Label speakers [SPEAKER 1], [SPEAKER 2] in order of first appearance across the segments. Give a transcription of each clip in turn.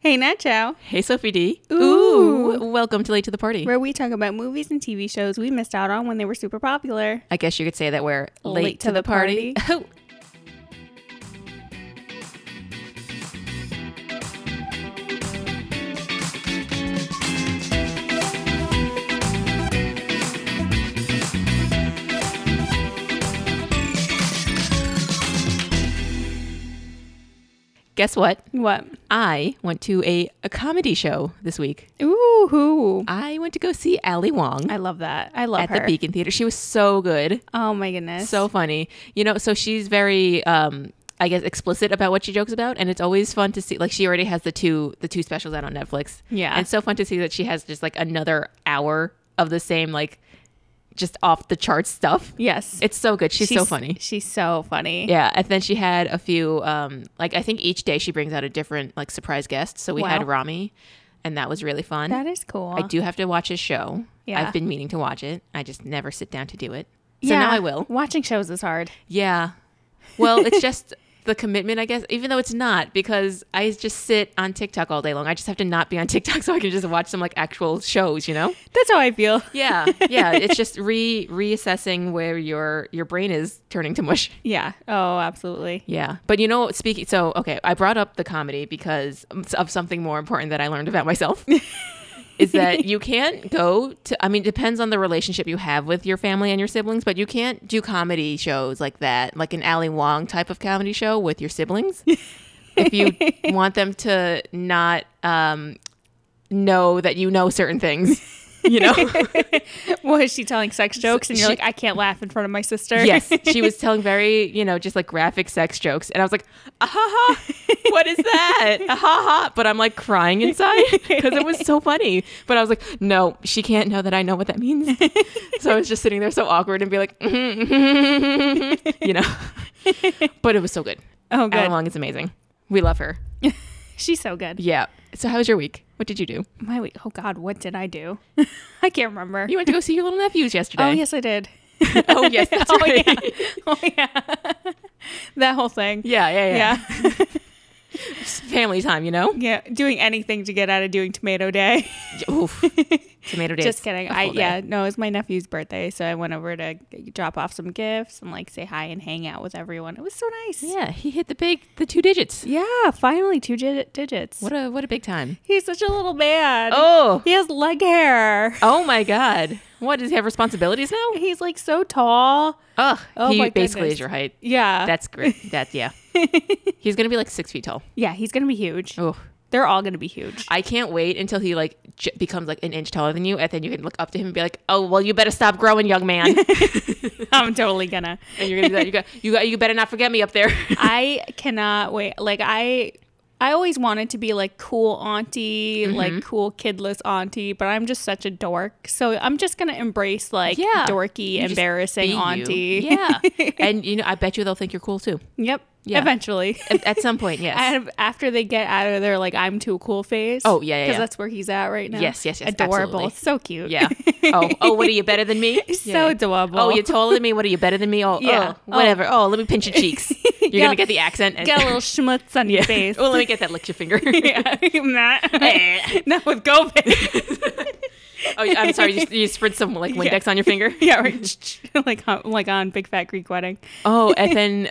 [SPEAKER 1] Hey Nacho,
[SPEAKER 2] Hey, Sophie D.
[SPEAKER 1] Ooh.
[SPEAKER 2] Welcome to Late to the Party.
[SPEAKER 1] where we talk about movies and TV shows we missed out on when they were super popular.
[SPEAKER 2] I guess you could say that we're late, to, the, party. Guess what?
[SPEAKER 1] What?
[SPEAKER 2] I went to a, a comedy show this week.
[SPEAKER 1] Ooh, hoo.
[SPEAKER 2] I went to go see Ali Wong
[SPEAKER 1] I love that. I love
[SPEAKER 2] at
[SPEAKER 1] her.
[SPEAKER 2] the Beacon Theater. She was so good.
[SPEAKER 1] Oh my goodness.
[SPEAKER 2] So funny. You know, so she's very um I guess explicit about what she jokes about and it's always fun to see like she already has the two the two specials out on Netflix.
[SPEAKER 1] Yeah.
[SPEAKER 2] And it's so fun to see that she has just like another hour of the same like just off the chart stuff.
[SPEAKER 1] yes,
[SPEAKER 2] It's so good. She's, so funny.
[SPEAKER 1] She's so funny.
[SPEAKER 2] Yeah, and then she had a few um like I think each day she brings out a different like surprise guest. So we had
[SPEAKER 1] Wow.
[SPEAKER 2] Rami and that was really fun.
[SPEAKER 1] That is cool.
[SPEAKER 2] I do have to watch his show.
[SPEAKER 1] Yeah.
[SPEAKER 2] I've been meaning to watch it. I just never sit down to do it. So
[SPEAKER 1] yeah.
[SPEAKER 2] now I will.
[SPEAKER 1] Watching shows is hard.
[SPEAKER 2] Yeah. Well, it's just the commitment, I guess, even though it's not because I just sit on TikTok all day long. I just have to not be on TikTok so I can just watch some like actual shows, you know?
[SPEAKER 1] That's how I feel.
[SPEAKER 2] Yeah. Yeah, it's just re reassessing where your your brain is turning to mush.
[SPEAKER 1] Yeah. Oh, absolutely.
[SPEAKER 2] Yeah. But you know, speaking so okay, I brought up the comedy because of something more important that I learned about myself. is that you can't go to I mean, it depends on the relationship you have with your family and your siblings, but you can't do comedy shows like that, like an Ali Wong type of comedy show with your siblings. if you want them to not um know that you know certain things, you know?
[SPEAKER 1] What is she telling sex jokes? And you're
[SPEAKER 2] she-
[SPEAKER 1] like, I can't laugh in front of my sister.
[SPEAKER 2] Yes, she was telling very, you know, just like graphic sex jokes, and I was like, ah, ha, ha, what is that? Ah, ha, ha. But I'm like crying inside because it was so funny. But I was like, no, she can't know that I know what that means. so I was just sitting there so awkward and be like, mhm, mhm, mhm, you know. but it was so good.
[SPEAKER 1] oh, good.
[SPEAKER 2] Alan Long is amazing. We love her.
[SPEAKER 1] She's so good.
[SPEAKER 2] Yeah. So how was your week? What did you do?
[SPEAKER 1] My week. Oh God, what did I do? I can't remember.
[SPEAKER 2] You went to go see your little nephews yesterday.
[SPEAKER 1] Oh yes, I did.
[SPEAKER 2] Oh, yes, that's
[SPEAKER 1] oh,
[SPEAKER 2] right.
[SPEAKER 1] Yeah. Oh yeah. that whole thing.
[SPEAKER 2] Yeah, yeah, yeah.
[SPEAKER 1] Yeah.
[SPEAKER 2] Family time, you know.
[SPEAKER 1] Yeah, doing anything to get out of doing tomato day.
[SPEAKER 2] Oof. Tomato days.
[SPEAKER 1] Just kidding.
[SPEAKER 2] A
[SPEAKER 1] I
[SPEAKER 2] full day.
[SPEAKER 1] yeah, no, it was my nephew's birthday, so I went over to g- drop off some gifts and like say hi and hang out with everyone. It was so nice.
[SPEAKER 2] Yeah, he hit the big the two digits.
[SPEAKER 1] Yeah, finally two di- digits.
[SPEAKER 2] What a what a big time.
[SPEAKER 1] He's such a little man.
[SPEAKER 2] Oh.
[SPEAKER 1] He has leg hair.
[SPEAKER 2] Oh my god. What does he have responsibilities now?
[SPEAKER 1] He's like so tall.
[SPEAKER 2] Ugh.
[SPEAKER 1] Oh
[SPEAKER 2] he
[SPEAKER 1] my
[SPEAKER 2] basically
[SPEAKER 1] goodness.
[SPEAKER 2] is your height.
[SPEAKER 1] Yeah.
[SPEAKER 2] That's great. That yeah. He's gonna be like six feet tall.
[SPEAKER 1] yeah, he's going to be huge.
[SPEAKER 2] Oh.
[SPEAKER 1] They're all going to be huge.
[SPEAKER 2] I can't wait until he like j- becomes like an inch taller than you, and then you can look up to him and be like, "Oh, well, you better stop growing, young man."
[SPEAKER 1] I'm totally going to.
[SPEAKER 2] and you're gonna be like, "You got, you got, you better not forget me up there."
[SPEAKER 1] I cannot wait. Like I I always wanted to be like cool auntie,
[SPEAKER 2] Mm-hmm.
[SPEAKER 1] like cool kidless auntie, but I'm just such a dork. So I'm just gonna embrace like
[SPEAKER 2] Yeah.
[SPEAKER 1] dorky,
[SPEAKER 2] You just be
[SPEAKER 1] embarrassing
[SPEAKER 2] you.
[SPEAKER 1] auntie.
[SPEAKER 2] Yeah. and you know, I bet you they'll think you're cool too.
[SPEAKER 1] yep.
[SPEAKER 2] Yeah.
[SPEAKER 1] Eventually.
[SPEAKER 2] At, at some point, yes.
[SPEAKER 1] And after they get out of their like I'm too cool phase.
[SPEAKER 2] Oh, yeah, yeah,
[SPEAKER 1] Because
[SPEAKER 2] yeah.
[SPEAKER 1] that's where he's at right now.
[SPEAKER 2] Yes, yes, yes,
[SPEAKER 1] Adorable.
[SPEAKER 2] absolutely.
[SPEAKER 1] So cute.
[SPEAKER 2] Yeah. Oh, oh, what are you better than me?
[SPEAKER 1] He's
[SPEAKER 2] Yeah.
[SPEAKER 1] so adorable.
[SPEAKER 2] Oh, you're taller than me. What are you better than me? Oh,
[SPEAKER 1] Yeah.
[SPEAKER 2] oh, whatever. Oh. let me pinch your cheeks. You're
[SPEAKER 1] Yeah.
[SPEAKER 2] gonna get the accent. And
[SPEAKER 1] got a little schmutz on your face.
[SPEAKER 2] oh, let me get that. Lick your finger.
[SPEAKER 1] yeah. Not,
[SPEAKER 2] Eh.
[SPEAKER 1] not with COVID.
[SPEAKER 2] oh, I'm sorry. You, you spritz some like Windex on your finger.
[SPEAKER 1] yeah, right. like on, like on Big Fat Greek Wedding.
[SPEAKER 2] Oh, and then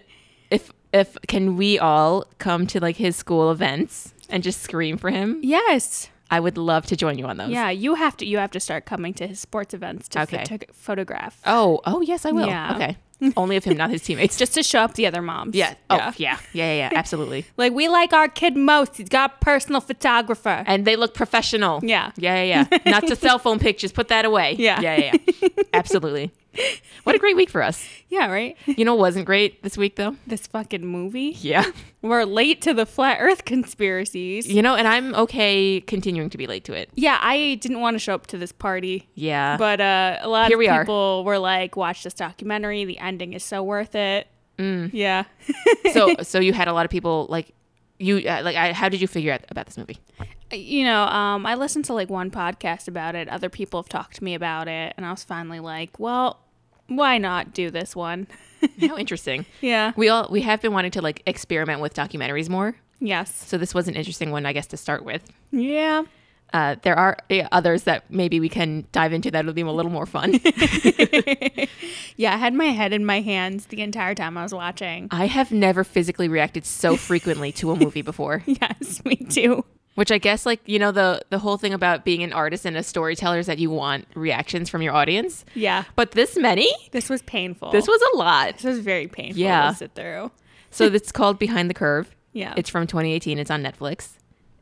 [SPEAKER 2] if if can we all come to like his school events and just scream for him?
[SPEAKER 1] Yes.
[SPEAKER 2] I would love to join you on those.
[SPEAKER 1] Yeah, you have to you have to start coming to his sports events to
[SPEAKER 2] Okay.
[SPEAKER 1] photo- photograph
[SPEAKER 2] Oh, oh yes, I will.
[SPEAKER 1] Yeah.
[SPEAKER 2] Okay. Only of him, not his teammates.
[SPEAKER 1] just to show up the other moms.
[SPEAKER 2] yeah. Oh, yeah. Yeah. Yeah. Yeah. Absolutely.
[SPEAKER 1] Like we like our kid most. He's got a personal photographer.
[SPEAKER 2] and they look professional.
[SPEAKER 1] Yeah.
[SPEAKER 2] Yeah, yeah, yeah. Not to cell phone pictures. Put that away.
[SPEAKER 1] Yeah.
[SPEAKER 2] Yeah, yeah, yeah. Absolutely. What a great week for us.
[SPEAKER 1] yeah, right.
[SPEAKER 2] You know what wasn't great this week though?
[SPEAKER 1] This fucking movie.
[SPEAKER 2] Yeah.
[SPEAKER 1] We're late to the flat Earth conspiracies. Yeah,
[SPEAKER 2] You know, and I'm okay continuing to be late to it.
[SPEAKER 1] I didn't want to show up to this party.
[SPEAKER 2] Yeah.
[SPEAKER 1] But uh, a lot
[SPEAKER 2] Here
[SPEAKER 1] of
[SPEAKER 2] we are.
[SPEAKER 1] people were like, "Watch this documentary. The ending is so worth it." Yeah.
[SPEAKER 2] so so you had a lot of people like you uh, like I, how did you figure out about this movie?
[SPEAKER 1] you know, um, I listened to like one podcast about it. Other people have talked to me about it, and I was finally like, well, why not do this one?
[SPEAKER 2] How interesting.
[SPEAKER 1] Yeah.
[SPEAKER 2] We all we have been wanting to like experiment with documentaries more.
[SPEAKER 1] Yes.
[SPEAKER 2] So this was an interesting one, I guess, to start with.
[SPEAKER 1] Yeah.
[SPEAKER 2] Uh, there are uh, others that maybe we can dive into that will be a little more fun.
[SPEAKER 1] Yeah. I had my head in my hands the entire time I was watching.
[SPEAKER 2] I have never physically reacted so frequently to a movie before,
[SPEAKER 1] Yes, me too.
[SPEAKER 2] which I guess, like you know, the the whole thing about being an artist and a storyteller is that you want reactions from your audience.
[SPEAKER 1] Yeah.
[SPEAKER 2] But this many,
[SPEAKER 1] This was painful.
[SPEAKER 2] this was a lot.
[SPEAKER 1] this was very painful
[SPEAKER 2] Yeah.
[SPEAKER 1] to sit through.
[SPEAKER 2] So it's called Behind the Curve.
[SPEAKER 1] Yeah.
[SPEAKER 2] It's from 2018. It's on Netflix.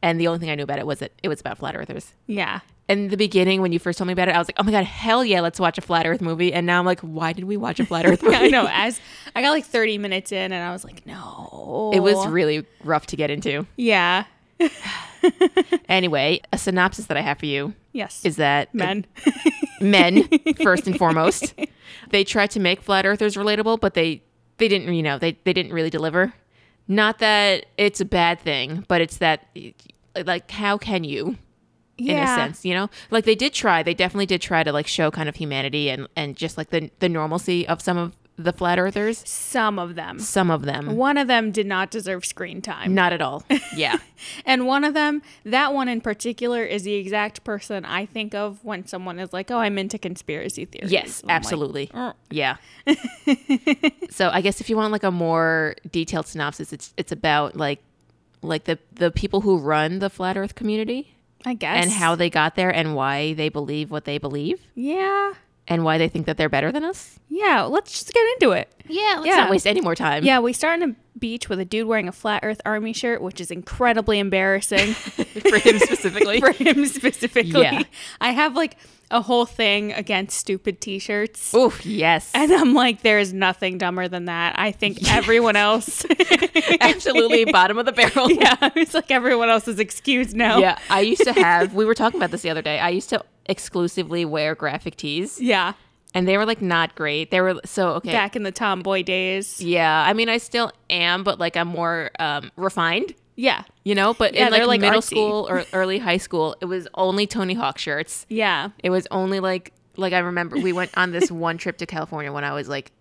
[SPEAKER 2] And the only thing I knew about it was that it was about flat earthers.
[SPEAKER 1] yeah.
[SPEAKER 2] in the beginning when you first told me about it, I was like, "Oh my god, hell yeah, let's watch a flat Earth movie." And now I'm like, "Why did we watch a flat Earth movie?"
[SPEAKER 1] Yeah, I know. As I got like 30 minutes in and I was like, no.
[SPEAKER 2] It was really rough to get into.
[SPEAKER 1] Yeah.
[SPEAKER 2] Anyway, a synopsis that I have for you
[SPEAKER 1] Yes.
[SPEAKER 2] is that
[SPEAKER 1] men.
[SPEAKER 2] men first and foremost, they tried to make flat Earthers relatable, but they they didn't, you know, they they didn't really deliver. Not that it's a bad thing, but it's that like how can you? in a sense, you know? Like they did try, they definitely did try to like show kind of humanity and and just like the the normalcy of some of the flat earthers.
[SPEAKER 1] Some of them.
[SPEAKER 2] Some of them.
[SPEAKER 1] One of them did not deserve screen time.
[SPEAKER 2] Not at all. Yeah.
[SPEAKER 1] And one of them, that one in particular, is the exact person I think of when someone is like, oh, I'm into conspiracy theories.
[SPEAKER 2] yes,
[SPEAKER 1] And I'm like,
[SPEAKER 2] absolutely.
[SPEAKER 1] "Mm."
[SPEAKER 2] yeah. so I guess if you want like a more detailed synopsis, it's it's about like like the the people who run the flat earth community
[SPEAKER 1] I guess.
[SPEAKER 2] and how they got there and why they believe what they believe
[SPEAKER 1] Yeah.
[SPEAKER 2] and why they think that they're better than us.
[SPEAKER 1] Yeah. Let's just get into it.
[SPEAKER 2] Yeah, let's
[SPEAKER 1] Yeah.
[SPEAKER 2] not waste any more time.
[SPEAKER 1] Yeah, we start on a beach with a dude wearing a flat Earth Army shirt, which is incredibly embarrassing
[SPEAKER 2] For him specifically.
[SPEAKER 1] for him specifically.
[SPEAKER 2] Yeah.
[SPEAKER 1] I have like a whole thing against stupid T-shirts,
[SPEAKER 2] Oof, yes.
[SPEAKER 1] and I'm like, there is nothing dumber than that. I think everyone else.
[SPEAKER 2] absolutely bottom of the barrel.
[SPEAKER 1] yeah, it's like everyone else is excused now.
[SPEAKER 2] Yeah, I used to have. We were talking about this the other day. I used to exclusively wear graphic tees,
[SPEAKER 1] yeah.
[SPEAKER 2] and they were like not great. They were so okay.
[SPEAKER 1] Back in the tomboy days.
[SPEAKER 2] Yeah, I mean, I still am, but like I'm more um, refined,
[SPEAKER 1] Yeah.
[SPEAKER 2] you know. But
[SPEAKER 1] Yeah,
[SPEAKER 2] in like,
[SPEAKER 1] they're, like,
[SPEAKER 2] middle
[SPEAKER 1] artsy.
[SPEAKER 2] school or early high school, it was only Tony Hawk shirts.
[SPEAKER 1] Yeah.
[SPEAKER 2] It was only like like I remember we went on this one trip to California when I was like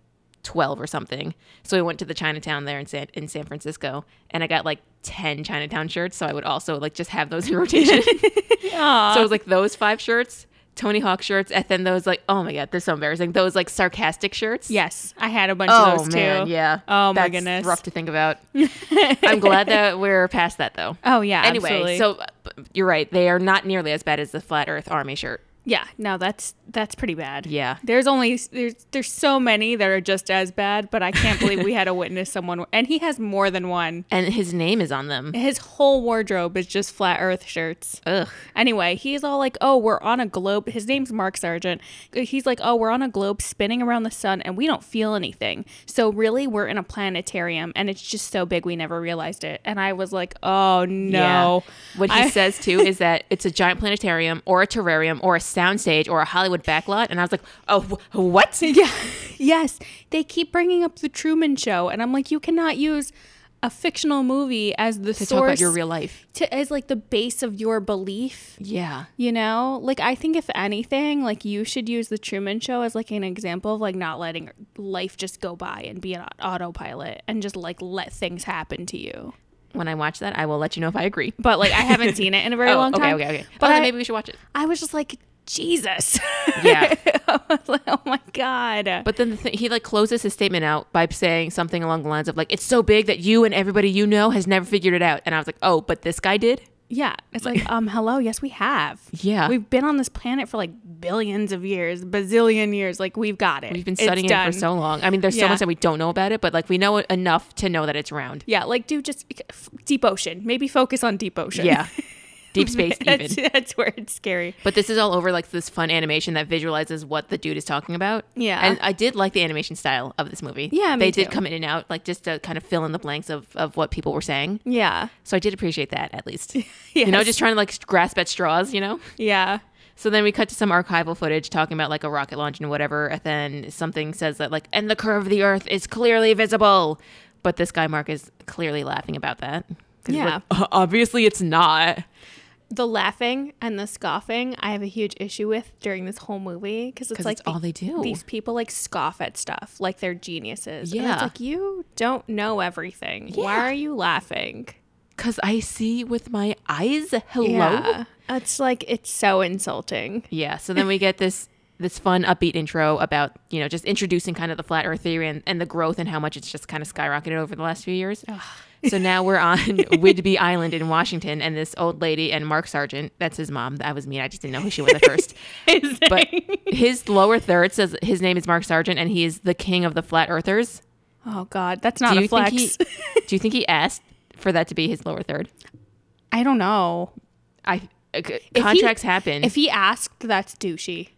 [SPEAKER 2] 12 or something. So we went to the Chinatown there in San in San Francisco and I got like 10 Chinatown shirts, so I would also like just have those in rotation. so
[SPEAKER 1] Aw.
[SPEAKER 2] it was like those five shirts, Tony Hawk shirts, and then those like oh my god, this is so embarrassing. Those like sarcastic shirts.
[SPEAKER 1] yes, I had a bunch
[SPEAKER 2] Oh
[SPEAKER 1] of those
[SPEAKER 2] man,
[SPEAKER 1] too.
[SPEAKER 2] yeah.
[SPEAKER 1] Oh, my
[SPEAKER 2] That's
[SPEAKER 1] goodness.
[SPEAKER 2] Rough to think about. I'm glad that we're past that though.
[SPEAKER 1] Oh yeah.
[SPEAKER 2] anyway,
[SPEAKER 1] absolutely.
[SPEAKER 2] so uh, b- you're right. They are not nearly as bad as the flat earth army shirt.
[SPEAKER 1] Yeah, no, that's that's pretty bad.
[SPEAKER 2] Yeah.
[SPEAKER 1] There's only there's there's so many that are just as bad, but I can't believe we had to witness someone and he has more than one.
[SPEAKER 2] And his name is on them.
[SPEAKER 1] His whole wardrobe is just flat earth shirts.
[SPEAKER 2] Ugh.
[SPEAKER 1] Anyway, he's all like, "Oh, we're on a globe." His name's Mark Sargent. He's like, "Oh, we're on a globe spinning around the sun and we don't feel anything." So really, we're in a planetarium and it's just so big we never realized it. And I was like, "Oh no."
[SPEAKER 2] Yeah. What he
[SPEAKER 1] I-
[SPEAKER 2] says too is that it's a giant planetarium or a terrarium or a soundstage or a Hollywood backlot. And I was like, oh, wh- what?
[SPEAKER 1] Yeah. Yes. They keep bringing up the Truman Show, and I'm like, you cannot use a fictional movie as the
[SPEAKER 2] To
[SPEAKER 1] source
[SPEAKER 2] talk about your real life.
[SPEAKER 1] to as like the base of your belief.
[SPEAKER 2] Yeah.
[SPEAKER 1] You know, like I think if anything, like you should use the Truman Show as like an example of like not letting life just go by and be an au- autopilot and just like let things happen to you.
[SPEAKER 2] When I watch that, I will let you know if I agree.
[SPEAKER 1] But like I haven't seen it in a very
[SPEAKER 2] oh,
[SPEAKER 1] long
[SPEAKER 2] okay,
[SPEAKER 1] time.
[SPEAKER 2] okay, okay.
[SPEAKER 1] But I-
[SPEAKER 2] oh, then maybe we should watch it.
[SPEAKER 1] I was just like, Jesus.
[SPEAKER 2] Yeah.
[SPEAKER 1] I was like, oh my god.
[SPEAKER 2] But then the th- he like closes his statement out by saying something along the lines of like, it's so big that you and everybody you know has never figured it out. And I was like, oh, but this guy did?
[SPEAKER 1] Yeah, it's like, um, hello, yes, we have.
[SPEAKER 2] Yeah.
[SPEAKER 1] We've been on this planet for like billions of years, bazillion years. Like we've got it.
[SPEAKER 2] We've been
[SPEAKER 1] It's
[SPEAKER 2] studying it for
[SPEAKER 1] done.
[SPEAKER 2] so long. I mean, there's so
[SPEAKER 1] Yeah.
[SPEAKER 2] much that we don't know about it, but like we know it enough to know that it's round.
[SPEAKER 1] Yeah, like dude, just f- deep ocean. Maybe focus on deep ocean.
[SPEAKER 2] Yeah. Deep space, even.
[SPEAKER 1] that's, that's where it's scary.
[SPEAKER 2] But this is all over like this fun animation that visualizes what the dude is talking about.
[SPEAKER 1] Yeah.
[SPEAKER 2] And I did like the animation style of this movie.
[SPEAKER 1] Yeah, me
[SPEAKER 2] They did
[SPEAKER 1] too.
[SPEAKER 2] come in and out, like just to kind of fill in the blanks of, of what people were saying.
[SPEAKER 1] Yeah.
[SPEAKER 2] So I did appreciate that at least. You know,
[SPEAKER 1] Yes.
[SPEAKER 2] just trying to like grasp at straws, you know?
[SPEAKER 1] Yeah.
[SPEAKER 2] So then we cut to some archival footage talking about like a rocket launch and whatever. And then something says that like, and the curve of the earth is clearly visible. But this guy, Mark, is clearly laughing about that. 'Cause he's
[SPEAKER 1] Yeah.
[SPEAKER 2] like, "Uh, obviously it's not.
[SPEAKER 1] The laughing and the scoffing, I have a huge issue with during this whole movie because it's
[SPEAKER 2] 'Cause
[SPEAKER 1] like
[SPEAKER 2] it's all they do.
[SPEAKER 1] These people like scoff at stuff like they're geniuses. And
[SPEAKER 2] Yeah.
[SPEAKER 1] it's like you don't know everything. Why
[SPEAKER 2] Yeah.
[SPEAKER 1] are you laughing?
[SPEAKER 2] because I see with my eyes. Hello.
[SPEAKER 1] Yeah. It's like it's so insulting.
[SPEAKER 2] Yeah, so then we get this this fun upbeat intro about you know just introducing kind of the flat earth theory and, and the growth and how much it's just kind of skyrocketed over the last few years so now we're on whidbey island in washington and this old lady and mark sargent that's his mom that was me i just didn't know who she was at first but his lower third says his name is mark sargent and he is the king of the flat earthers
[SPEAKER 1] oh God, that's not
[SPEAKER 2] do
[SPEAKER 1] a
[SPEAKER 2] you think
[SPEAKER 1] flex.
[SPEAKER 2] he do you think he asked for that to be his lower third
[SPEAKER 1] I don't know.
[SPEAKER 2] i uh, contracts
[SPEAKER 1] he-
[SPEAKER 2] happen
[SPEAKER 1] If he asked, that's douchey.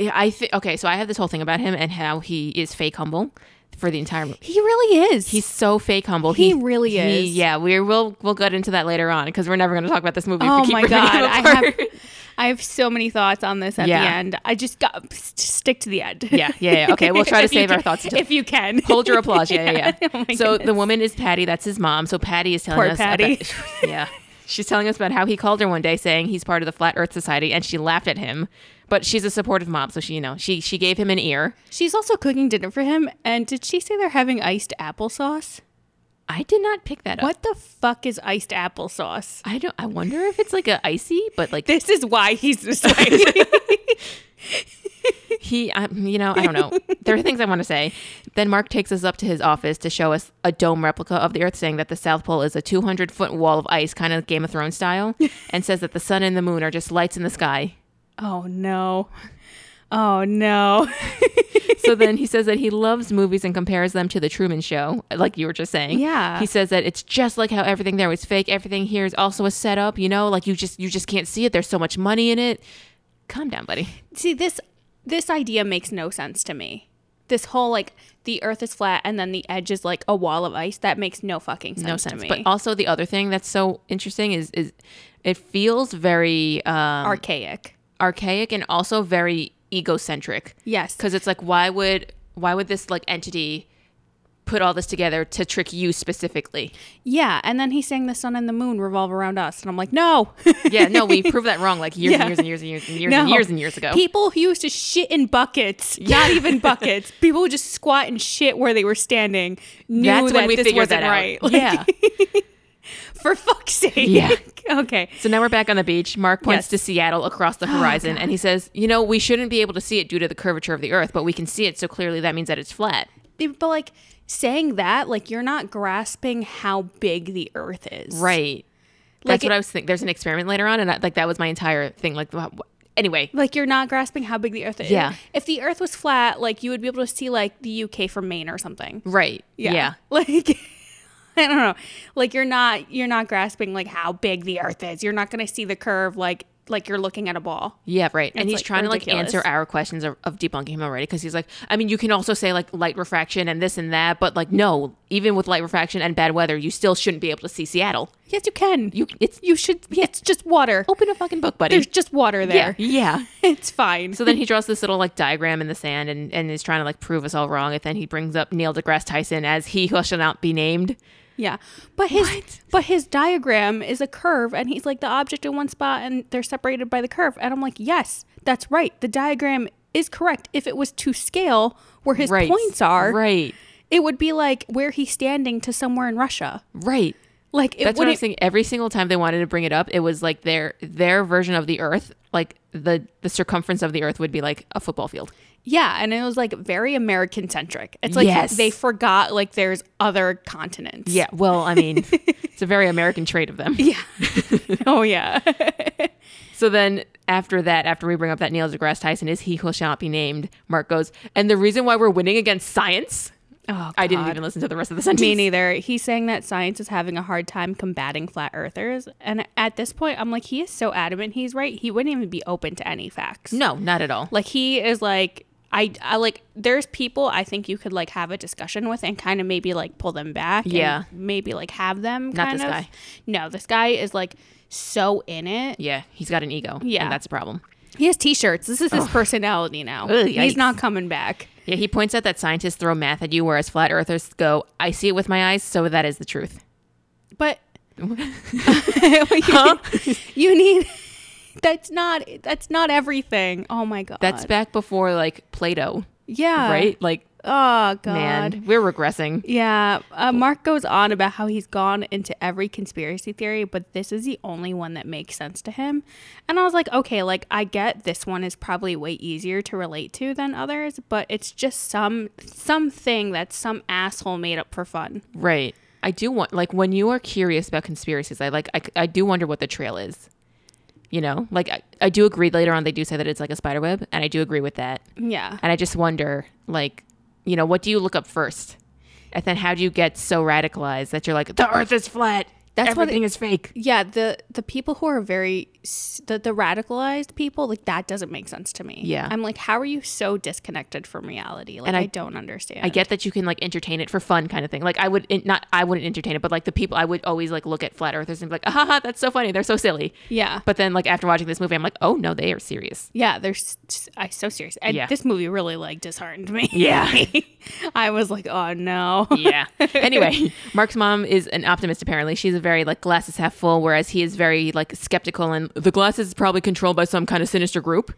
[SPEAKER 2] Yeah, I think okay. So I have this whole thing about him and how he is fake humble for the entire.
[SPEAKER 1] He really is.
[SPEAKER 2] He's so fake humble.
[SPEAKER 1] He really is.
[SPEAKER 2] yeah, we will we'll get into that later on because we're never going to talk about this movie. if we
[SPEAKER 1] oh
[SPEAKER 2] keep
[SPEAKER 1] my
[SPEAKER 2] ripping it
[SPEAKER 1] God, I have
[SPEAKER 2] apart.
[SPEAKER 1] I have so many thoughts on this at
[SPEAKER 2] Yeah.
[SPEAKER 1] the end. I just got s- stick to the end.
[SPEAKER 2] Yeah, yeah, yeah. Okay, we'll try to
[SPEAKER 1] If you
[SPEAKER 2] save our
[SPEAKER 1] can-
[SPEAKER 2] thoughts until-
[SPEAKER 1] if you can.
[SPEAKER 2] Hold your applause. Yeah, yeah. yeah.
[SPEAKER 1] Oh my
[SPEAKER 2] so the
[SPEAKER 1] goodness.
[SPEAKER 2] woman is Patty. That's his mom. So Patty is telling
[SPEAKER 1] Poor
[SPEAKER 2] us.
[SPEAKER 1] Patty.
[SPEAKER 2] About, yeah. She's telling us about how he called her one day saying he's part of the Flat Earth Society, and she laughed at him. But she's a supportive mom, so she, you know, she she gave him an ear.
[SPEAKER 1] She's also cooking dinner for him. And did she say they're having iced applesauce?
[SPEAKER 2] I did not pick that up.
[SPEAKER 1] What the fuck is iced applesauce?
[SPEAKER 2] I don't. I wonder if it's like a icy, but like
[SPEAKER 1] This is why he's this way.
[SPEAKER 2] He, I, you know, I don't know. there are things I want to say. Then Mark takes us up to his office to show us a dome replica of the Earth, saying that the South Pole is a 200 foot wall of ice, kind of Game of Thrones style, and says that the sun and the moon are just lights in the sky.
[SPEAKER 1] oh no. Oh no.
[SPEAKER 2] So then he says that he loves movies and compares them to The Truman Show, like you were just saying.
[SPEAKER 1] Yeah.
[SPEAKER 2] He says that it's just like how everything there was fake. Everything here is also a setup. You know, like you just you just can't see it. There's so much money in it. Calm down, buddy.
[SPEAKER 1] See this this idea makes no sense to me. This whole like the earth is flat and then the edge is like a wall of ice that makes no fucking sense,
[SPEAKER 2] no
[SPEAKER 1] to
[SPEAKER 2] sense.
[SPEAKER 1] me.
[SPEAKER 2] But also the other thing that's so interesting is is it feels very um,
[SPEAKER 1] Archaic.
[SPEAKER 2] archaic and also very egocentric
[SPEAKER 1] Yes.
[SPEAKER 2] because it's like why would why would this like entity put all this together to trick you specifically?
[SPEAKER 1] Yeah, and then he's saying the sun and the moon revolve around us and I'm like, "No."
[SPEAKER 2] Yeah, no, we proved that wrong like years
[SPEAKER 1] Yeah.
[SPEAKER 2] and years and years and years and years
[SPEAKER 1] No.
[SPEAKER 2] and years and years ago.
[SPEAKER 1] People who used to shit in buckets, not even buckets. People would just squat and shit where they were standing. Knew
[SPEAKER 2] That's when
[SPEAKER 1] that
[SPEAKER 2] we
[SPEAKER 1] this
[SPEAKER 2] figured
[SPEAKER 1] wasn't
[SPEAKER 2] that out.
[SPEAKER 1] right. Like,
[SPEAKER 2] yeah.
[SPEAKER 1] For fuck's sake.
[SPEAKER 2] Yeah.
[SPEAKER 1] okay.
[SPEAKER 2] So now we're back on the beach. Mark points
[SPEAKER 1] Yes. Oh,
[SPEAKER 2] to Seattle across the horizon and he says, "You know, we shouldn't be able to see it due to the curvature of the earth, but we can see it, so clearly that means that it's flat."
[SPEAKER 1] But like saying that, like you're not grasping how big the earth is.
[SPEAKER 2] Right.
[SPEAKER 1] Like
[SPEAKER 2] That's what I was thinking. There's an experiment later on, and I, like that was my entire thing. Like, wha- wha- anyway,
[SPEAKER 1] Like you're not grasping how big the earth is.
[SPEAKER 2] Yeah.
[SPEAKER 1] If the earth was flat, like you would be able to see like the UK from Maine or something.
[SPEAKER 2] right? Yeah.
[SPEAKER 1] Like I don't know. Like you're not you're not grasping like how big the earth is. You're not going to see the curve like like you're looking at a ball.
[SPEAKER 2] Yeah, right. And
[SPEAKER 1] It's,
[SPEAKER 2] he's
[SPEAKER 1] like,
[SPEAKER 2] trying to like
[SPEAKER 1] ridiculous.
[SPEAKER 2] answer our questions of, of debunking him already because he's like, I mean, you can also say like light refraction and this and that, but like, no, even with light refraction and bad weather, you still shouldn't be able to see Seattle.
[SPEAKER 1] Yes, you can. You
[SPEAKER 2] You, it's
[SPEAKER 1] you should it's just water.
[SPEAKER 2] open a fucking book, buddy.
[SPEAKER 1] There's just water
[SPEAKER 2] yeah,
[SPEAKER 1] there.
[SPEAKER 2] yeah.
[SPEAKER 1] Oh, It's fine.
[SPEAKER 2] So then he draws this little like diagram in the sand and, and is trying to like prove us all wrong. And then he brings up Neil deGrasse Tyson as he who shall not be named.
[SPEAKER 1] Yeah. But his but his diagram is a curve and he's like the object in one spot and they're separated by the curve. And I'm like, "Yes, that's right. The diagram is correct. If it was to scale where his
[SPEAKER 2] Right.
[SPEAKER 1] points are,
[SPEAKER 2] Right.
[SPEAKER 1] it would be like where he's standing to somewhere in Russia.
[SPEAKER 2] Right.
[SPEAKER 1] Like it
[SPEAKER 2] That's what I was
[SPEAKER 1] wouldn't
[SPEAKER 2] saying. Every single time they wanted to bring it up, it was like their their version of the Earth, like the the circumference of the Earth would be like a football field.
[SPEAKER 1] Yeah, and it was like very American centric. It's like
[SPEAKER 2] Yes.
[SPEAKER 1] they forgot like there's other continents.
[SPEAKER 2] Yeah. Well, I mean, it's a very American trait of them.
[SPEAKER 1] Oh yeah.
[SPEAKER 2] So then after that, after we bring up that Neil deGrasse Tyson is he who shall not be named, Mark goes, and the reason why we're winning against science.
[SPEAKER 1] Oh,
[SPEAKER 2] I didn't even listen to the rest of the sentence.
[SPEAKER 1] Me neither. He's saying that science is having a hard time combating flat earthers. And at this point, I'm like, he is so adamant he's right. He wouldn't even be open to any facts.
[SPEAKER 2] No, not at all.
[SPEAKER 1] Like, he is like, I, I like, there's people I think you could like have a discussion with and kind of maybe like pull them back. and
[SPEAKER 2] Yeah.
[SPEAKER 1] maybe like have them
[SPEAKER 2] Not
[SPEAKER 1] kind
[SPEAKER 2] this
[SPEAKER 1] of.
[SPEAKER 2] guy.
[SPEAKER 1] No, this guy is like so in it.
[SPEAKER 2] Yeah, he's got an ego.
[SPEAKER 1] Yeah.
[SPEAKER 2] and that's a problem.
[SPEAKER 1] He has t shirts. This is his personality now.
[SPEAKER 2] Oh. Ugh, yikes.
[SPEAKER 1] He's not coming back.
[SPEAKER 2] Yeah, he points out that scientists throw math at you, whereas flat earthers go, "I see it with my eyes, so that is the truth."
[SPEAKER 1] But you, you need that's not that's not everything. Oh my god.
[SPEAKER 2] That's back before like Plato.
[SPEAKER 1] yeah.
[SPEAKER 2] right? Like
[SPEAKER 1] Oh Uh, God.
[SPEAKER 2] Man, we're regressing.
[SPEAKER 1] Yeah, uh, Mark goes on about how he's gone into every conspiracy theory, but this is the only one that makes sense to him. And I was like, okay, like I get this one is probably way easier to relate to than others, but it's just some something that some asshole made up for fun.
[SPEAKER 2] Right. I do want like when you are curious about conspiracies, I like I, I do wonder what the trail is. You know, like I, I do agree later on they do say that it's like a spider web, and I do agree with that.
[SPEAKER 1] Yeah,
[SPEAKER 2] And I just wonder, like, you know, what do you look up first? And then how do you get so radicalized that you're like, the earth is flat.
[SPEAKER 1] That's what
[SPEAKER 2] Everything is fake.
[SPEAKER 1] yeah. The the people who are very s- the the radicalized people like that doesn't make sense to me.
[SPEAKER 2] Yeah.
[SPEAKER 1] I'm like, how are you so disconnected from reality? Like
[SPEAKER 2] And I-
[SPEAKER 1] I, don't understand.
[SPEAKER 2] I get that you can like entertain it for fun kind of thing. Like I would en- not I wouldn't entertain it, but like the people I would always like look at flat earthers and be like, ah, ha, ha, that's so funny. They're so silly.
[SPEAKER 1] yeah.
[SPEAKER 2] But then like after watching this movie, I'm like, oh no, they are serious.
[SPEAKER 1] Yeah, they're s- s- I so serious. And
[SPEAKER 2] Yeah.
[SPEAKER 1] this movie really like disheartened me.
[SPEAKER 2] Yeah.
[SPEAKER 1] I was like, oh no.
[SPEAKER 2] yeah. Anyway, Mark's mom is an optimist apparently. She's a very like glasses half full, whereas he is very like skeptical and the glasses is probably controlled by some kind of sinister group.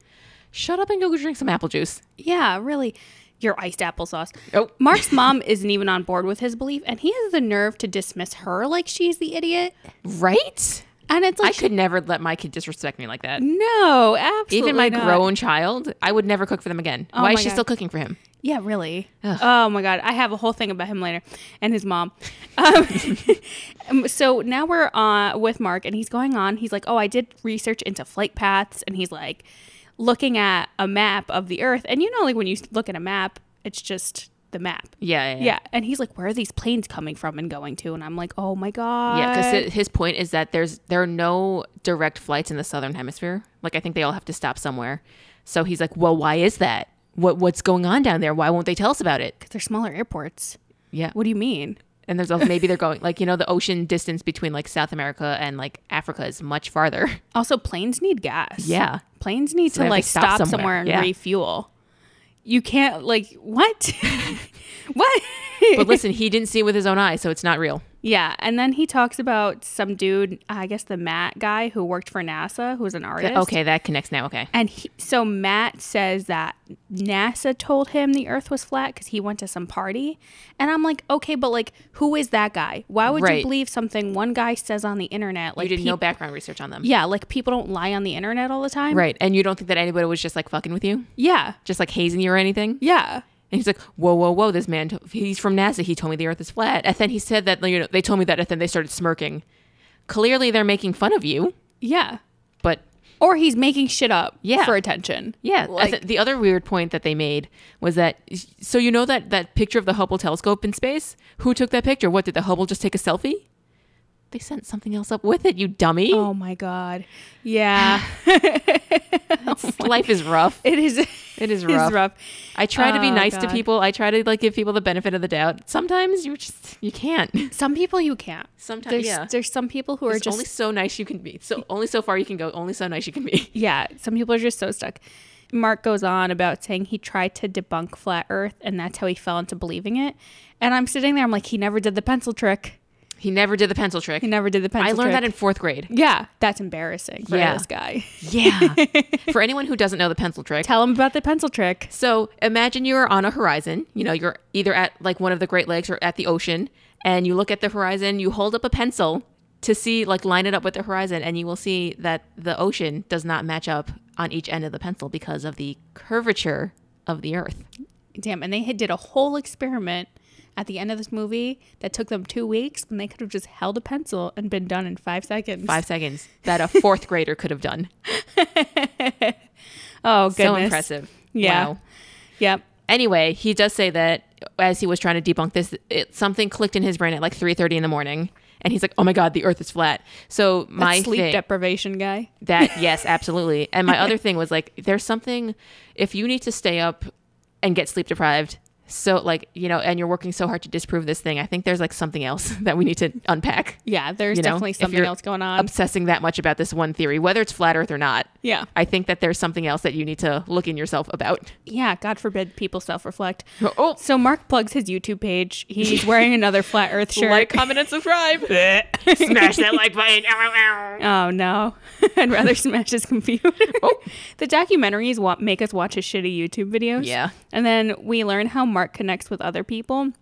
[SPEAKER 2] Shut up and go drink some apple juice.
[SPEAKER 1] Yeah, really. Your iced applesauce.
[SPEAKER 2] Oh.
[SPEAKER 1] Mark's mom isn't even on board with his belief, and he has the nerve to dismiss her like she's the idiot.
[SPEAKER 2] Right?
[SPEAKER 1] And it's
[SPEAKER 2] I
[SPEAKER 1] like,
[SPEAKER 2] could never let my kid disrespect me like that.
[SPEAKER 1] no, absolutely.
[SPEAKER 2] Even my
[SPEAKER 1] not.
[SPEAKER 2] grown child, I would never cook for them again. Why is
[SPEAKER 1] my
[SPEAKER 2] she
[SPEAKER 1] God.
[SPEAKER 2] still cooking for him?
[SPEAKER 1] Yeah, really. Oh my god, I have a whole thing about him later, and his mom. Um, um, so now we're uh, with Mark, and he's going on. He's like, "Oh, I did research into flight paths," and he's like, looking at a map of the Earth. And you know, like when you look at a map, it's just the map.
[SPEAKER 2] Yeah, yeah.
[SPEAKER 1] Yeah, and he's like, "Where are these planes coming from and going to?" And I'm like, "Oh my god."
[SPEAKER 2] Yeah, because his point is that there's there are no direct flights in the southern hemisphere. Like I think they all have to stop somewhere. So he's like, "Well, why is that? What what's going on down there? Why won't they tell us about it?"
[SPEAKER 1] they're smaller airports.
[SPEAKER 2] Yeah.
[SPEAKER 1] What do you mean?
[SPEAKER 2] And there's also maybe they're going like you know the ocean distance between like South America and like Africa is much farther.
[SPEAKER 1] Also, planes need gas.
[SPEAKER 2] Yeah.
[SPEAKER 1] planes need to
[SPEAKER 2] they have to
[SPEAKER 1] like
[SPEAKER 2] stop
[SPEAKER 1] stop, somewhere,
[SPEAKER 2] somewhere.
[SPEAKER 1] and
[SPEAKER 2] Yeah.
[SPEAKER 1] refuel. You can't like what? what?
[SPEAKER 2] But listen, he didn't see it with his own eyes, so it's not real.
[SPEAKER 1] yeah, and then he talks about some dude, I guess the Matt guy who worked for NASA, who's an artist.
[SPEAKER 2] Okay, that connects now. Okay.
[SPEAKER 1] And he, so Matt says that NASA told him the Earth was flat because he went to some party. And I'm like, okay, but like, who is that guy? Why would
[SPEAKER 2] Right.
[SPEAKER 1] you believe something one guy says on the internet? Like,
[SPEAKER 2] You did
[SPEAKER 1] peop-
[SPEAKER 2] no background research on them.
[SPEAKER 1] yeah, like people don't lie on the internet all the time.
[SPEAKER 2] Right. And you don't think that anybody was just like fucking with you?
[SPEAKER 1] Yeah.
[SPEAKER 2] Just like hazing you or anything?
[SPEAKER 1] Yeah.
[SPEAKER 2] And he's like, whoa, whoa, whoa, this man, t- he's from NASA. He told me the earth is flat. And then he said that, you know, they told me that. And then they started smirking. Clearly, they're making fun of you.
[SPEAKER 1] Yeah.
[SPEAKER 2] But
[SPEAKER 1] or he's making shit up
[SPEAKER 2] Yeah.
[SPEAKER 1] for attention.
[SPEAKER 2] yeah, I
[SPEAKER 1] Like-
[SPEAKER 2] thi- the other weird point that they made was that, so you know that, that picture of the Hubble telescope in space? Who took that picture? What, did the Hubble just take a selfie? They sent something else up with it, you dummy.
[SPEAKER 1] Oh my god. Yeah.
[SPEAKER 2] Life is rough.
[SPEAKER 1] it is
[SPEAKER 2] It is
[SPEAKER 1] it is
[SPEAKER 2] rough.
[SPEAKER 1] rough.
[SPEAKER 2] I try to be
[SPEAKER 1] Oh,
[SPEAKER 2] nice to
[SPEAKER 1] God.
[SPEAKER 2] people. I try to like give people the benefit of the doubt. Sometimes you just you can't.
[SPEAKER 1] Some people you can't.
[SPEAKER 2] Sometimes
[SPEAKER 1] There's
[SPEAKER 2] yeah.
[SPEAKER 1] there's some people who are
[SPEAKER 2] It's
[SPEAKER 1] just
[SPEAKER 2] only so nice you can be. So only so far you can go. Only so nice you can be.
[SPEAKER 1] yeah, some people are just so stuck. Mark goes on about saying he tried to debunk flat earth and that's how he fell into believing it. And I'm sitting there I'm like he never did the pencil trick.
[SPEAKER 2] He never did the pencil trick.
[SPEAKER 1] He never did the pencil
[SPEAKER 2] I
[SPEAKER 1] trick.
[SPEAKER 2] learned that in fourth grade.
[SPEAKER 1] Yeah, that's embarrassing for
[SPEAKER 2] Yeah.
[SPEAKER 1] this guy.
[SPEAKER 2] Yeah. For anyone who doesn't know the pencil trick.
[SPEAKER 1] Tell him about the pencil trick.
[SPEAKER 2] So imagine you are on a horizon. You know, you're either at like one of the Great Lakes or at the ocean, and you look at the horizon. You hold up a pencil to see, like, line it up with the horizon, and you will see that the ocean does not match up on each end of the pencil because of the curvature of the Earth.
[SPEAKER 1] Damn, and they had did a whole experiment at the end of this movie that took them two weeks when they could have just held a pencil and been done in five seconds.
[SPEAKER 2] Five seconds that a fourth grader could have done.
[SPEAKER 1] Oh, goodness.
[SPEAKER 2] So impressive.
[SPEAKER 1] Yeah.
[SPEAKER 2] Wow.
[SPEAKER 1] Yep.
[SPEAKER 2] Anyway, he does say that as he was trying to debunk this, it, something clicked in his brain at like 3:30 in the morning, and he's like, "Oh my god, the Earth is flat." So my
[SPEAKER 1] Sleep
[SPEAKER 2] thing-
[SPEAKER 1] deprivation guy.
[SPEAKER 2] that yes, absolutely. And my other thing was like, there's something if you need to stay up and get sleep deprived. So like you know, and you're working so hard to disprove this thing. I think there's like something else that we need to unpack.
[SPEAKER 1] Yeah, there's
[SPEAKER 2] You know,
[SPEAKER 1] definitely
[SPEAKER 2] if
[SPEAKER 1] something
[SPEAKER 2] you're
[SPEAKER 1] else going on.
[SPEAKER 2] Obsessing that much about this one theory, whether it's flat Earth or not,
[SPEAKER 1] yeah.
[SPEAKER 2] I think that there's something else that you need to look in yourself about.
[SPEAKER 1] Yeah, God forbid people self reflect.
[SPEAKER 2] Oh,
[SPEAKER 1] So Mark plugs his YouTube page. He's wearing another flat earth shirt.
[SPEAKER 2] like, comment, and subscribe. Smash that like button.
[SPEAKER 1] oh no. I'd rather smash his computer.
[SPEAKER 2] Oh.
[SPEAKER 1] the documentaries wa- make us watch his shitty YouTube videos.
[SPEAKER 2] Yeah.
[SPEAKER 1] And then we learn how Mark connects with other people.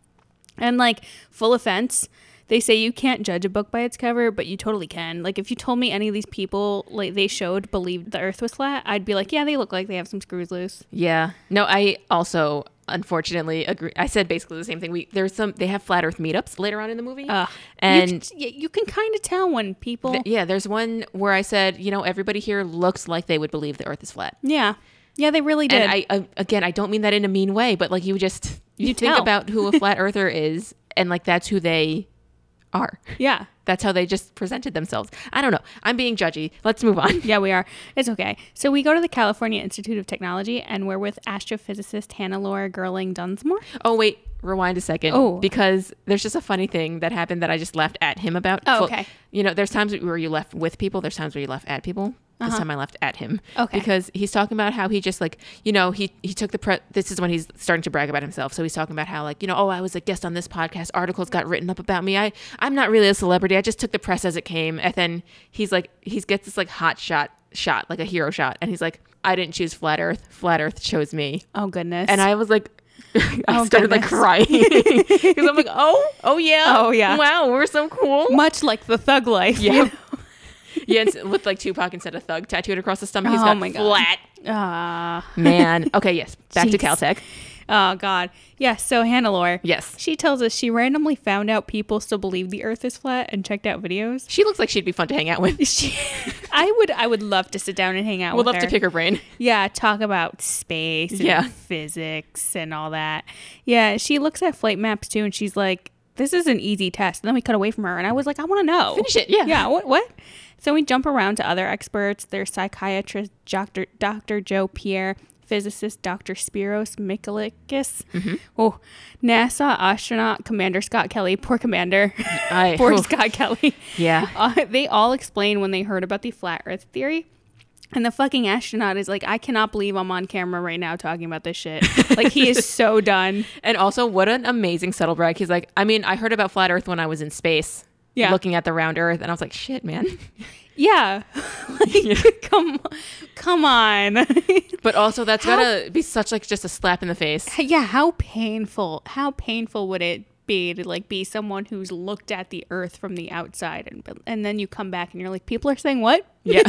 [SPEAKER 1] And like, full offense, they say you can't judge a book by its cover, but you totally can. Like, if you told me any of these people, like they showed, believed the Earth was flat, I'd be like, yeah, they look like they have some screws loose.
[SPEAKER 2] Yeah. No, I also unfortunately agree. I said basically the same thing. We there's some they have flat Earth meetups later on in the movie,
[SPEAKER 1] Ugh.
[SPEAKER 2] and
[SPEAKER 1] you, can- you can kind of tell when people.
[SPEAKER 2] th- yeah, there's one where I said, you know, everybody here looks like they would believe the Earth is flat.
[SPEAKER 1] yeah, yeah, they really did.
[SPEAKER 2] And I, I again, I don't mean that in a mean way, but like you just you,
[SPEAKER 1] You
[SPEAKER 2] think
[SPEAKER 1] tell.
[SPEAKER 2] about who a flat earther is, and like that's who they are.
[SPEAKER 1] yeah,
[SPEAKER 2] That's how they just presented themselves. I don't know. I'm being judgy. Let's move on.
[SPEAKER 1] yeah, we are. It's okay. So we go to the California Institute of Technology, and we're with astrophysicist Hannah Laura Gerling Dunsmore.
[SPEAKER 2] Oh wait, rewind a second.
[SPEAKER 1] Oh.
[SPEAKER 2] because there's just a funny thing that happened that I just laughed at him about.
[SPEAKER 1] Oh,
[SPEAKER 2] Full-
[SPEAKER 1] okay.
[SPEAKER 2] You know, there's times where you left with people. There's times where you left at people. This time I left at him.
[SPEAKER 1] Uh-huh. Okay.
[SPEAKER 2] Because he's talking about how he just like you know he he took the pre- this is when he's starting to brag about himself. So he's talking about how like you know oh I was a guest on this podcast. Articles got written up about me. I I'm not really a celebrity. I just took the press as it came. And then he's like he gets this like hot shot shot like a hero shot, and he's like I didn't choose flat Earth. Flat Earth chose me
[SPEAKER 1] Oh goodness.
[SPEAKER 2] and I was like, I
[SPEAKER 1] Oh,
[SPEAKER 2] started like
[SPEAKER 1] goodness.
[SPEAKER 2] crying because I'm like, oh, oh yeah,
[SPEAKER 1] Oh, yeah.
[SPEAKER 2] wow, we're so cool.
[SPEAKER 1] much like the thug life. you
[SPEAKER 2] Yeah, yeah, it's with like Tupac instead of thug tattooed across the stomach. He's
[SPEAKER 1] Oh,
[SPEAKER 2] got
[SPEAKER 1] my God.
[SPEAKER 2] flat
[SPEAKER 1] know? Ah.
[SPEAKER 2] man. Okay, yes, back to
[SPEAKER 1] Jeez.
[SPEAKER 2] Caltech.
[SPEAKER 1] Oh God. Yes. So Hannah Lore.
[SPEAKER 2] Yes,
[SPEAKER 1] She tells us she randomly found out people still believe the Earth is flat and checked out videos.
[SPEAKER 2] she looks like she'd be fun to hang out with.
[SPEAKER 1] She, I would, I would love to sit down and hang out.
[SPEAKER 2] We'll
[SPEAKER 1] with
[SPEAKER 2] love
[SPEAKER 1] her.
[SPEAKER 2] to pick her brain.
[SPEAKER 1] Yeah, talk about space and
[SPEAKER 2] Yeah.
[SPEAKER 1] physics and all that. Yeah, she looks at flight maps too and she's like, this is an easy test. And then we cut away from her and I was like, I want to know.
[SPEAKER 2] Finish it. Yeah,
[SPEAKER 1] Yeah, what what? So we jump around to other experts. There's psychiatrist Dr. Dr. Joe Pierre, physicist Dr. Spiros Mikolikis.
[SPEAKER 2] Mm-hmm.
[SPEAKER 1] Oh, NASA astronaut Commander Scott Kelly, poor commander.
[SPEAKER 2] I-
[SPEAKER 1] poor
[SPEAKER 2] oof.
[SPEAKER 1] Scott Kelly.
[SPEAKER 2] Yeah.
[SPEAKER 1] Uh, they all explain when they heard about the flat earth theory. And the fucking astronaut is like, I cannot believe I'm on camera right now talking about this shit. Like, he is so done.
[SPEAKER 2] And also, what an amazing subtle brag. He's like, I mean, I heard about flat Earth when I was in space.
[SPEAKER 1] Yeah.
[SPEAKER 2] looking at the round Earth, and I was like, shit, man.
[SPEAKER 1] Yeah. like, come, come on.
[SPEAKER 2] But also, that's
[SPEAKER 1] How-
[SPEAKER 2] gotta be such like just a slap in the face.
[SPEAKER 1] yeah how painful how painful would it be to like be someone who's looked at the earth from the outside and and then you come back and you're like people are saying what
[SPEAKER 2] Yeah.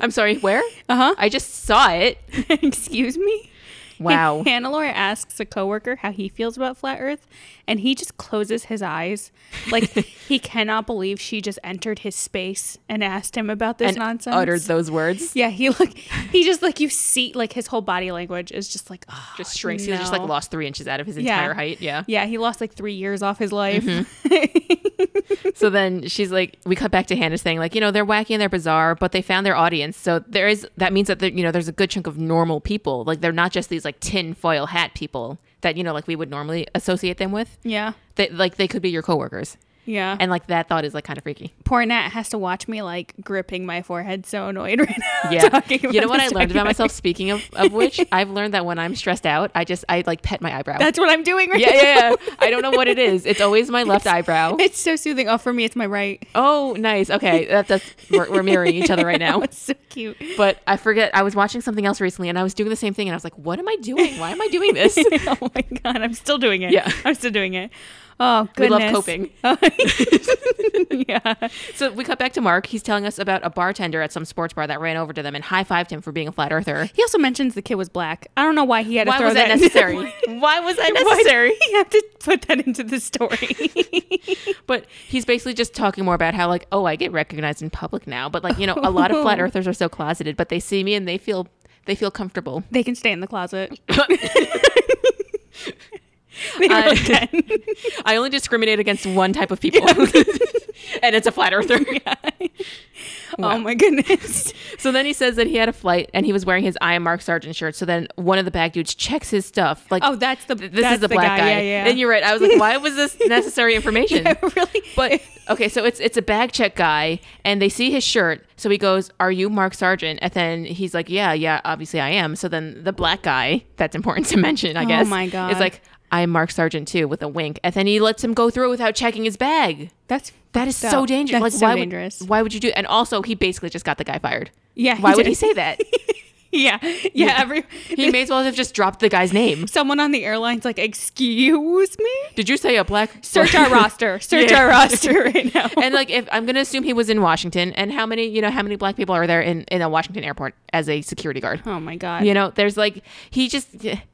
[SPEAKER 2] I'm sorry, where?
[SPEAKER 1] uh-huh
[SPEAKER 2] I just saw it.
[SPEAKER 1] excuse me
[SPEAKER 2] Wow.
[SPEAKER 1] Hannelore asks a coworker how he feels about flat earth and he just closes his eyes like he cannot believe she just entered his space and asked him about this
[SPEAKER 2] and
[SPEAKER 1] nonsense
[SPEAKER 2] uttered those words.
[SPEAKER 1] yeah he look he just like you see like his whole body language is just like oh,
[SPEAKER 2] Just shrinks. He just
[SPEAKER 1] no.
[SPEAKER 2] like lost three inches out of his
[SPEAKER 1] Yeah.
[SPEAKER 2] entire height. Yeah. Mm-hmm.
[SPEAKER 1] yeah he lost like three years off his life
[SPEAKER 2] so then she's like, we cut back to Hannah saying like, you know, they're wacky and they're bizarre, but they found their audience. So there is that means that there, you know there's a good chunk of normal people. Like they're not just these like tin foil hat people that you know like we would normally associate them with.
[SPEAKER 1] yeah
[SPEAKER 2] They, like they could be your coworkers,
[SPEAKER 1] Yeah. And
[SPEAKER 2] and like that thought is like kind of freaky.
[SPEAKER 1] poor Nat has to watch me like gripping my forehead so annoyed right now.
[SPEAKER 2] Yeah.
[SPEAKER 1] talking
[SPEAKER 2] You know
[SPEAKER 1] about
[SPEAKER 2] what I
[SPEAKER 1] this
[SPEAKER 2] learned about
[SPEAKER 1] documentary.
[SPEAKER 2] myself? Speaking of, of which, I've learned that when I'm stressed out, I just I like pet my eyebrow.
[SPEAKER 1] That's what I'm doing right
[SPEAKER 2] yeah,
[SPEAKER 1] now.
[SPEAKER 2] yeah, yeah. I don't know what it is. It's always my left eyebrow.
[SPEAKER 1] It's so soothing. Oh, for me, it's my right.
[SPEAKER 2] Oh, nice. Okay, that, that's we're, we're mirroring each other right now.
[SPEAKER 1] it's so cute.
[SPEAKER 2] But I forget. I was watching something else recently, and I was doing the same thing, and I was like, "What am I doing? Why am I doing this?"
[SPEAKER 1] oh my god, I'm still doing it.
[SPEAKER 2] Yeah.
[SPEAKER 1] I'm still doing it. Oh
[SPEAKER 2] We love
[SPEAKER 1] goodness.
[SPEAKER 2] coping.
[SPEAKER 1] yeah.
[SPEAKER 2] So we cut back to Mark. He's telling us about a bartender at some sports bar that ran over to them and high fived him for being a flat earther.
[SPEAKER 1] He also mentions the kid was black. I don't know why he had to
[SPEAKER 2] Why
[SPEAKER 1] throw
[SPEAKER 2] was that
[SPEAKER 1] in.
[SPEAKER 2] necessary? Why was that
[SPEAKER 1] Why
[SPEAKER 2] necessary?
[SPEAKER 1] did he have to put that into the story?
[SPEAKER 2] But he's basically just talking more about how like, oh, I get recognized in public now. But like, you know, a lot of flat earthers are so closeted, but they see me and they feel they feel comfortable.
[SPEAKER 1] they can stay in the closet. They really
[SPEAKER 2] I-
[SPEAKER 1] can.
[SPEAKER 2] I only discriminate against one type of people, and it's a flat earther.
[SPEAKER 1] Oh my goodness.
[SPEAKER 2] So then he says that he had a flight and he was wearing his I am Mark Sargent shirt. So then one of the bag dudes checks his stuff. Like,
[SPEAKER 1] Oh, that's the
[SPEAKER 2] this
[SPEAKER 1] that's
[SPEAKER 2] is the, black guy.
[SPEAKER 1] Yeah, yeah.
[SPEAKER 2] And you're right. I was like, why was this necessary information?
[SPEAKER 1] Yeah, really.
[SPEAKER 2] But okay, so it's it's a bag check guy, and they see his shirt. So he goes, "Are you Mark Sargent?" And then he's like, "Yeah, yeah, obviously I am." So then the black guy, that's important to mention, I guess.
[SPEAKER 1] Oh my God.
[SPEAKER 2] Is like, "I'm Mark Sargent too," with a wink, and then he lets him go through without checking his bag.
[SPEAKER 1] That's
[SPEAKER 2] That is so,
[SPEAKER 1] fucked up.
[SPEAKER 2] dangerous.
[SPEAKER 1] That's
[SPEAKER 2] like,
[SPEAKER 1] so
[SPEAKER 2] why
[SPEAKER 1] dangerous.
[SPEAKER 2] Would, why would you do? And also, he basically just got the guy fired.
[SPEAKER 1] yeah.
[SPEAKER 2] Why would
[SPEAKER 1] did.
[SPEAKER 2] he say that?
[SPEAKER 1] yeah, yeah. Every
[SPEAKER 2] He may as well have just dropped the guy's name.
[SPEAKER 1] someone on the airline's like, "Excuse me."
[SPEAKER 2] Did you say a black?
[SPEAKER 1] Search our roster. Search
[SPEAKER 2] Yeah.
[SPEAKER 1] our roster right now.
[SPEAKER 2] and like, if I'm gonna assume he was in Washington, and how many, you know, how many black people are there in in a Washington airport as a security guard?
[SPEAKER 1] oh my god.
[SPEAKER 2] You know, there's like he just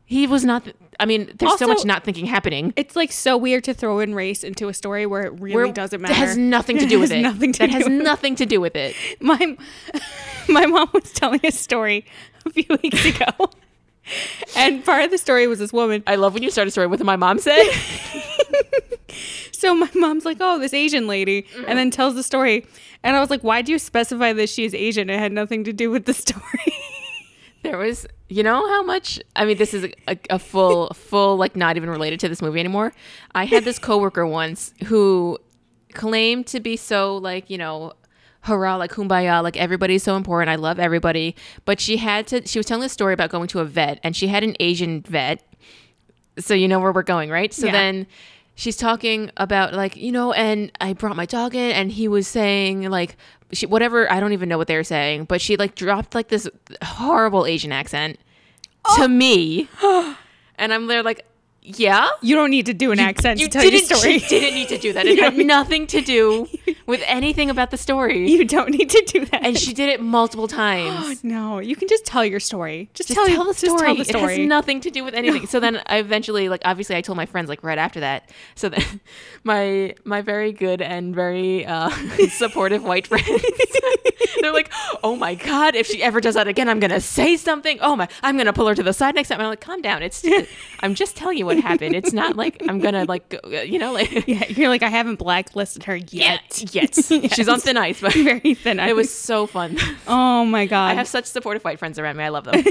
[SPEAKER 2] he was not. I mean, there's
[SPEAKER 1] Also-
[SPEAKER 2] so much not thinking happening.
[SPEAKER 1] It's like so weird to throw in race into a story where it really
[SPEAKER 2] Where-
[SPEAKER 1] doesn't
[SPEAKER 2] that
[SPEAKER 1] matter.
[SPEAKER 2] has nothing to do with
[SPEAKER 1] has
[SPEAKER 2] it.
[SPEAKER 1] Nothing to
[SPEAKER 2] that
[SPEAKER 1] do
[SPEAKER 2] has
[SPEAKER 1] with it.
[SPEAKER 2] nothing to do with it.
[SPEAKER 1] my my mom was telling a story a few weeks ago, and part of the story was this woman.
[SPEAKER 2] I love when you start a story with my mom said.
[SPEAKER 1] So my mom's like, "Oh, this Asian lady," and then tells the story, and I was like, "Why do you specify that she is Asian? It had nothing to do with the story."
[SPEAKER 2] there was, you know, how much. I mean, this is a, a, a full, full, like not even related to this movie anymore. I had this coworker once who claimed to be so, like, you know. Hurrah, like kumbaya, like everybody's so important. I love everybody. But she had to, she was telling a story about going to a vet, and she had an Asian vet so you know where we're going, right? So
[SPEAKER 1] Yeah.
[SPEAKER 2] then she's talking about like, you know, and I brought my dog in and he was saying like she whatever, I don't even know what they were saying, but she like dropped like this horrible Asian accent to me. and I'm there like, yeah?
[SPEAKER 1] You don't need to do an accent to tell your
[SPEAKER 2] didn't,
[SPEAKER 1] story.
[SPEAKER 2] She didn't need to do that. It had nothing to do with anything about the story.
[SPEAKER 1] You don't need to do that.
[SPEAKER 2] And she did it multiple times.
[SPEAKER 1] no, you can just tell your story. Just,
[SPEAKER 2] Just
[SPEAKER 1] tell,
[SPEAKER 2] tell,
[SPEAKER 1] your-
[SPEAKER 2] the story.
[SPEAKER 1] Just tell the story.
[SPEAKER 2] It has nothing to do with anything. So then I eventually, like, obviously, I told my friends like right after that. So then my my very good and very uh, supportive white friends, they're like, "Oh my god, if she ever does that again, I'm gonna say something. Oh my, I'm gonna pull her to the side next time." And I'm like, "Calm down. It's I'm just telling you what happened. It's not like I'm gonna like go- uh, you know like
[SPEAKER 1] yeah, you're like I haven't blacklisted her yet.
[SPEAKER 2] yes. She's on thin ice, but
[SPEAKER 1] Very thin.
[SPEAKER 2] it was so fun.
[SPEAKER 1] Oh my god.
[SPEAKER 2] I have such supportive white friends around me. I love them.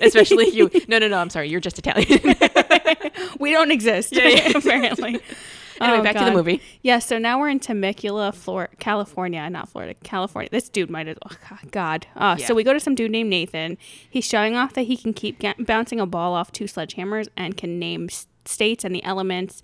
[SPEAKER 2] Especially you. No, no, no. I'm sorry. You're just Italian.
[SPEAKER 1] we don't exist
[SPEAKER 2] yeah.
[SPEAKER 1] apparently. Oh,
[SPEAKER 2] Anyway, back to the movie.
[SPEAKER 1] Yeah, so now we're in Temecula, Flor- California, not Florida, California. This dude might as well. oh, God. Uh,
[SPEAKER 2] Yeah.
[SPEAKER 1] So we go to some dude named Nathan. He's showing off that he can keep ga- bouncing a ball off two sledgehammers and can name s- states and the elements.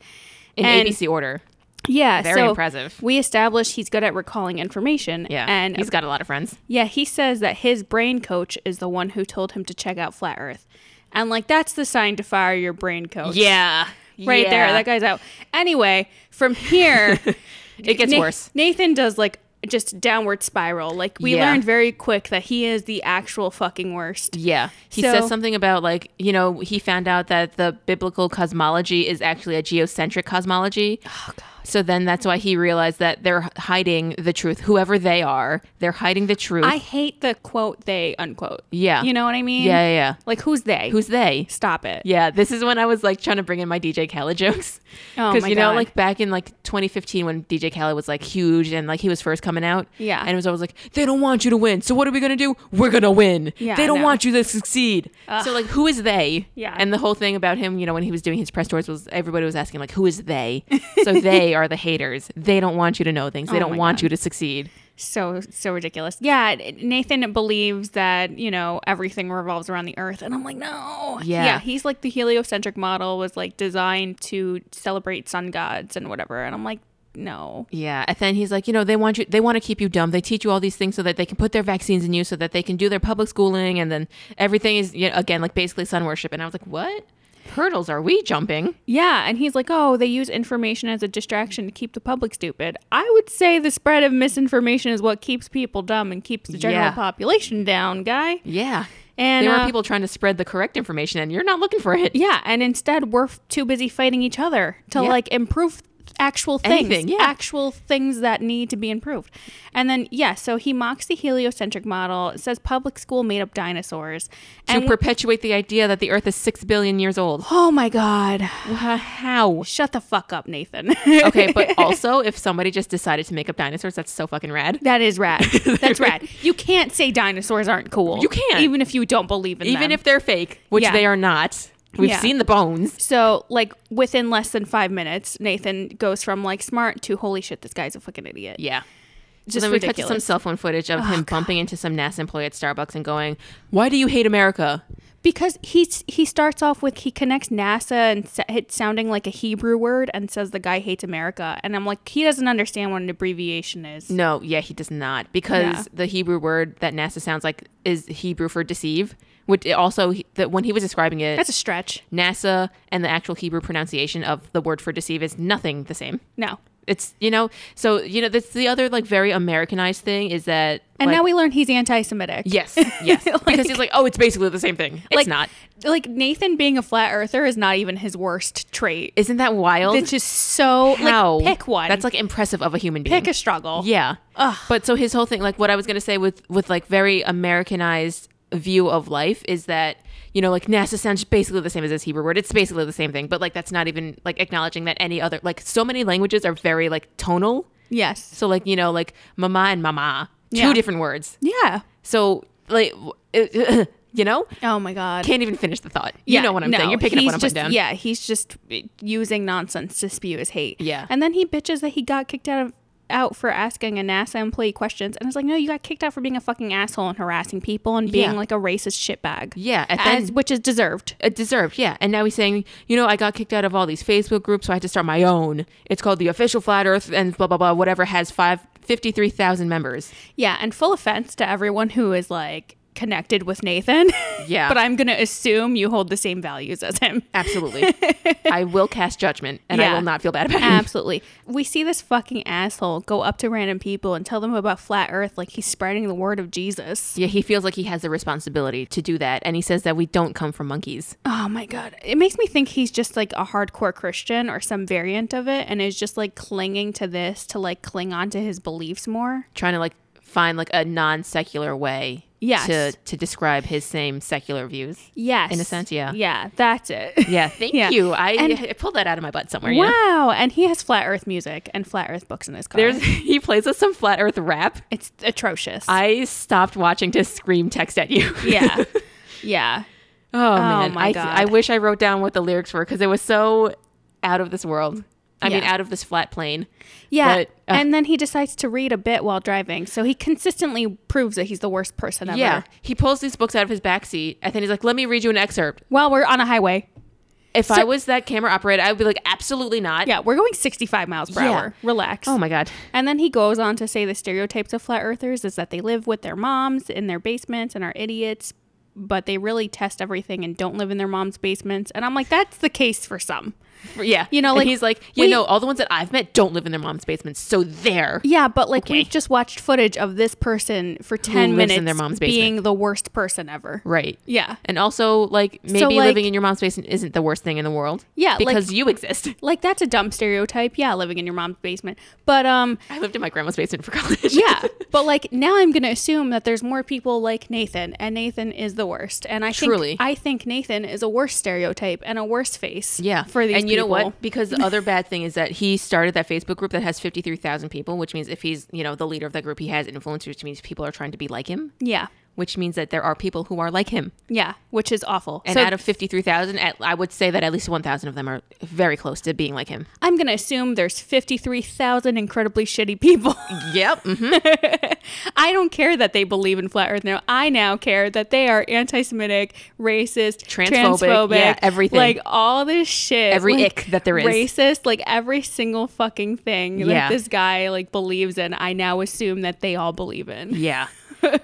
[SPEAKER 2] in
[SPEAKER 1] And-
[SPEAKER 2] ABC order.
[SPEAKER 1] Yeah,
[SPEAKER 2] Very
[SPEAKER 1] so
[SPEAKER 2] impressive.
[SPEAKER 1] We establish he's good at recalling information.
[SPEAKER 2] Yeah,
[SPEAKER 1] and
[SPEAKER 2] he's got a lot of friends.
[SPEAKER 1] Yeah, he says that his brain coach is the one who told him to check out Flat Earth. And like that's the sign to fire your brain coach.
[SPEAKER 2] Yeah,
[SPEAKER 1] Right there. That guy's out. Anyway, from here
[SPEAKER 2] It gets
[SPEAKER 1] Na-
[SPEAKER 2] worse.
[SPEAKER 1] Nathan does like just downward spiral. Like we
[SPEAKER 2] Yeah.
[SPEAKER 1] learned very quick that he is the actual fucking worst.
[SPEAKER 2] Yeah, he
[SPEAKER 1] So-
[SPEAKER 2] says something about like you know he found out that the biblical cosmology is actually a geocentric cosmology. Oh God. So then that's why he realized that they're hiding the truth. Whoever they are, they're hiding the truth.
[SPEAKER 1] I hate the quote they unquote.
[SPEAKER 2] Mm-hmm. Yeah.
[SPEAKER 1] You know what I mean?
[SPEAKER 2] yeah, yeah, yeah.
[SPEAKER 1] Like who's they?
[SPEAKER 2] Who's they?
[SPEAKER 1] stop it.
[SPEAKER 2] Yeah, this is when I was like trying to bring in my DJ Khaled jokes.
[SPEAKER 1] Oh,
[SPEAKER 2] Because
[SPEAKER 1] my
[SPEAKER 2] you know,
[SPEAKER 1] God.
[SPEAKER 2] like back in like 2015 when DJ Khaled was like huge and like he was first coming out.
[SPEAKER 1] Yeah.
[SPEAKER 2] And it was always like, they don't want you to win. So what are we gonna do? We're gonna win.
[SPEAKER 1] Yeah,
[SPEAKER 2] they don't
[SPEAKER 1] no.
[SPEAKER 2] want you to succeed. So like who is they?
[SPEAKER 1] Yeah.
[SPEAKER 2] And the whole thing about him, you know, when he was doing his press tours was everybody was asking like, who is they? so they are the haters. They don't want you to know things. They
[SPEAKER 1] Oh,
[SPEAKER 2] don't
[SPEAKER 1] my
[SPEAKER 2] want you to succeed.
[SPEAKER 1] so so ridiculous. Yeah, Nathan believes that you know everything revolves around the Earth, and I'm like, no.
[SPEAKER 2] Yeah.
[SPEAKER 1] he's like the heliocentric model was like designed to celebrate sun gods and whatever, and I'm like, no.
[SPEAKER 2] Yeah, and then he's like, you know, they want you, they want to keep you dumb. They teach you all these things so that they can put their vaccines in you, so that they can do their public schooling, and then everything is you know, again like basically sun worship. And I was like, what hurdles are we jumping?
[SPEAKER 1] Yeah, and he's like, oh, they use information as a distraction to keep the public stupid. I would say the spread of misinformation is what keeps people dumb and keeps the general
[SPEAKER 2] Yeah.
[SPEAKER 1] population down, guy.
[SPEAKER 2] Yeah,
[SPEAKER 1] And
[SPEAKER 2] there
[SPEAKER 1] uh,
[SPEAKER 2] are people trying to spread the correct information, and you're not looking for it.
[SPEAKER 1] Yeah, and instead we're f- too busy fighting each other to
[SPEAKER 2] Yeah.
[SPEAKER 1] like improve actual things,
[SPEAKER 2] Anything, yeah.
[SPEAKER 1] actual things that need to be improved. And then yeah, so he mocks the heliocentric model. It says public school made up dinosaurs.
[SPEAKER 2] To
[SPEAKER 1] And
[SPEAKER 2] perpetuate the idea that the Earth is six billion years old.
[SPEAKER 1] oh my god,
[SPEAKER 2] How?
[SPEAKER 1] shut the fuck up, Nathan.
[SPEAKER 2] Okay, but also if somebody just decided to make up dinosaurs, that's so fucking rad.
[SPEAKER 1] That is rad. That's rad. You can't say dinosaurs aren't cool.
[SPEAKER 2] You can't.
[SPEAKER 1] even if you don't believe in them.
[SPEAKER 2] Even if they're fake, which
[SPEAKER 1] Yeah.
[SPEAKER 2] they are not. We've
[SPEAKER 1] Yeah.
[SPEAKER 2] seen the bones.
[SPEAKER 1] So, like, within less than five minutes, Nathan goes from like smart to holy shit, this guy's a fucking idiot.
[SPEAKER 2] Yeah.
[SPEAKER 1] Just
[SPEAKER 2] then we
[SPEAKER 1] ridiculous.
[SPEAKER 2] cut to some cell phone footage of him bumping into some NASA employee at Starbucks and going, "Why do you hate America?"
[SPEAKER 1] because he's he starts off with he connects NASA and sa- it sounding like a Hebrew word and says the guy hates America and I'm like he doesn't understand what an abbreviation is.
[SPEAKER 2] No, yeah, he does not because
[SPEAKER 1] Yeah.
[SPEAKER 2] the Hebrew word that NASA sounds like is Hebrew for deceive, which it also he- that when he was describing it,
[SPEAKER 1] That's a stretch.
[SPEAKER 2] NASA and the actual Hebrew pronunciation of the word for deceive is nothing the same.
[SPEAKER 1] No.
[SPEAKER 2] It's you know, so you know that's the other like very Americanized thing is that
[SPEAKER 1] And
[SPEAKER 2] like-
[SPEAKER 1] now we learn he's anti-Semitic.
[SPEAKER 2] yes, yes,
[SPEAKER 1] Like-
[SPEAKER 2] because he's like, oh, it's basically the same thing. It's
[SPEAKER 1] like
[SPEAKER 2] not.
[SPEAKER 1] Like Nathan being a flat earther is not even his worst trait.
[SPEAKER 2] Isn't that wild?
[SPEAKER 1] It's just so
[SPEAKER 2] Oh, How?
[SPEAKER 1] like pick one.
[SPEAKER 2] That's like impressive of a human being.
[SPEAKER 1] pick a struggle.
[SPEAKER 2] Yeah. But so his whole thing, like what I was gonna say with with like very Americanized view of life is that you know like NASA sounds basically the same as this Hebrew word. It's basically the same thing, but like that's not even like acknowledging that any other like so many languages are very like tonal.
[SPEAKER 1] Yes.
[SPEAKER 2] So like you know like mama and mama, two
[SPEAKER 1] Yeah.
[SPEAKER 2] different words.
[SPEAKER 1] Yeah.
[SPEAKER 2] So like w- you know
[SPEAKER 1] Oh my god.
[SPEAKER 2] can't even finish the thought. You know what I'm
[SPEAKER 1] no,
[SPEAKER 2] saying. You're picking up
[SPEAKER 1] he's
[SPEAKER 2] what I'm
[SPEAKER 1] just,
[SPEAKER 2] putting down.
[SPEAKER 1] Yeah, he's just using nonsense to spew his hate.
[SPEAKER 2] Yeah.
[SPEAKER 1] And then he bitches that he got kicked out of out for asking a NASA employee questions. And it's like, no, you got kicked out for being a fucking asshole and harassing people and being
[SPEAKER 2] Yeah.
[SPEAKER 1] like a racist shitbag.
[SPEAKER 2] Yeah, and
[SPEAKER 1] As,
[SPEAKER 2] then-
[SPEAKER 1] which is deserved.
[SPEAKER 2] It Uh, deserved, yeah. And now he's saying, you know, I got kicked out of all these Facebook groups, so I had to start my own. It's called the official Flat Earth and blah blah blah. Whatever has five fifty three thousand members.
[SPEAKER 1] Yeah, and full offense to everyone who is like connected with Nathan.
[SPEAKER 2] Yeah.
[SPEAKER 1] but I'm gonna assume you hold the same values as him.
[SPEAKER 2] Absolutely, I will cast judgment, and I
[SPEAKER 1] Yeah.
[SPEAKER 2] will not feel bad about it.
[SPEAKER 1] Absolutely. We see this fucking asshole go up to random people and tell them about flat earth like he's spreading the word of Jesus.
[SPEAKER 2] Yeah, he feels like he has a responsibility to do that, and he says that we don't come from monkeys.
[SPEAKER 1] Oh my god. It makes me think he's just like a hardcore Christian or some variant of it and is just like clinging to this to like cling on to his beliefs more.
[SPEAKER 2] Trying to like find like a non secular way,
[SPEAKER 1] Yes.
[SPEAKER 2] to to describe his same secular views.
[SPEAKER 1] Yes.
[SPEAKER 2] In a sense, yeah.
[SPEAKER 1] Yeah, that's it.
[SPEAKER 2] Yeah, thank
[SPEAKER 1] Yeah.
[SPEAKER 2] you. I,
[SPEAKER 1] And-
[SPEAKER 2] I pulled that out of my butt somewhere. You know?
[SPEAKER 1] Wow. And he has flat earth music and flat earth books in his car.
[SPEAKER 2] There's he plays us some flat Earth rap.
[SPEAKER 1] it's atrocious.
[SPEAKER 2] I stopped watching to scream text at you.
[SPEAKER 1] yeah. Yeah.
[SPEAKER 2] oh, man.
[SPEAKER 1] my
[SPEAKER 2] I,
[SPEAKER 1] God.
[SPEAKER 2] I wish I wrote down what the lyrics were because it was so out of this world. I mean,
[SPEAKER 1] Yeah.
[SPEAKER 2] out of this flat plane.
[SPEAKER 1] Yeah.
[SPEAKER 2] But, uh,
[SPEAKER 1] and then he decides to read a bit while driving. So he consistently proves that he's the worst person ever.
[SPEAKER 2] Yeah. He pulls these books out of his backseat and then he's like, let me read you an excerpt.
[SPEAKER 1] Well, we're on a highway.
[SPEAKER 2] If I was that camera operator, I would be like, absolutely not.
[SPEAKER 1] Yeah, we're going 65 miles per
[SPEAKER 2] Yeah.
[SPEAKER 1] hour. Relax.
[SPEAKER 2] Oh, my God.
[SPEAKER 1] And then he goes on to say the stereotypes of flat earthers is that they live with their moms in their basements and are idiots, but they really test everything and don't live in their mom's basements. And I'm like, that's the case for some.
[SPEAKER 2] Yeah.
[SPEAKER 1] You know,
[SPEAKER 2] And
[SPEAKER 1] like,
[SPEAKER 2] he's like, you
[SPEAKER 1] we-
[SPEAKER 2] know, all the ones that I've met don't live in their mom's basements. So there.
[SPEAKER 1] Yeah, but like
[SPEAKER 2] Okay.
[SPEAKER 1] we've just watched footage of this person for 10
[SPEAKER 2] lives
[SPEAKER 1] minutes
[SPEAKER 2] in their mom's basement.
[SPEAKER 1] being the worst person ever.
[SPEAKER 2] Right.
[SPEAKER 1] Yeah.
[SPEAKER 2] And also, like, maybe
[SPEAKER 1] like-
[SPEAKER 2] living in your mom's basement isn't the worst thing in the world.
[SPEAKER 1] Yeah, like-
[SPEAKER 2] Because you exist.
[SPEAKER 1] Like that's a dumb stereotype. Yeah, living in your mom's basement. But um
[SPEAKER 2] I lived in my grandma's basement for college.
[SPEAKER 1] yeah, but like now I'm going to assume that there's more people like Nathan and Nathan is the worst. And I
[SPEAKER 2] Truly.
[SPEAKER 1] think I think Nathan is a worse stereotype and a worse face
[SPEAKER 2] Yeah.
[SPEAKER 1] for these
[SPEAKER 2] And you know
[SPEAKER 1] people.
[SPEAKER 2] what? Because the other bad thing is that he started that Facebook group that has 53,000 people, which means if he's, you know, the leader of that group, he has influence, which means people are trying to be like him,
[SPEAKER 1] Yeah.
[SPEAKER 2] which means that there are people who are like him.
[SPEAKER 1] Yeah, which is awful.
[SPEAKER 2] And
[SPEAKER 1] so
[SPEAKER 2] out of 53,000, at- I would say that at least 1,000 of them are very close to being like him.
[SPEAKER 1] I'm going to assume there's 53,000 incredibly shitty people.
[SPEAKER 2] Yep.
[SPEAKER 1] Mm-hmm.
[SPEAKER 2] hmm
[SPEAKER 1] I don't care that they believe in flat earth now. I now care that they are anti-Semitic, racist,
[SPEAKER 2] Transphobic,
[SPEAKER 1] transphobic,
[SPEAKER 2] yeah, everything.
[SPEAKER 1] Like all this shit.
[SPEAKER 2] Every
[SPEAKER 1] like,
[SPEAKER 2] ick that there is.
[SPEAKER 1] Racist, like every single fucking thing
[SPEAKER 2] Yeah.
[SPEAKER 1] that this guy like believes in, I now assume that they all believe in.
[SPEAKER 2] Yeah.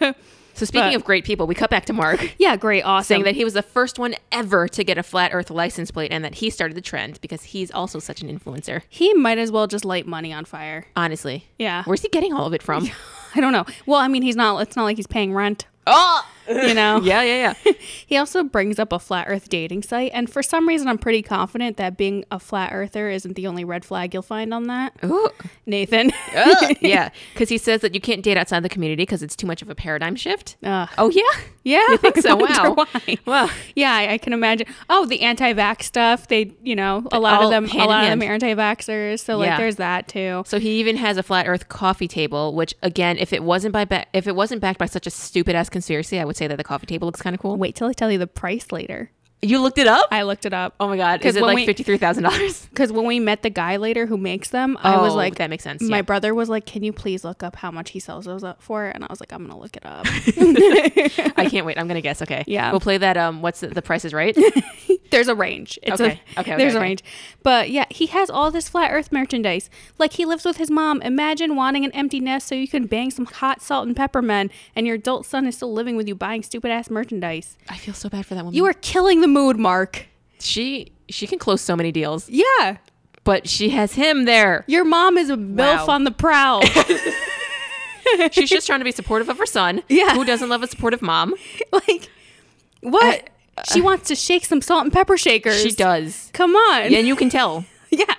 [SPEAKER 2] so speaking
[SPEAKER 1] But-
[SPEAKER 2] of great people, we cut back to Mark.
[SPEAKER 1] Yeah, great, awesome.
[SPEAKER 2] Saying that he was the first one ever to get a flat Earth license plate, and that he started the trend because he's also such an influencer.
[SPEAKER 1] he might as well just light money on fire.
[SPEAKER 2] Honestly,
[SPEAKER 1] Yeah.
[SPEAKER 2] where's he getting all of it from?
[SPEAKER 1] I don't know. Well, I mean, he's not it's not like he's paying rent,
[SPEAKER 2] Oh,
[SPEAKER 1] you know.
[SPEAKER 2] yeah, yeah, yeah.
[SPEAKER 1] He also brings up a flat earth dating site and for some reason I'm pretty confident that being a flat earther isn't the only red flag you'll find on that.
[SPEAKER 2] Ooh.
[SPEAKER 1] Nathan.
[SPEAKER 2] Ugh. Uh, yeah, because he says that you can't date outside the community because it's too much of a paradigm shift.
[SPEAKER 1] Ugh.
[SPEAKER 2] oh yeah,
[SPEAKER 1] Yeah,
[SPEAKER 2] You think so?
[SPEAKER 1] I wonder
[SPEAKER 2] Wow.
[SPEAKER 1] why.
[SPEAKER 2] Wow.
[SPEAKER 1] Yeah, I, I can imagine. Oh, the anti-vax stuff. They, you know, a lot
[SPEAKER 2] all
[SPEAKER 1] of them,
[SPEAKER 2] hand
[SPEAKER 1] a
[SPEAKER 2] in
[SPEAKER 1] lot of them
[SPEAKER 2] hand.
[SPEAKER 1] are anti-vaxxers. So
[SPEAKER 2] Yeah.
[SPEAKER 1] like, there's that too.
[SPEAKER 2] So he even has a flat Earth coffee table, which again, if it wasn't by ba- if it wasn't backed by such a stupid ass conspiracy, I would say that the coffee table looks kind of cool.
[SPEAKER 1] Wait till I tell you the price later.
[SPEAKER 2] You looked it up?
[SPEAKER 1] I looked it up.
[SPEAKER 2] oh my god. Is
[SPEAKER 1] 'Cause
[SPEAKER 2] it
[SPEAKER 1] when
[SPEAKER 2] like
[SPEAKER 1] we-
[SPEAKER 2] fifty three thousand dollars?
[SPEAKER 1] Because when we met the guy later who makes them, I was like,
[SPEAKER 2] Oh, that makes sense.
[SPEAKER 1] my
[SPEAKER 2] yeah.
[SPEAKER 1] brother was like, "Can you please look up how much he sells those up for?" And I was like, "I'm gonna look it up."
[SPEAKER 2] I can't wait. I'm gonna guess. Okay.
[SPEAKER 1] Yeah.
[SPEAKER 2] We'll play that um what's the, the price is right?
[SPEAKER 1] there's a range. It's
[SPEAKER 2] Okay,
[SPEAKER 1] A,
[SPEAKER 2] okay, okay,
[SPEAKER 1] There's a
[SPEAKER 2] okay.
[SPEAKER 1] range, but yeah, he has all this flat Earth merchandise. Like he lives with his mom. Imagine wanting an empty nest so you can bang some hot salt and pepper men, and your adult son is still living with you buying stupid ass merchandise.
[SPEAKER 2] I feel so bad for that woman.
[SPEAKER 1] You are killing the mood, Mark.
[SPEAKER 2] she she can close so many deals,
[SPEAKER 1] Yeah,
[SPEAKER 2] but she has him there.
[SPEAKER 1] your mom is a milf
[SPEAKER 2] Wow.
[SPEAKER 1] on the prowl.
[SPEAKER 2] She's just trying to be supportive of her son.
[SPEAKER 1] Yeah.
[SPEAKER 2] Who doesn't love a supportive mom?
[SPEAKER 1] like what? she wants to shake some salt and pepper shakers.
[SPEAKER 2] uh, She does.
[SPEAKER 1] Come on.
[SPEAKER 2] And you can tell.
[SPEAKER 1] Yeah.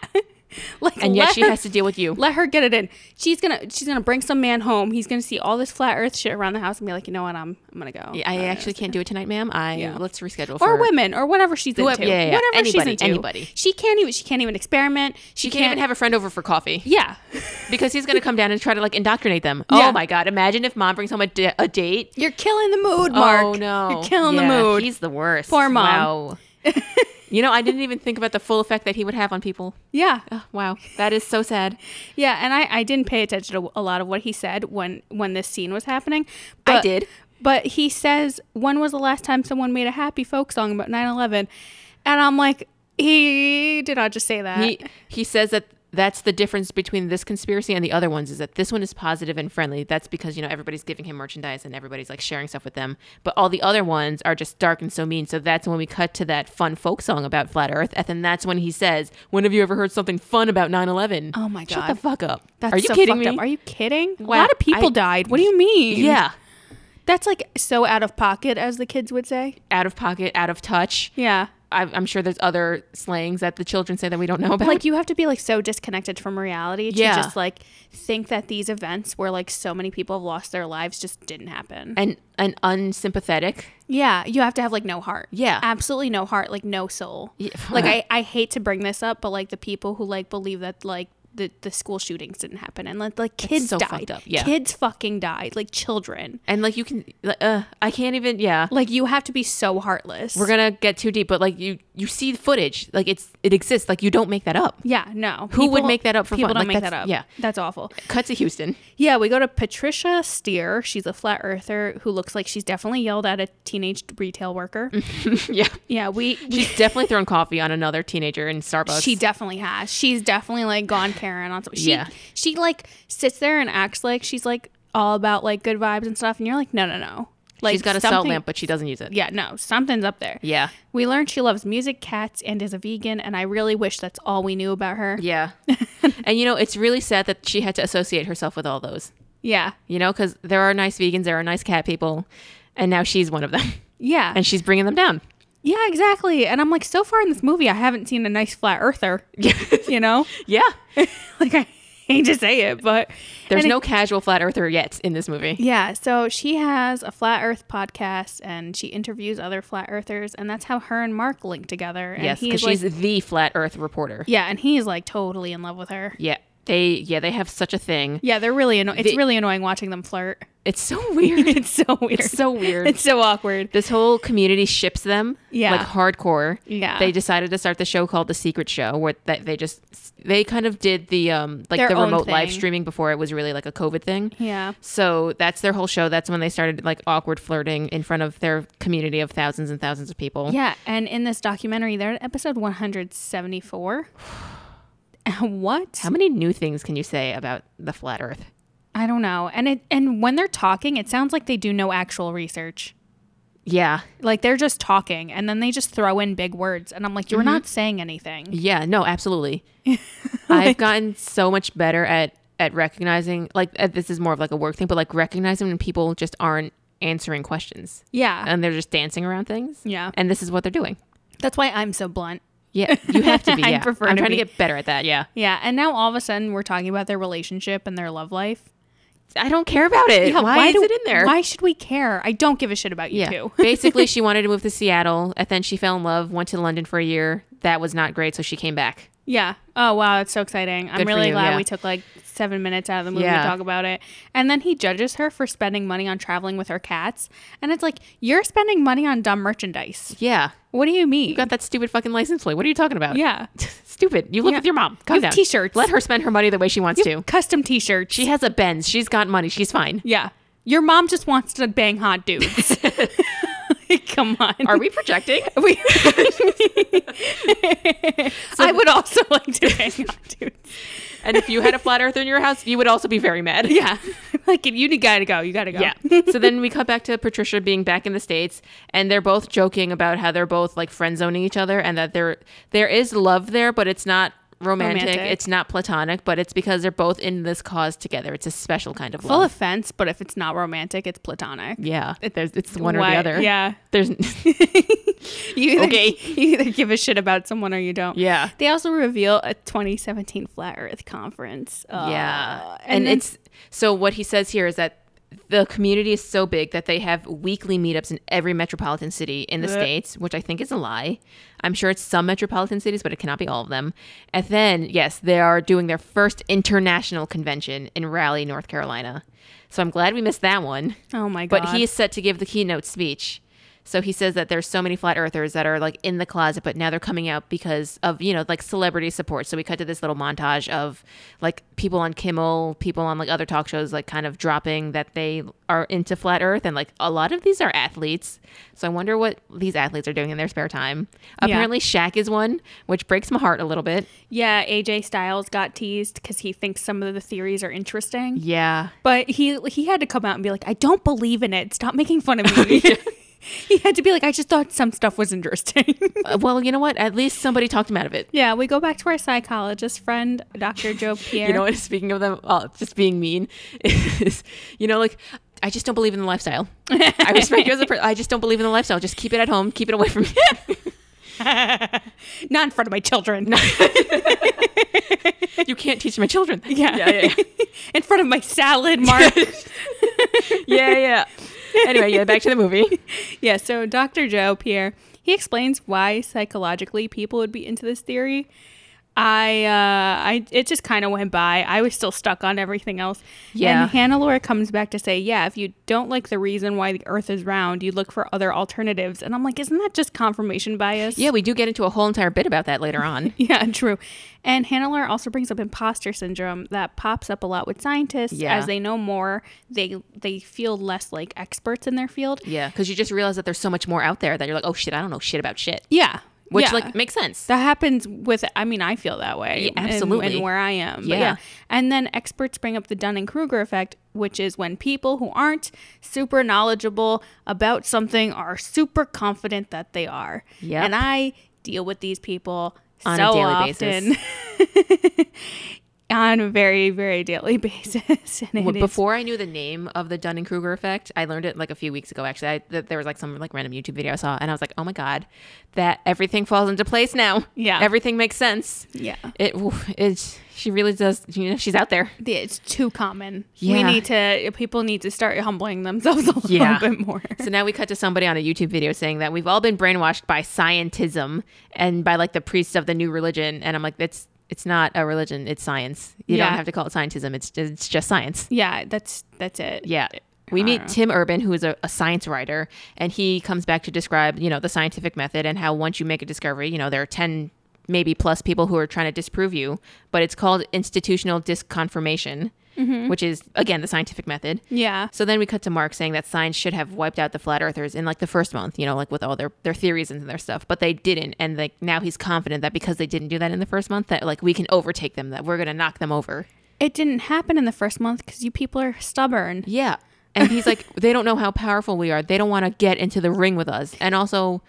[SPEAKER 1] like
[SPEAKER 2] And yet
[SPEAKER 1] let
[SPEAKER 2] she
[SPEAKER 1] her-
[SPEAKER 2] has to deal with you.
[SPEAKER 1] let her get it in. She's gonna she's gonna bring some man home. He's gonna see all this flat earth shit around the house and be like, you know what, I'm I'm gonna go.
[SPEAKER 2] I actually can't do it tonight, ma'am. I
[SPEAKER 1] Yeah.
[SPEAKER 2] let's reschedule for
[SPEAKER 1] or women or whatever she's
[SPEAKER 2] Whoever-
[SPEAKER 1] into.
[SPEAKER 2] yeah, yeah, yeah.
[SPEAKER 1] Whatever she's
[SPEAKER 2] Anybody,
[SPEAKER 1] into.
[SPEAKER 2] anybody.
[SPEAKER 1] She can't even she can't even experiment. She,
[SPEAKER 2] She can't even have a friend over for coffee
[SPEAKER 1] Yeah.
[SPEAKER 2] because he's going to come down and try to like indoctrinate them.
[SPEAKER 1] Yeah.
[SPEAKER 2] Oh my god! Imagine if mom brings home a, da- a date.
[SPEAKER 1] You're killing the mood, Mark.
[SPEAKER 2] Oh no!
[SPEAKER 1] You're killing
[SPEAKER 2] Yeah,
[SPEAKER 1] the mood.
[SPEAKER 2] He's the worst.
[SPEAKER 1] Poor mom.
[SPEAKER 2] Wow. you know, I didn't even think about the full effect that he would have on people.
[SPEAKER 1] yeah.
[SPEAKER 2] Oh, wow, that is so sad.
[SPEAKER 1] Yeah, and I, I didn't pay attention to a lot of what he said when when this scene was happening.
[SPEAKER 2] I
[SPEAKER 1] But,
[SPEAKER 2] did.
[SPEAKER 1] But he says, "When was the last time someone made a happy folk song about 9/11?" And I'm like, he did not just say that.
[SPEAKER 2] He he says that that's the difference between this conspiracy and the other ones is that this one is positive and friendly. That's because you know everybody's giving him merchandise and everybody's like sharing stuff with them. But all the other ones are just dark and so mean. So that's when we cut to that fun folk song about flat Earth, and then that's when he says, "When have you ever heard something fun about 9/11?"
[SPEAKER 1] Oh my
[SPEAKER 2] Shut
[SPEAKER 1] God.
[SPEAKER 2] the fuck up!
[SPEAKER 1] That's
[SPEAKER 2] are you
[SPEAKER 1] so
[SPEAKER 2] kidding
[SPEAKER 1] fucked
[SPEAKER 2] me?
[SPEAKER 1] Up. Are you kidding?
[SPEAKER 2] Wow,
[SPEAKER 1] A lot of people
[SPEAKER 2] I-
[SPEAKER 1] died. What do you mean?
[SPEAKER 2] yeah,
[SPEAKER 1] That's like so out of pocket, as the kids would say.
[SPEAKER 2] out of pocket, out of touch.
[SPEAKER 1] Yeah.
[SPEAKER 2] I, I'm sure there's other slangs that the children say that we don't know about.
[SPEAKER 1] Like you have to be like so disconnected from reality to
[SPEAKER 2] Yeah.
[SPEAKER 1] just like think that these events where like so many people have lost their lives just didn't happen.
[SPEAKER 2] and and unsympathetic.
[SPEAKER 1] Yeah, you have to have like no heart.
[SPEAKER 2] Yeah.
[SPEAKER 1] Absolutely no heart, like no soul.
[SPEAKER 2] Yeah.
[SPEAKER 1] Like I, I hate to bring this up, but like the people who like believe that like the, the school shootings didn't happen and like, like kids
[SPEAKER 2] so
[SPEAKER 1] died.
[SPEAKER 2] fucked up, yeah.
[SPEAKER 1] Kids fucking died, like children.
[SPEAKER 2] And like you can, uh, I can't even. Yeah,
[SPEAKER 1] Like you have to be so heartless.
[SPEAKER 2] we're gonna get too deep, but like you, you see the footage, like it's it exists. Like you don't make that up.
[SPEAKER 1] yeah, no.
[SPEAKER 2] Who would make that up for
[SPEAKER 1] People
[SPEAKER 2] fun?
[SPEAKER 1] don't
[SPEAKER 2] Like,
[SPEAKER 1] make that
[SPEAKER 2] that's-
[SPEAKER 1] up.
[SPEAKER 2] yeah.
[SPEAKER 1] That's awful.
[SPEAKER 2] Cut to Houston.
[SPEAKER 1] Yeah, we go to Patricia Steer. She's a flat earther who looks like she's definitely yelled at a teenage retail worker.
[SPEAKER 2] yeah,
[SPEAKER 1] yeah, we, we
[SPEAKER 2] she's definitely thrown coffee on another teenager in Starbucks.
[SPEAKER 1] She definitely has. She's definitely like gone Karen on something. She,
[SPEAKER 2] Yeah.
[SPEAKER 1] She like sits there and acts like she's like all about like good vibes and stuff, and you're like, no, no, no. Like
[SPEAKER 2] she's got a salt
[SPEAKER 1] something-
[SPEAKER 2] lamp, but she doesn't use it.
[SPEAKER 1] Yeah, no, something's up there.
[SPEAKER 2] Yeah,
[SPEAKER 1] We learned she loves music, cats, and is a vegan, and I really wish that's all we knew about her.
[SPEAKER 2] yeah. and you know, it's really sad that she had to associate herself with all those.
[SPEAKER 1] Yeah.
[SPEAKER 2] You know, because there are nice vegans, there are nice cat people, and now she's one of them,
[SPEAKER 1] Yeah.
[SPEAKER 2] and she's bringing them down.
[SPEAKER 1] yeah, exactly. And I'm like, so far in this movie, I haven't seen a nice flat earther. you know?
[SPEAKER 2] Yeah,
[SPEAKER 1] Like, I hate to say it, but
[SPEAKER 2] there's
[SPEAKER 1] and it-
[SPEAKER 2] no casual flat earther yet in this movie.
[SPEAKER 1] Yeah, so she has a flat earth podcast and she interviews other flat earthers and that's how her and Mark link together. And
[SPEAKER 2] Yes,
[SPEAKER 1] he's
[SPEAKER 2] because
[SPEAKER 1] like,
[SPEAKER 2] she's the flat Earth reporter.
[SPEAKER 1] Yeah, and he's like totally in love with her.
[SPEAKER 2] Yeah, they yeah they have such a thing.
[SPEAKER 1] Yeah, they're really annoying. It's
[SPEAKER 2] The-
[SPEAKER 1] really annoying watching them flirt.
[SPEAKER 2] It's so weird.
[SPEAKER 1] It's so weird.
[SPEAKER 2] It's so weird.
[SPEAKER 1] It's so awkward.
[SPEAKER 2] this whole community ships them.
[SPEAKER 1] Yeah.
[SPEAKER 2] like hardcore.
[SPEAKER 1] Yeah.
[SPEAKER 2] they decided to start the show called The Secret Show, where that they just they kind of did the um like
[SPEAKER 1] Their
[SPEAKER 2] the
[SPEAKER 1] own
[SPEAKER 2] remote live
[SPEAKER 1] thing.
[SPEAKER 2] streaming before it was really like a COVID thing.
[SPEAKER 1] Yeah.
[SPEAKER 2] So that's their whole show. That's when they started like awkward flirting in front of their community of thousands and thousands of people.
[SPEAKER 1] Yeah, and in this documentary, they're at episode 174. what?
[SPEAKER 2] How many new things can you say about the flat Earth?
[SPEAKER 1] I don't know. And it and when they're talking, it sounds like they do no actual research.
[SPEAKER 2] Yeah,
[SPEAKER 1] Like they're just talking and then they just throw in big words and I'm like you're
[SPEAKER 2] Mm-hmm.
[SPEAKER 1] not saying anything.
[SPEAKER 2] Yeah, no, absolutely. I've gotten so much better at at recognizing like uh, this is more of like a work thing, but like recognizing when people just aren't answering questions
[SPEAKER 1] Yeah.
[SPEAKER 2] and they're just dancing around things.
[SPEAKER 1] Yeah.
[SPEAKER 2] And this is what they're doing.
[SPEAKER 1] That's why I'm so blunt.
[SPEAKER 2] Yeah, you have to be.
[SPEAKER 1] I
[SPEAKER 2] Yeah.
[SPEAKER 1] prefer
[SPEAKER 2] I'm
[SPEAKER 1] to
[SPEAKER 2] trying
[SPEAKER 1] be.
[SPEAKER 2] to get better at that. Yeah,
[SPEAKER 1] Yeah, and now all of a sudden we're talking about their relationship and their love life.
[SPEAKER 2] I don't care about it.
[SPEAKER 1] Yeah,
[SPEAKER 2] why, is
[SPEAKER 1] do-
[SPEAKER 2] it in there?
[SPEAKER 1] Why should we care? I don't give a shit about you
[SPEAKER 2] yeah.
[SPEAKER 1] two.
[SPEAKER 2] Basically, she wanted to move to Seattle, and then she fell in love. Went to London for a year. That was not great, so she came back.
[SPEAKER 1] Yeah. Oh wow, that's so exciting. I'm
[SPEAKER 2] Good for
[SPEAKER 1] really
[SPEAKER 2] you,
[SPEAKER 1] glad
[SPEAKER 2] yeah.
[SPEAKER 1] we took like seven minutes out of the movie
[SPEAKER 2] Yeah.
[SPEAKER 1] to talk about it. And then he judges her for spending money on traveling with her cats. And it's like, you're spending money on dumb merchandise.
[SPEAKER 2] Yeah.
[SPEAKER 1] What do you mean?
[SPEAKER 2] You got that stupid fucking license plate. What are you talking about?
[SPEAKER 1] yeah.
[SPEAKER 2] Stupid. You live
[SPEAKER 1] Yeah.
[SPEAKER 2] with your mom. Calm
[SPEAKER 1] You have
[SPEAKER 2] down.
[SPEAKER 1] t-shirts.
[SPEAKER 2] Let her spend her money the way she wants
[SPEAKER 1] You have
[SPEAKER 2] to.
[SPEAKER 1] Custom t shirts.
[SPEAKER 2] She has a Benz. She's got money. She's fine.
[SPEAKER 1] yeah. Your mom just wants to bang hot dudes. Come on.
[SPEAKER 2] Are we projecting?
[SPEAKER 1] We- I would also like to bang hot dudes.
[SPEAKER 2] and if you had a flat earther in your house, you would also be very mad.
[SPEAKER 1] Yeah. Like, if you gotta go, you gotta go.
[SPEAKER 2] Yeah. so then we cut back to Patricia being back in the states, and they're both joking about how they're both like friend zoning each other, and that there there is love there, but it's not romantic,
[SPEAKER 1] Romantic.
[SPEAKER 2] It's not platonic, but it's because they're both in this cause together. It's a special kind of love.
[SPEAKER 1] Full offense, but if it's not romantic, it's platonic.
[SPEAKER 2] yeah. There's it's one or
[SPEAKER 1] Why-
[SPEAKER 2] the other.
[SPEAKER 1] Yeah.
[SPEAKER 2] There's
[SPEAKER 1] You either,
[SPEAKER 2] Okay.
[SPEAKER 1] you either give a shit about someone or you don't.
[SPEAKER 2] yeah.
[SPEAKER 1] They also reveal a 2017 Flat Earth conference. Uh,
[SPEAKER 2] Yeah.
[SPEAKER 1] And,
[SPEAKER 2] And, it's so what he says here is that the community is so big that they have weekly meetups in every metropolitan city in the
[SPEAKER 1] Blech.
[SPEAKER 2] states, which I think is a lie. I'm sure it's some metropolitan cities, but it cannot be all of them. And then, yes, they are doing their first international convention in Raleigh, North Carolina. So I'm glad we missed that one.
[SPEAKER 1] oh my God.
[SPEAKER 2] But he is set to give the keynote speech. So he says that there's so many flat earthers that are like in the closet, but now they're coming out because of, you know, like celebrity support. So we cut to this little montage of like people on Kimmel, people on like other talk shows, like kind of dropping that they are into flat earth. And like a lot of these are athletes. So I wonder what these athletes are doing in their spare time.
[SPEAKER 1] Yeah.
[SPEAKER 2] Apparently, Shaq is one, which breaks my heart a little bit.
[SPEAKER 1] yeah, AJ Styles got teased because he thinks some of the theories are interesting.
[SPEAKER 2] Yeah.
[SPEAKER 1] But he he had to come out and be like, I don't believe in it. Stop making fun of me. he had to be like, I just thought some stuff was interesting.
[SPEAKER 2] Uh, well, you know what? At least somebody talked him out of it.
[SPEAKER 1] yeah, we go back to our psychologist friend, Dr. Joe Pierre.
[SPEAKER 2] You know what? Speaking of them, uh, just being mean is, you know, like I just don't believe in the lifestyle. I respect you as a person. I just don't believe in the lifestyle. Just keep it at home. Keep it away from me.
[SPEAKER 1] Not in front of my children.
[SPEAKER 2] you can't teach my children.
[SPEAKER 1] Yeah.
[SPEAKER 2] yeah, yeah,
[SPEAKER 1] in front of my salad, Mark.
[SPEAKER 2] yeah. yeah. Anyway, yeah. Back to the movie.
[SPEAKER 1] yeah, so Dr. Joe Pierre, he explains why psychologically people would be into this theory. I uh I it just kind of went by. I was still stuck on everything else.
[SPEAKER 2] Yeah.
[SPEAKER 1] And Hannah Laura comes back to say, "Yeah, if you don't like the reason why the earth is round, you look for other alternatives." And I'm like, "Isn't that just confirmation bias?"
[SPEAKER 2] Yeah, we do get into a whole entire bit about that later on.
[SPEAKER 1] Yeah, true. And Hannah Laura also brings up imposter syndrome that pops up a lot with scientists
[SPEAKER 2] Yeah.
[SPEAKER 1] as they know more, they they feel less like experts in their field.
[SPEAKER 2] Yeah, because you just realize that there's so much more out there that you're like, oh shit, I don't know shit about shit,
[SPEAKER 1] Yeah.
[SPEAKER 2] which
[SPEAKER 1] yeah.
[SPEAKER 2] like makes sense.
[SPEAKER 1] that happens with I mean I feel that way
[SPEAKER 2] Yeah,
[SPEAKER 1] and- and,
[SPEAKER 2] absolutely.
[SPEAKER 1] where I am But
[SPEAKER 2] Yeah.
[SPEAKER 1] yeah and then experts bring up the Dunning-Kruger effect which is when people who aren't super knowledgeable about something are super confident that they are
[SPEAKER 2] Yep.
[SPEAKER 1] and I deal with these people
[SPEAKER 2] On
[SPEAKER 1] so
[SPEAKER 2] a daily
[SPEAKER 1] often
[SPEAKER 2] basis.
[SPEAKER 1] on a very very daily basis and it
[SPEAKER 2] Well,
[SPEAKER 1] is-
[SPEAKER 2] before I knew the name of the Dunning Kruger effect, I learned it like a few weeks ago. Actually, I, that there was like some like random YouTube video I saw, and I was like, "Oh my god, that everything falls into place now.
[SPEAKER 1] Yeah.
[SPEAKER 2] everything makes sense.
[SPEAKER 1] yeah
[SPEAKER 2] It, oof, it's she really does. You know, she's out there.
[SPEAKER 1] it's too common we
[SPEAKER 2] Yeah.
[SPEAKER 1] need to people need to start humbling themselves a little
[SPEAKER 2] Yeah.
[SPEAKER 1] bit more
[SPEAKER 2] So now we cut to somebody on a YouTube video saying that we've all been brainwashed by scientism and by like the priests of the new religion, and I'm like, that's it's not a religion. It's science. You
[SPEAKER 1] Yeah.
[SPEAKER 2] don't have to call it scientism. It's it's just science.
[SPEAKER 1] yeah that's that's it
[SPEAKER 2] Yeah. We
[SPEAKER 1] I
[SPEAKER 2] meet
[SPEAKER 1] don't
[SPEAKER 2] Tim Urban, who is a, a science writer, and he comes back to describe, you know, the scientific method and how once you make a discovery, you know, there are 10 maybe plus people who are trying to disprove you, but it's called institutional disconfirmation, which is, again, the scientific method.
[SPEAKER 1] yeah
[SPEAKER 2] So then we cut to Mark saying that science should have wiped out the flat earthers in like the first month, you know, like with all their, their theories and their stuff, but they didn't. And like now he's confident that because they didn't do that in the first month, that like we can overtake them, that we're going to knock them over.
[SPEAKER 1] it didn't happen in the first month because you people are stubborn.
[SPEAKER 2] Yeah. And he's like, they don't know how powerful we are. They don't want to get into the ring with us. And also,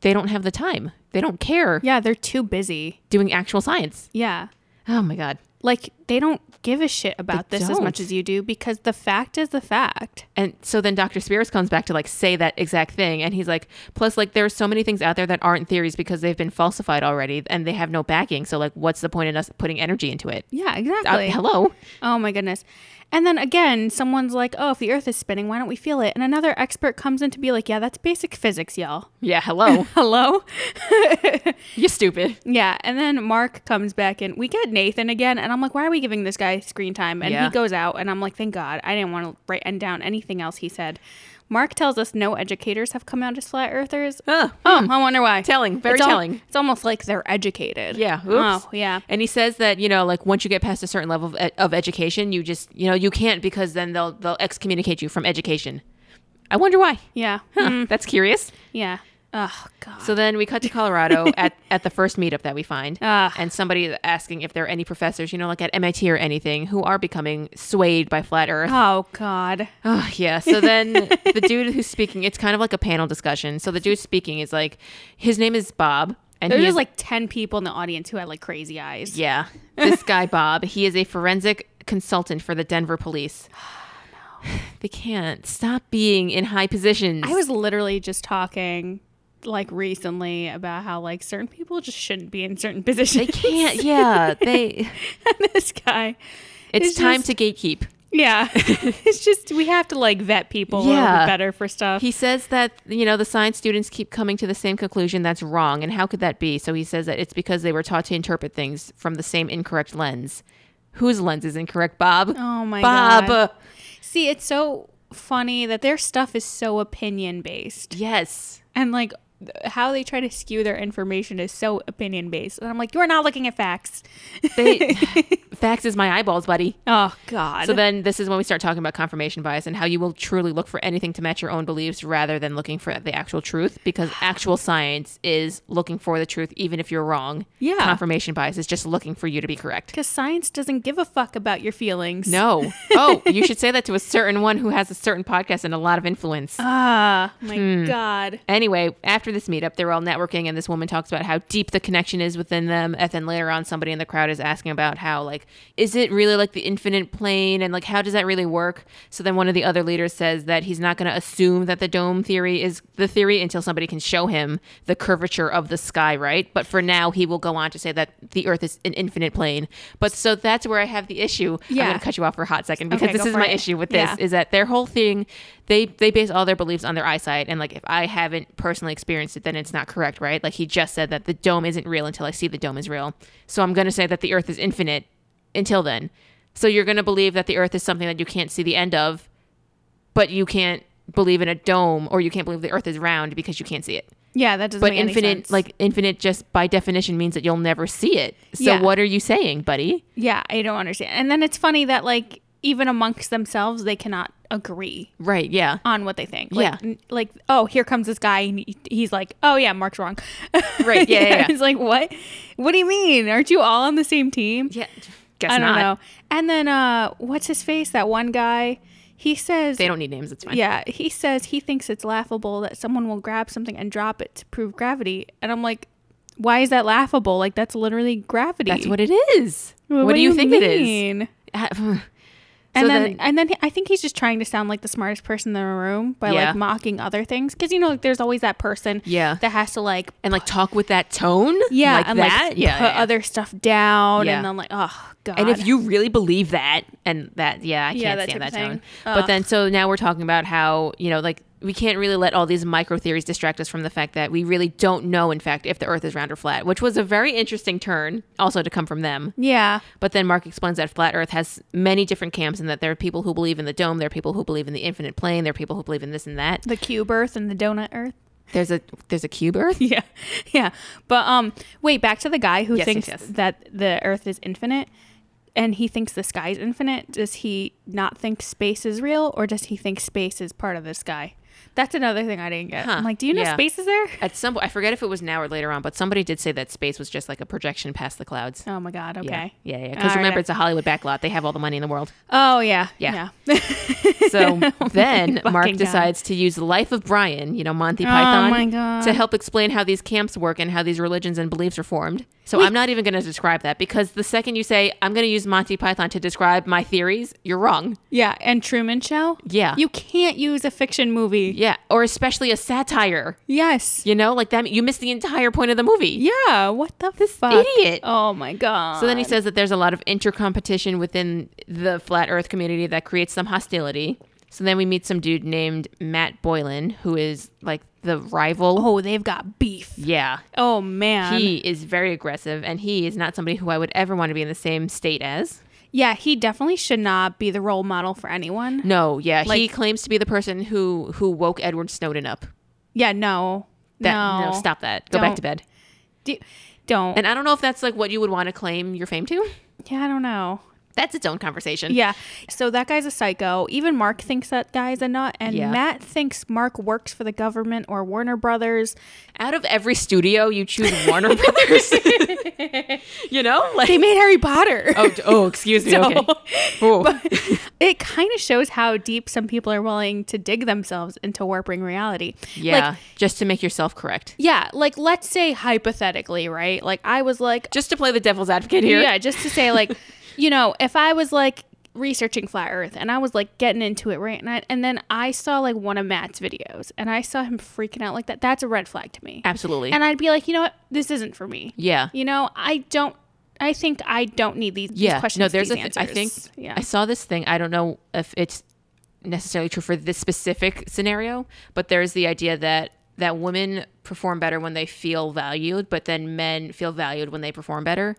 [SPEAKER 2] they don't have the time. They don't care
[SPEAKER 1] Yeah, they're too busy.
[SPEAKER 2] doing actual science.
[SPEAKER 1] Yeah.
[SPEAKER 2] Oh my God.
[SPEAKER 1] Like they don't give a shit about
[SPEAKER 2] They
[SPEAKER 1] this as much
[SPEAKER 2] don't.
[SPEAKER 1] as you do because the fact is the fact.
[SPEAKER 2] And so then Dr. Spears comes back to like say that exact thing. And he's like, plus, like, there's so many things out there that aren't theories because they've been falsified already and they have no backing. So, like, what's the point in us putting energy into it?
[SPEAKER 1] Yeah,
[SPEAKER 2] Uh,
[SPEAKER 1] exactly.
[SPEAKER 2] hello.
[SPEAKER 1] oh my goodness. And then again, someone's like, "Oh, if the earth is spinning, why don't we feel it?" And another expert comes in to be like, "Yeah, that's basic physics, y'all."
[SPEAKER 2] Yeah, hello.
[SPEAKER 1] Hello?
[SPEAKER 2] you stupid.
[SPEAKER 1] Yeah, and then Mark comes back in. We get Nathan again, and And I'm like, why are we giving this guy screen time? And
[SPEAKER 2] Yeah.
[SPEAKER 1] he goes out, and I'm like, thank God. I didn't want to write and down anything else he said. Mark tells us no educators have come out as flat earthers. Oh,
[SPEAKER 2] Huh.
[SPEAKER 1] I wonder why.
[SPEAKER 2] Telling. Very
[SPEAKER 1] It's al-
[SPEAKER 2] telling.
[SPEAKER 1] it's almost like they're educated.
[SPEAKER 2] Yeah. Oops.
[SPEAKER 1] Oh, yeah.
[SPEAKER 2] And he says that you know, like once you get past a certain level of, ed- of education, you just you know you can't because then they'll they'll excommunicate you from education. I wonder why.
[SPEAKER 1] Yeah.
[SPEAKER 2] Huh,
[SPEAKER 1] Mm,
[SPEAKER 2] That's curious.
[SPEAKER 1] yeah. Oh, God.
[SPEAKER 2] So then we cut to Colorado at, at the first meetup that we find,
[SPEAKER 1] Ah.
[SPEAKER 2] and somebody asking if there are any professors, you know, like at MIT or anything, who are becoming swayed by flat Earth.
[SPEAKER 1] Oh, God.
[SPEAKER 2] Oh, yeah. So then the dude who's speaking, it's kind of like a panel discussion. So the dude speaking is like, his name is Bob, and
[SPEAKER 1] There's
[SPEAKER 2] he
[SPEAKER 1] just
[SPEAKER 2] is
[SPEAKER 1] like 10 people in the audience who had like crazy eyes.
[SPEAKER 2] Yeah. This guy, Bob, he is a forensic consultant for the Denver police. They can't stop being in high positions.
[SPEAKER 1] Oh, I was literally just talking like recently about how like certain people just shouldn't be in certain positions.
[SPEAKER 2] They can't. Yeah. They.
[SPEAKER 1] and this guy.
[SPEAKER 2] It's,
[SPEAKER 1] It's
[SPEAKER 2] time
[SPEAKER 1] just-
[SPEAKER 2] to gatekeep.
[SPEAKER 1] Yeah. it's just we have to like vet people a little
[SPEAKER 2] Yeah.
[SPEAKER 1] bit better for stuff.
[SPEAKER 2] He says that you know the science students keep coming to the same conclusion that's wrong, and how could that be? So he says that it's because they were taught to interpret things from the same incorrect lens. Whose lens is incorrect, Bob?
[SPEAKER 1] Oh my
[SPEAKER 2] Bob.
[SPEAKER 1] God. See, it's so funny that their stuff is so opinion based.
[SPEAKER 2] Yes.
[SPEAKER 1] And like th- how they try to skew their information is so opinion based. And I'm like, you're not looking at facts.
[SPEAKER 2] They, facts is my eyeballs, buddy.
[SPEAKER 1] Oh God.
[SPEAKER 2] So then this is when we start talking about confirmation bias and how you will truly look for anything to match your own beliefs rather than looking for the actual truth because actual science is looking for the truth even if you're wrong.
[SPEAKER 1] Yeah.
[SPEAKER 2] Confirmation bias is just looking for you to be correct.
[SPEAKER 1] because science doesn't give a fuck about your feelings.
[SPEAKER 2] No. Oh, you should say that to a certain one who has a certain podcast and a lot of influence.
[SPEAKER 1] Ah, my
[SPEAKER 2] Hmm.
[SPEAKER 1] God.
[SPEAKER 2] Anyway, after this meetup, they're all networking, and this woman talks about how deep the connection is within them. And then later on, somebody in the crowd is asking about how, like, is it really like the infinite plane? And, like, how does that really work? So then one of the other leaders says that he's not going to assume that the dome theory is the theory until somebody can show him the curvature of the sky, right? But for now, he will go on to say that the earth is an infinite plane. But so that's where I have the issue.
[SPEAKER 1] Yeah.
[SPEAKER 2] I'm going to cut you off for a hot second because
[SPEAKER 1] Okay,
[SPEAKER 2] this
[SPEAKER 1] go
[SPEAKER 2] is
[SPEAKER 1] for
[SPEAKER 2] my
[SPEAKER 1] it.
[SPEAKER 2] issue with this
[SPEAKER 1] Yeah.
[SPEAKER 2] is that their whole thing they they base all their beliefs on their eyesight and like if i haven't personally experienced it then it's not correct right like he just said that the dome isn't real until i see the dome is real so i'm going to say that the earth is infinite until then so you're going to believe that the earth is something that you can't see the end of but you can't believe in a dome or you can't believe the earth is round because you can't see it
[SPEAKER 1] Yeah, that doesn't
[SPEAKER 2] but
[SPEAKER 1] make any
[SPEAKER 2] infinite
[SPEAKER 1] sense.
[SPEAKER 2] like infinite just by definition means that you'll never see it so
[SPEAKER 1] Yeah.
[SPEAKER 2] what are you saying buddy
[SPEAKER 1] Yeah, I don't understand. And then it's funny that like even amongst themselves they cannot agree
[SPEAKER 2] right yeah
[SPEAKER 1] on what they think. Like,
[SPEAKER 2] Yeah.
[SPEAKER 1] n- like oh, here comes this guy and he, he's like, "Oh yeah, Mark's wrong."
[SPEAKER 2] Right, yeah, yeah, yeah.
[SPEAKER 1] It's like, "What? What do you mean? Aren't you all on the same team?"
[SPEAKER 2] yeah guess
[SPEAKER 1] I don't
[SPEAKER 2] not
[SPEAKER 1] know. And then uh what's his face? That one guy, he says
[SPEAKER 2] they don't need names it's fine
[SPEAKER 1] yeah, he says he thinks it's laughable that someone will grab something and drop it to prove gravity. And I'm like, why is that laughable? Like that's literally gravity.
[SPEAKER 2] That's what it is. What, do you, think it is?
[SPEAKER 1] mean?
[SPEAKER 2] and
[SPEAKER 1] and then, and then he- I think he's just trying to sound like the smartest person in the room by
[SPEAKER 2] Yeah.
[SPEAKER 1] like mocking other things because you know like, there's always that person
[SPEAKER 2] Yeah.
[SPEAKER 1] that has to like
[SPEAKER 2] and like talk with that tone.
[SPEAKER 1] yeah
[SPEAKER 2] like
[SPEAKER 1] and
[SPEAKER 2] that.
[SPEAKER 1] like
[SPEAKER 2] yeah,
[SPEAKER 1] put
[SPEAKER 2] yeah.
[SPEAKER 1] other stuff down
[SPEAKER 2] Yeah.
[SPEAKER 1] and then like oh god
[SPEAKER 2] and if you really believe that and that, yeah, I can't
[SPEAKER 1] Yeah, that
[SPEAKER 2] stand
[SPEAKER 1] type
[SPEAKER 2] that
[SPEAKER 1] of
[SPEAKER 2] tone.
[SPEAKER 1] thing.
[SPEAKER 2] But then, so now we're talking about how you know, like we can't really let all these micro theories distract us from the fact that we really don't know, in fact, if the Earth is round or flat, which was a very interesting turn, also to come from them.
[SPEAKER 1] yeah
[SPEAKER 2] But then Mark explains that flat Earth has many different camps, and that there are people who believe in the dome, there are people who believe in the infinite plane, there are people who believe in this and that.
[SPEAKER 1] the cube earth and the donut earth
[SPEAKER 2] There's a there's a cube Earth.
[SPEAKER 1] yeah yeah but um wait back to the guy who
[SPEAKER 2] Yes,
[SPEAKER 1] thinks
[SPEAKER 2] yes, yes.
[SPEAKER 1] that the earth is infinite and he thinks the sky is infinite does he not think space is real or does he think space is part of the sky that's another thing i didn't get
[SPEAKER 2] Huh,
[SPEAKER 1] i'm like do you know
[SPEAKER 2] yeah.
[SPEAKER 1] space is there
[SPEAKER 2] At some point, I forget if it was now or later on, but somebody did say that space was just like a projection past the clouds.
[SPEAKER 1] Oh my god. Okay.
[SPEAKER 2] Yeah, yeah.
[SPEAKER 1] All
[SPEAKER 2] Because
[SPEAKER 1] right.
[SPEAKER 2] remember, it's a Hollywood backlot. They have all the money in the world.
[SPEAKER 1] oh yeah.
[SPEAKER 2] Yeah.
[SPEAKER 1] Yeah.
[SPEAKER 2] So then
[SPEAKER 1] fucking
[SPEAKER 2] Mark
[SPEAKER 1] God.
[SPEAKER 2] decides to use the life of Brian, you know, Monty Python,
[SPEAKER 1] Oh my God.
[SPEAKER 2] to help explain how these camps work and how these religions and beliefs are formed. So I'm not even going to describe that because the second you say, I'm going to use Monty Python to describe my theories, you're wrong.
[SPEAKER 1] yeah. And Truman Show.
[SPEAKER 2] Yeah.
[SPEAKER 1] You can't use a fiction movie.
[SPEAKER 2] yeah. Or especially a satire,
[SPEAKER 1] Yes.
[SPEAKER 2] you know, like that. You miss the entire point of the movie.
[SPEAKER 1] Yeah. What the fuck?
[SPEAKER 2] idiot.
[SPEAKER 1] Oh my god.
[SPEAKER 2] So then he says that there's a lot of intercompetition within the flat earth community that creates some hostility. So then we meet some dude named Matt Boylan, who is like the rival.
[SPEAKER 1] Oh, they've got beef.
[SPEAKER 2] Yeah.
[SPEAKER 1] Oh man.
[SPEAKER 2] He is very aggressive, and he is not somebody who I would ever want to be in the same state as.
[SPEAKER 1] yeah, he definitely should not be the role model for anyone.
[SPEAKER 2] No, yeah, he
[SPEAKER 1] Like-
[SPEAKER 2] claims to be the person who who woke Edward Snowden up.
[SPEAKER 1] Yeah, no.
[SPEAKER 2] That,
[SPEAKER 1] no.
[SPEAKER 2] no, stop that. Go back
[SPEAKER 1] Don't.
[SPEAKER 2] to bed.
[SPEAKER 1] Do, don't.
[SPEAKER 2] And I don't know if that's like what you would want to claim your fame to.
[SPEAKER 1] yeah, I don't know.
[SPEAKER 2] That's its own conversation.
[SPEAKER 1] Yeah. So that guy's a psycho. Even Mark thinks that guy's a nut, and
[SPEAKER 2] Yeah.
[SPEAKER 1] Matt thinks Mark works for the government or Warner Brothers.
[SPEAKER 2] Out of every studio, you choose Warner Brothers. you know, like
[SPEAKER 1] They made Harry Potter.
[SPEAKER 2] oh, d- oh, excuse me.
[SPEAKER 1] So-
[SPEAKER 2] okay. Oh.
[SPEAKER 1] it kind of shows how deep some people are willing to dig themselves into warping reality.
[SPEAKER 2] yeah,
[SPEAKER 1] Like,
[SPEAKER 2] just to make yourself correct.
[SPEAKER 1] yeah. Like, let's say hypothetically, right? Like, I was like,
[SPEAKER 2] Just to play the devil's advocate here.
[SPEAKER 1] Yeah, just to say like, you know, if I was like researching flat earth and I was like getting into it right and I, and then I saw like one of Matt's videos and I saw him freaking out like that, that's a red flag to me.
[SPEAKER 2] absolutely.
[SPEAKER 1] And I'd be like, you know what? This isn't for me.
[SPEAKER 2] yeah,
[SPEAKER 1] You know, I don't I think I don't need these, these
[SPEAKER 2] yeah.
[SPEAKER 1] questions.
[SPEAKER 2] No, there's
[SPEAKER 1] these
[SPEAKER 2] a. Th-
[SPEAKER 1] answers.
[SPEAKER 2] I think
[SPEAKER 1] yeah.
[SPEAKER 2] I saw this thing. I don't know if it's necessarily true for this specific scenario, but there's the idea that that women perform better when they feel valued, but then men feel valued when they perform better.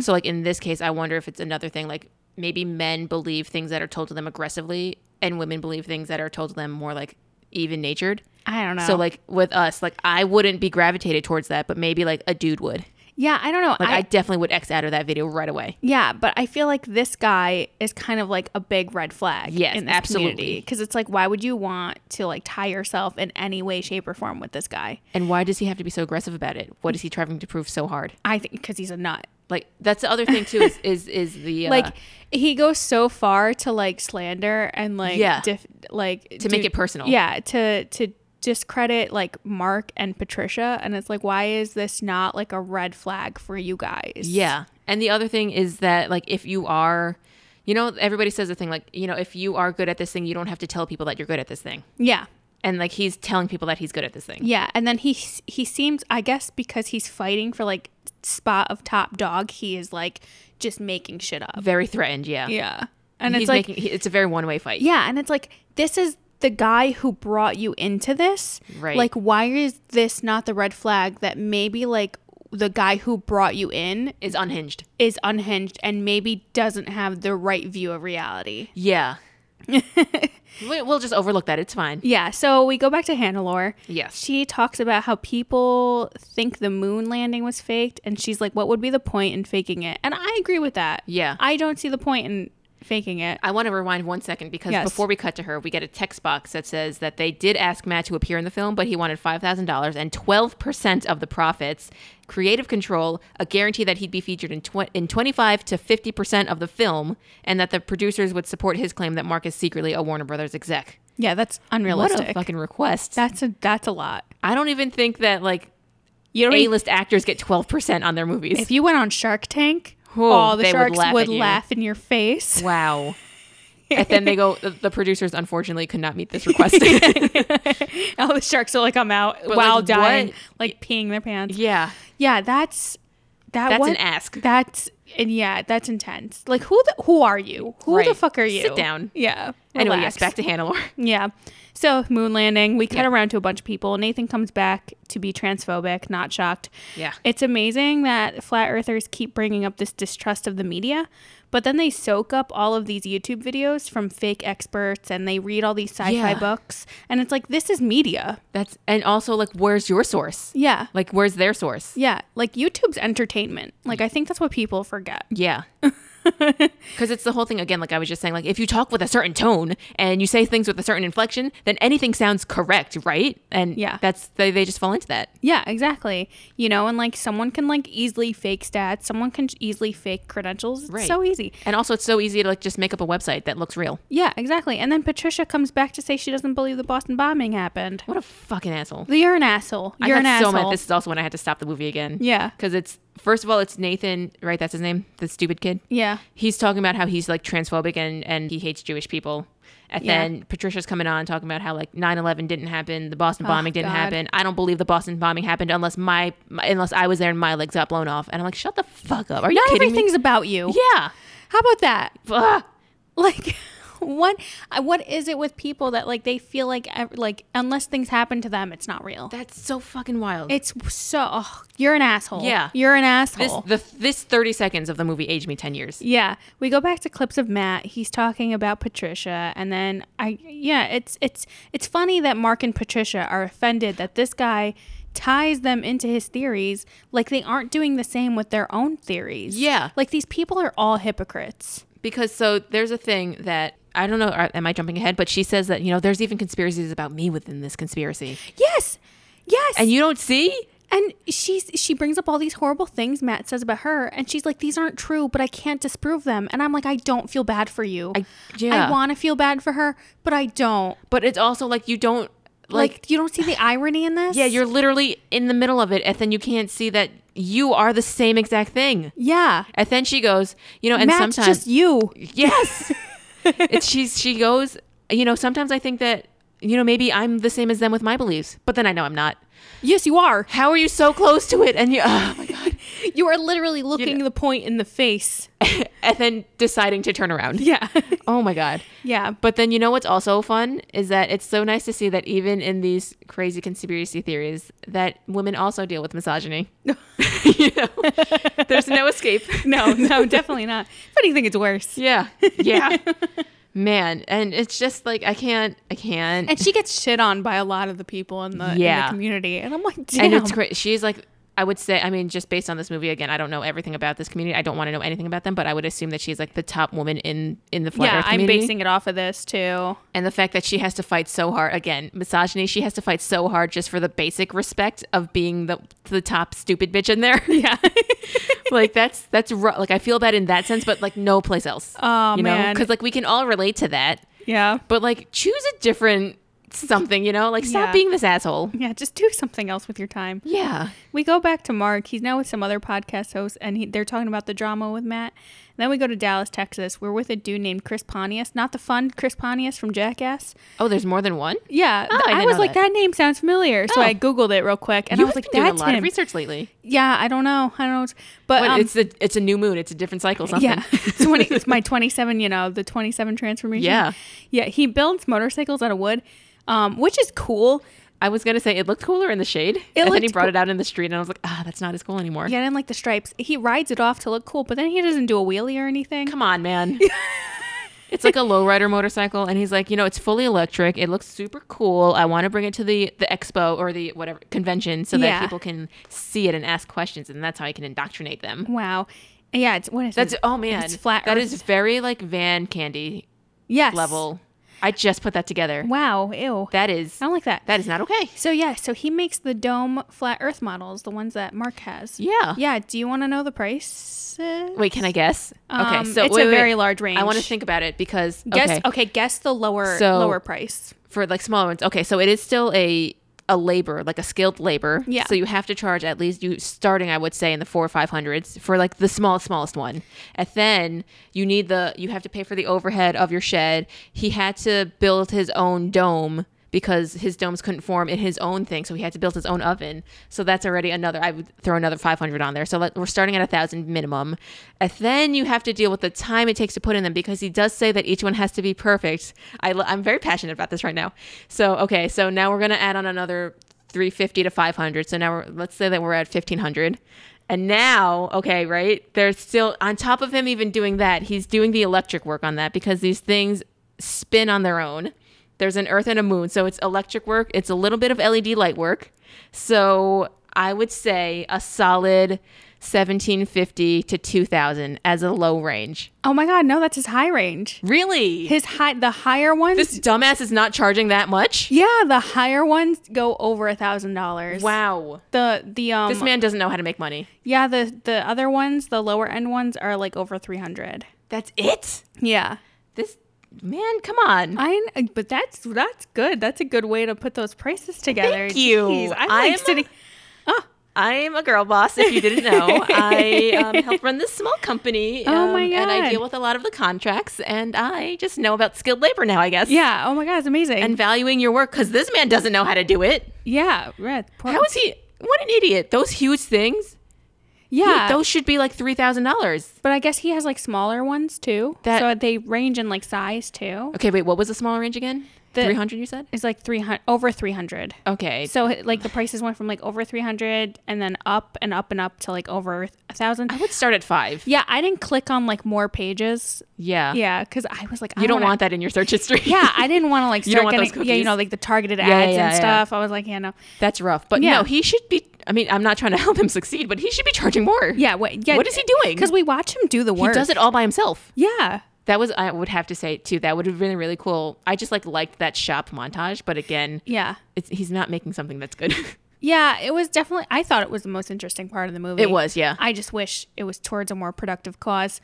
[SPEAKER 2] So, like in this case, I wonder if it's another thing. Like maybe men believe things that are told to them aggressively, and women believe things that are told to them more like even natured.
[SPEAKER 1] I don't know.
[SPEAKER 2] So like with us, like I wouldn't be gravitated towards that, but maybe like a dude would.
[SPEAKER 1] yeah, I don't know.
[SPEAKER 2] Like I,
[SPEAKER 1] I,
[SPEAKER 2] definitely would X out of that video right away.
[SPEAKER 1] yeah, but I feel like this guy is kind of like a big red flag.
[SPEAKER 2] Yes,
[SPEAKER 1] in this
[SPEAKER 2] absolutely.
[SPEAKER 1] Because it's like, why would you want to like tie yourself in any way, shape, or form with this guy?
[SPEAKER 2] And why does he have to be so aggressive about it? What is he trying to prove so hard?
[SPEAKER 1] I think because he's a nut.
[SPEAKER 2] Like that's the other thing too is is, is the uh,
[SPEAKER 1] Like he goes so far to like slander and like
[SPEAKER 2] Yeah.
[SPEAKER 1] dif- like to
[SPEAKER 2] make it personal.
[SPEAKER 1] Yeah, to to discredit like Mark and Patricia, and it's like, why is this not like a red flag for you guys?
[SPEAKER 2] yeah. And the other thing is that like if you are, you know, everybody says the thing like you know if you are good at this thing, you don't have to tell people that you're good at this thing.
[SPEAKER 1] yeah,
[SPEAKER 2] And like he's telling people that he's good at this thing.
[SPEAKER 1] yeah. And then he s- he seems, I guess, because he's fighting for like spot of top dog, he is like just making shit up.
[SPEAKER 2] Very threatened. Yeah.
[SPEAKER 1] Yeah, and
[SPEAKER 2] he's
[SPEAKER 1] it's like,
[SPEAKER 2] making, he- it's a very one way fight.
[SPEAKER 1] yeah, and it's like this is the guy who brought you into this.
[SPEAKER 2] Right.
[SPEAKER 1] Like, why is this not the red flag that maybe like the guy who brought you in
[SPEAKER 2] Is unhinged.
[SPEAKER 1] is unhinged and maybe doesn't have the right view of reality?
[SPEAKER 2] Yeah. we, we'll just overlook that. It's fine.
[SPEAKER 1] Yeah. So we go back to Hannelore.
[SPEAKER 2] Yes.
[SPEAKER 1] She talks about how people think the moon landing was faked, and she's like, "What would be the point in faking it?" And I agree with that.
[SPEAKER 2] Yeah.
[SPEAKER 1] I don't see the point in faking it.
[SPEAKER 2] I want to rewind one second because
[SPEAKER 1] Yes.
[SPEAKER 2] before we cut to her, we get a text box that says that they did ask Matt to appear in the film, but he wanted $5,000 and 12% of the profits, creative control, a guarantee that he'd be featured in, tw- in 25 to 50% of the film, and that the producers would support his claim that Mark is secretly a Warner Brothers exec.
[SPEAKER 1] Yeah, that's
[SPEAKER 2] What
[SPEAKER 1] unrealistic.
[SPEAKER 2] a fucking request.
[SPEAKER 1] that's a that's a lot.
[SPEAKER 2] I don't even think that, like,
[SPEAKER 1] You don't even-
[SPEAKER 2] A-list actors get 12% on their movies.
[SPEAKER 1] If you went on Shark Tank,
[SPEAKER 2] Oh,
[SPEAKER 1] all the
[SPEAKER 2] they would
[SPEAKER 1] sharks would,
[SPEAKER 2] laugh
[SPEAKER 1] laugh,
[SPEAKER 2] at you.
[SPEAKER 1] in your face.
[SPEAKER 2] Wow. and then they go, the, the producers unfortunately could not meet this request.
[SPEAKER 1] all the sharks will like come out
[SPEAKER 2] But,
[SPEAKER 1] while
[SPEAKER 2] like,
[SPEAKER 1] dying,
[SPEAKER 2] what-
[SPEAKER 1] like peeing their pants.
[SPEAKER 2] yeah.
[SPEAKER 1] Yeah, that's that.
[SPEAKER 2] That's
[SPEAKER 1] what-
[SPEAKER 2] an ask.
[SPEAKER 1] That's and yeah, that's intense. Like who the, who are you? Who the
[SPEAKER 2] Right.
[SPEAKER 1] fuck are you?
[SPEAKER 2] Sit down.
[SPEAKER 1] Yeah.
[SPEAKER 2] Anyway, yes,
[SPEAKER 1] relax.
[SPEAKER 2] back to Hannah Lore.
[SPEAKER 1] yeah. So moon landing, we cut
[SPEAKER 2] Yeah.
[SPEAKER 1] around to a bunch of people. Nathan comes back to be transphobic, not shocked.
[SPEAKER 2] Yeah.
[SPEAKER 1] It's amazing that flat earthers keep bringing up this distrust of the media, but then they soak up all of these YouTube videos from fake experts and they read all these sci-fi
[SPEAKER 2] Yeah.
[SPEAKER 1] books and it's like this is media.
[SPEAKER 2] That's and also like where's your source?
[SPEAKER 1] Yeah.
[SPEAKER 2] Like where's their source?
[SPEAKER 1] Yeah, like YouTube's entertainment. Like I think that's what people forget.
[SPEAKER 2] Yeah. Cuz it's the whole thing again like I was just saying like if you talk with a certain tone and you say things with a certain inflection, then anything sounds correct, right? And
[SPEAKER 1] Yeah.
[SPEAKER 2] that's they, they just fall into that.
[SPEAKER 1] Yeah, exactly. You know, and like someone can like easily fake stats, someone can easily fake credentials. It's
[SPEAKER 2] Right.
[SPEAKER 1] so easy.
[SPEAKER 2] And also it's so easy to like just make up a website that looks real.
[SPEAKER 1] Yeah, exactly. And then Patricia comes back to say she doesn't believe the Boston bombing happened.
[SPEAKER 2] What a fucking asshole.
[SPEAKER 1] You're an asshole. You're
[SPEAKER 2] I
[SPEAKER 1] an
[SPEAKER 2] got so
[SPEAKER 1] asshole.
[SPEAKER 2] mad. This is also when I had to stop the movie again.
[SPEAKER 1] Yeah.
[SPEAKER 2] Cuz it's first of all it's Nathan, right? That's his name. The stupid kid.
[SPEAKER 1] yeah.
[SPEAKER 2] he's talking about how he's like transphobic and and he hates Jewish people. And
[SPEAKER 1] Yeah.
[SPEAKER 2] then Patricia's coming on talking about how like 9/11 didn't happen, the Boston bombing didn't
[SPEAKER 1] God.
[SPEAKER 2] happen. I don't believe the Boston bombing happened unless my, my- unless I was there and my legs got blown off. And I'm like, shut the fuck up. Are you
[SPEAKER 1] Not
[SPEAKER 2] kidding me?
[SPEAKER 1] everything's about you.
[SPEAKER 2] Yeah.
[SPEAKER 1] How about that?
[SPEAKER 2] Ugh.
[SPEAKER 1] Like what I- what is it with people that like they feel like ev- like unless things happen to them, it's not real.
[SPEAKER 2] That's so fucking wild.
[SPEAKER 1] It's so oh, you're an asshole.
[SPEAKER 2] Yeah.
[SPEAKER 1] you're an
[SPEAKER 2] this
[SPEAKER 1] asshole.
[SPEAKER 2] the this 30 seconds of the movie aged me 10 years.
[SPEAKER 1] yeah, we go back to clips of Matt. He's talking about Patricia, and then I yeah, it's it's it's funny that Mark and Patricia are offended that this guy ties them into his theories like they aren't doing the same with their own theories.
[SPEAKER 2] Yeah.
[SPEAKER 1] like these people are all hypocrites.
[SPEAKER 2] because so there's a thing that I don't know. are- Am I jumping ahead? But she says that you know there's even conspiracies about me within this conspiracy,
[SPEAKER 1] Yes, yes,
[SPEAKER 2] and you don't see.
[SPEAKER 1] And she's she brings up all these horrible things Matt says about her, and she's like, "These aren't true, but I can't disprove them." And I'm like, "I don't feel bad for you.
[SPEAKER 2] I- yeah.
[SPEAKER 1] I want to feel bad for her, but I don't.
[SPEAKER 2] But it's also like you don't
[SPEAKER 1] Like,
[SPEAKER 2] like,
[SPEAKER 1] you don't see the irony in this.
[SPEAKER 2] yeah, you're literally in the middle of it, and then you can't see that you are the same exact thing.
[SPEAKER 1] yeah.
[SPEAKER 2] And then she goes, you know, and
[SPEAKER 1] Matt's
[SPEAKER 2] sometimes
[SPEAKER 1] just you.
[SPEAKER 2] yes, it's she's she goes, you know, sometimes I think that you know maybe I'm the same as them with my beliefs, but then I know I'm not.
[SPEAKER 1] Yes, you are.
[SPEAKER 2] How are you so close to it? And you, oh my god,
[SPEAKER 1] You are literally looking the point in the face.
[SPEAKER 2] and then deciding to turn around.
[SPEAKER 1] Yeah,
[SPEAKER 2] Oh my god.
[SPEAKER 1] yeah. But
[SPEAKER 2] But then you know what's also fun is that it's so nice to see that even in these crazy conspiracy theories, that women also deal with misogyny. you know, there's no escape.
[SPEAKER 1] no, no, definitely not. If anything, it's worse.
[SPEAKER 2] Yeah, yeah, man. And it's just like I can't, I can't.
[SPEAKER 1] And she gets shit on by a lot of the people in the, in the
[SPEAKER 2] Yeah.
[SPEAKER 1] community, and I'm like, damn.
[SPEAKER 2] And it's crazy. She's like, I would say, I mean, just based on this movie again, I don't know everything about this community. I don't want to know anything about them, but I would assume that she's like the top woman in in the flat
[SPEAKER 1] yeah,
[SPEAKER 2] Earth
[SPEAKER 1] I'm
[SPEAKER 2] community.
[SPEAKER 1] basing it off of this too.
[SPEAKER 2] and the fact that she has to fight so hard again misogyny she has to fight so hard just for the basic respect of being the the top stupid bitch in there
[SPEAKER 1] Yeah.
[SPEAKER 2] like that's that's ru- like i feel bad in that sense but like no place else
[SPEAKER 1] Oh, man.
[SPEAKER 2] because like we can all relate to that
[SPEAKER 1] yeah.
[SPEAKER 2] but like choose a different something you know like stop
[SPEAKER 1] Yeah.
[SPEAKER 2] being this asshole
[SPEAKER 1] Yeah, just do something else with your time.
[SPEAKER 2] yeah
[SPEAKER 1] We go back to Mark. He's now with some other podcast hosts, and he, they're talking about the drama with Matt. And then we go to Dallas, Texas. We're with a dude named Chris Pontius, not the fun Chris Pontius from Jackass.
[SPEAKER 2] oh there's more than one
[SPEAKER 1] Yeah, th-
[SPEAKER 2] Oh,
[SPEAKER 1] I,
[SPEAKER 2] I didn't
[SPEAKER 1] was
[SPEAKER 2] know
[SPEAKER 1] like,
[SPEAKER 2] that.
[SPEAKER 1] that. name sounds familiar, so
[SPEAKER 2] Oh.
[SPEAKER 1] I googled it real quick, and
[SPEAKER 2] you
[SPEAKER 1] I was
[SPEAKER 2] have
[SPEAKER 1] like,
[SPEAKER 2] been doing
[SPEAKER 1] that's
[SPEAKER 2] a lot
[SPEAKER 1] him.
[SPEAKER 2] of research lately
[SPEAKER 1] yeah, I don't know, I don't know, but
[SPEAKER 2] What,
[SPEAKER 1] um,
[SPEAKER 2] it's the it's a new moon it's a different cycle something
[SPEAKER 1] yeah, it's, 20, it's my twenty-seven. You know, the twenty-seven transformation.
[SPEAKER 2] Yeah.
[SPEAKER 1] yeah. He builds motorcycles out of wood, um, which is cool.
[SPEAKER 2] I was gonna say it looked cooler in the shade, and then he
[SPEAKER 1] looked
[SPEAKER 2] brought
[SPEAKER 1] cool-
[SPEAKER 2] it out in the street, and I was like, ah, that's not as cool anymore.
[SPEAKER 1] Yeah, I didn't like the stripes. He rides it off to look cool, but then he doesn't do a wheelie or anything.
[SPEAKER 2] come on, man. it's like a lowrider motorcycle, and he's like, you know, it's fully electric. It looks super cool. I want to bring it to the the expo or the whatever convention so
[SPEAKER 1] Yeah.
[SPEAKER 2] that people can see it and ask questions, and that's how I can indoctrinate them.
[SPEAKER 1] Wow. Yeah, it's what is
[SPEAKER 2] That's
[SPEAKER 1] it?
[SPEAKER 2] oh man,
[SPEAKER 1] Mm. It's flat
[SPEAKER 2] That
[SPEAKER 1] Earth.
[SPEAKER 2] is very like van candy
[SPEAKER 1] Yes.
[SPEAKER 2] level. I just put that together.
[SPEAKER 1] Wow. Ew.
[SPEAKER 2] That is
[SPEAKER 1] I don't like that.
[SPEAKER 2] that is not okay.
[SPEAKER 1] So yeah, so he makes the dome flat Earth models, the ones that Mark has.
[SPEAKER 2] Yeah.
[SPEAKER 1] Yeah. Do you want to know the price?
[SPEAKER 2] Wait, can I guess?
[SPEAKER 1] Um, it's a very large range.
[SPEAKER 2] I want to think about it because
[SPEAKER 1] Guess.
[SPEAKER 2] okay.
[SPEAKER 1] Okay. guess the lower
[SPEAKER 2] So-
[SPEAKER 1] lower price.
[SPEAKER 2] for like smaller ones. Okay, so it is still a a labor, like a skilled labor.
[SPEAKER 1] Yeah.
[SPEAKER 2] So you have to charge at least you starting, I would say, in the four or five hundreds for like the smallest, smallest one. And then you need the you have to pay for the overhead of your shed. He had to build his own dome because his domes couldn't form in his own thing, so he had to build his own oven. So that's already another. I would throw another five hundred on there. So let, we're starting at a thousand minimum, and then you have to deal with the time it takes to put in them because he does say that each one has to be perfect. I, lo- I'm very passionate about this right now. So okay, so now we're gonna add on another three fifty to five hundred. So now we're, let's say that we're at fifteen hundred. And now, okay, right? There's still on top of him even doing that. He's doing the electric work on that because these things spin on their own. There's an earth and a moon. So it's electric work. It's a little bit of LED light work. So I would say a solid 1750 to 2000 as a low range.
[SPEAKER 1] Oh my God! No, that's his high range.
[SPEAKER 2] Really?
[SPEAKER 1] His high, the higher ones.
[SPEAKER 2] this dumbass is not charging that much?
[SPEAKER 1] yeah, the higher ones go over a thousand dollars.
[SPEAKER 2] Wow.
[SPEAKER 1] The the um
[SPEAKER 2] This man doesn't know how to make money.
[SPEAKER 1] yeah the the other ones, the lower end ones are like over three hundred.
[SPEAKER 2] That's it?
[SPEAKER 1] Yeah.
[SPEAKER 2] This man, come on.
[SPEAKER 1] I kn- but that's that's good. That's a good way to put those prices together.
[SPEAKER 2] Thank you.
[SPEAKER 1] Jeez, I'm
[SPEAKER 2] I'm-
[SPEAKER 1] like sitting.
[SPEAKER 2] I am a girl boss. If you didn't know, I um, help run this small company.
[SPEAKER 1] Oh my
[SPEAKER 2] um, And I
[SPEAKER 1] God.
[SPEAKER 2] deal with a lot of the contracts, and I just know about skilled labor now, I guess.
[SPEAKER 1] Yeah. Oh my god, it's amazing.
[SPEAKER 2] And valuing your work because this man doesn't know how to do it.
[SPEAKER 1] yeah, red. Poor,
[SPEAKER 2] How is he? What an idiot! Those huge things.
[SPEAKER 1] Yeah.
[SPEAKER 2] Those should be like three thousand dollars.
[SPEAKER 1] but I guess he has like smaller ones too.
[SPEAKER 2] That-
[SPEAKER 1] so they range in like size too.
[SPEAKER 2] Okay, wait, what was the smaller range again?
[SPEAKER 1] The-
[SPEAKER 2] Three hundred, you said.
[SPEAKER 1] It's like 300 over 300.
[SPEAKER 2] Okay,
[SPEAKER 1] So like the prices went from like over 300 and then up and up and up to like over a thousand.
[SPEAKER 2] I would start at five.
[SPEAKER 1] Yeah, I didn't click on like more pages.
[SPEAKER 2] Yeah,
[SPEAKER 1] Yeah, because I was like, I
[SPEAKER 2] Uh. You don't
[SPEAKER 1] wanna-
[SPEAKER 2] want that in your search history.
[SPEAKER 1] Yeah, I didn't want to like
[SPEAKER 2] You don't
[SPEAKER 1] start
[SPEAKER 2] want those
[SPEAKER 1] getting yeah, you
[SPEAKER 2] cookies.
[SPEAKER 1] know, like the targeted ads
[SPEAKER 2] Yeah, yeah,
[SPEAKER 1] and
[SPEAKER 2] yeah.
[SPEAKER 1] stuff. I was like, yeah, no,
[SPEAKER 2] that's rough. But
[SPEAKER 1] Yeah.
[SPEAKER 2] no, he should be. I mean, I'm not trying to help him succeed, but he should be charging more.
[SPEAKER 1] yeah, wait, yeah.
[SPEAKER 2] What is he doing?
[SPEAKER 1] Because we watch him do the
[SPEAKER 2] he
[SPEAKER 1] work.
[SPEAKER 2] does it all by himself.
[SPEAKER 1] Yeah,
[SPEAKER 2] That was I would have to say too. That would have been really cool. I just like liked that shop montage, but again,
[SPEAKER 1] yeah,
[SPEAKER 2] it's, he's not making something that's good.
[SPEAKER 1] yeah. It was definitely. I thought it was the most interesting part of the movie.
[SPEAKER 2] it was, yeah.
[SPEAKER 1] I just wish it was towards a more productive cause.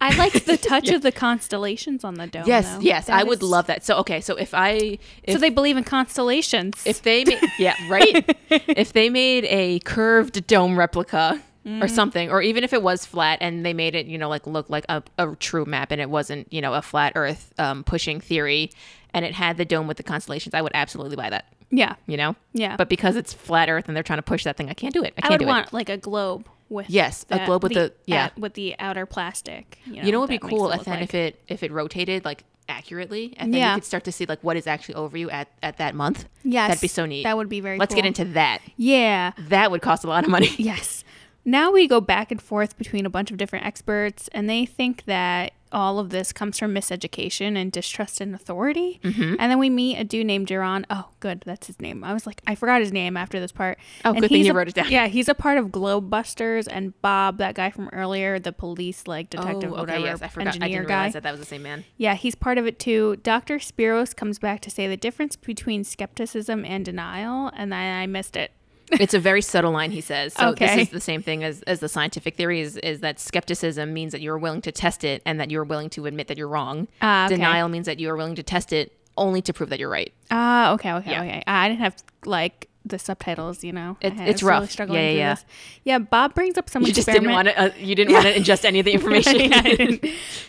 [SPEAKER 1] I liked the touch of the constellations on the dome.
[SPEAKER 2] yes,
[SPEAKER 1] though.
[SPEAKER 2] yes.
[SPEAKER 1] That
[SPEAKER 2] I would
[SPEAKER 1] is-
[SPEAKER 2] love that. So okay, so if I if
[SPEAKER 1] so they believe in constellations.
[SPEAKER 2] If they, ma- yeah, right. if they made a curved dome replica or something, or even if it was flat and they made it, you know, like look like a, a true map and it wasn't, you know, a flat Earth um, pushing theory, and it had the dome with the constellations, I would absolutely buy that.
[SPEAKER 1] yeah,
[SPEAKER 2] You know.
[SPEAKER 1] Yeah.
[SPEAKER 2] But because it's flat Earth and they're trying to push that thing, I can't do it. I
[SPEAKER 1] I
[SPEAKER 2] can't
[SPEAKER 1] would
[SPEAKER 2] do
[SPEAKER 1] want like a globe with
[SPEAKER 2] Yes, a globe with the- yeah.
[SPEAKER 1] out- with the outer plastic.
[SPEAKER 2] it. You know what would be
[SPEAKER 1] that makes
[SPEAKER 2] cool
[SPEAKER 1] it
[SPEAKER 2] if
[SPEAKER 1] look
[SPEAKER 2] then
[SPEAKER 1] like-
[SPEAKER 2] if it if it rotated like accurately, and then
[SPEAKER 1] Yeah.
[SPEAKER 2] you could start to see like what is actually over you at at that month.
[SPEAKER 1] Yes,
[SPEAKER 2] That'd be so neat.
[SPEAKER 1] That would be very.
[SPEAKER 2] Let's get
[SPEAKER 1] cool.
[SPEAKER 2] into that.
[SPEAKER 1] Yeah.
[SPEAKER 2] That would cost a lot of money.
[SPEAKER 1] Yes. Now we go back and forth between a bunch of different experts, and they think that all of this comes from miseducation and distrust in authority.
[SPEAKER 2] Mm-hmm.
[SPEAKER 1] And then we meet a dude named Geron. Oh, good, that's his name. I was like, I forgot his name after this part.
[SPEAKER 2] Oh,
[SPEAKER 1] And
[SPEAKER 2] good thing
[SPEAKER 1] he's
[SPEAKER 2] you
[SPEAKER 1] a-
[SPEAKER 2] wrote it down.
[SPEAKER 1] Yeah, he's a part of Globebusters and Bob, that guy from earlier, the police like detective,
[SPEAKER 2] Oh,
[SPEAKER 1] whatever, engineer guy.
[SPEAKER 2] that that was the same man.
[SPEAKER 1] Yeah, he's part of it too. Dr. Spiros comes back to say the difference between skepticism and denial, and I, I missed it.
[SPEAKER 2] It's a very subtle line, he says. So
[SPEAKER 1] Okay.
[SPEAKER 2] this is the same thing as, as the scientific theory is, is that skepticism means that you're willing to test it and that you're willing to admit that you're wrong.
[SPEAKER 1] Ah, okay.
[SPEAKER 2] Denial means that you are willing to test it only to prove that you're right.
[SPEAKER 1] Ah, okay, okay,
[SPEAKER 2] Yeah.
[SPEAKER 1] okay. I didn't have like the subtitles, you know.
[SPEAKER 2] It-
[SPEAKER 1] I
[SPEAKER 2] it's
[SPEAKER 1] was
[SPEAKER 2] rough. Yeah, yeah,
[SPEAKER 1] through
[SPEAKER 2] yeah.
[SPEAKER 1] this. yeah. Bob brings up some
[SPEAKER 2] You just
[SPEAKER 1] experiment.
[SPEAKER 2] didn't want to. Uh, you didn't want to ingest any of the information.
[SPEAKER 1] Yeah, I didn't.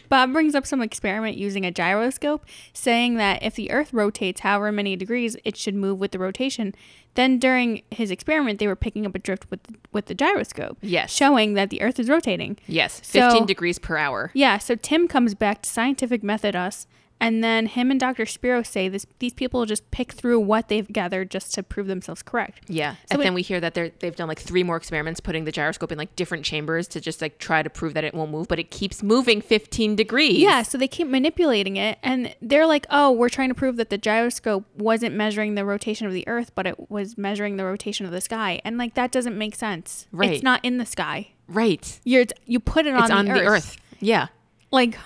[SPEAKER 1] Bob brings up some experiment using a gyroscope, saying that if the Earth rotates however many degrees, it should move with the rotation. Then during his experiment, they were picking up a drift with with the gyroscope,
[SPEAKER 2] Yes.
[SPEAKER 1] showing that the Earth is rotating.
[SPEAKER 2] yes,
[SPEAKER 1] So-
[SPEAKER 2] fifteen degrees per hour.
[SPEAKER 1] Yeah, so Tim comes back to scientific method us, and then him and Dr. Spiro say this: these people just pick through what they've gathered just to prove themselves correct.
[SPEAKER 2] Yeah,
[SPEAKER 1] So
[SPEAKER 2] and
[SPEAKER 1] it-
[SPEAKER 2] then we hear that they're, they've done like three more experiments, putting the gyroscope in like different chambers to just like try to prove that it won't move, but it keeps moving fifteen degrees.
[SPEAKER 1] Yeah, so they keep manipulating it, and they're like, "Oh, we're trying to prove that the gyroscope wasn't measuring the rotation of the Earth, but it was measuring the rotation of the sky." And like that doesn't make sense.
[SPEAKER 2] Right.
[SPEAKER 1] It's not in the sky.
[SPEAKER 2] right.
[SPEAKER 1] You're you put it on,
[SPEAKER 2] It's
[SPEAKER 1] the,
[SPEAKER 2] on
[SPEAKER 1] earth.
[SPEAKER 2] the earth. Yeah.
[SPEAKER 1] Like,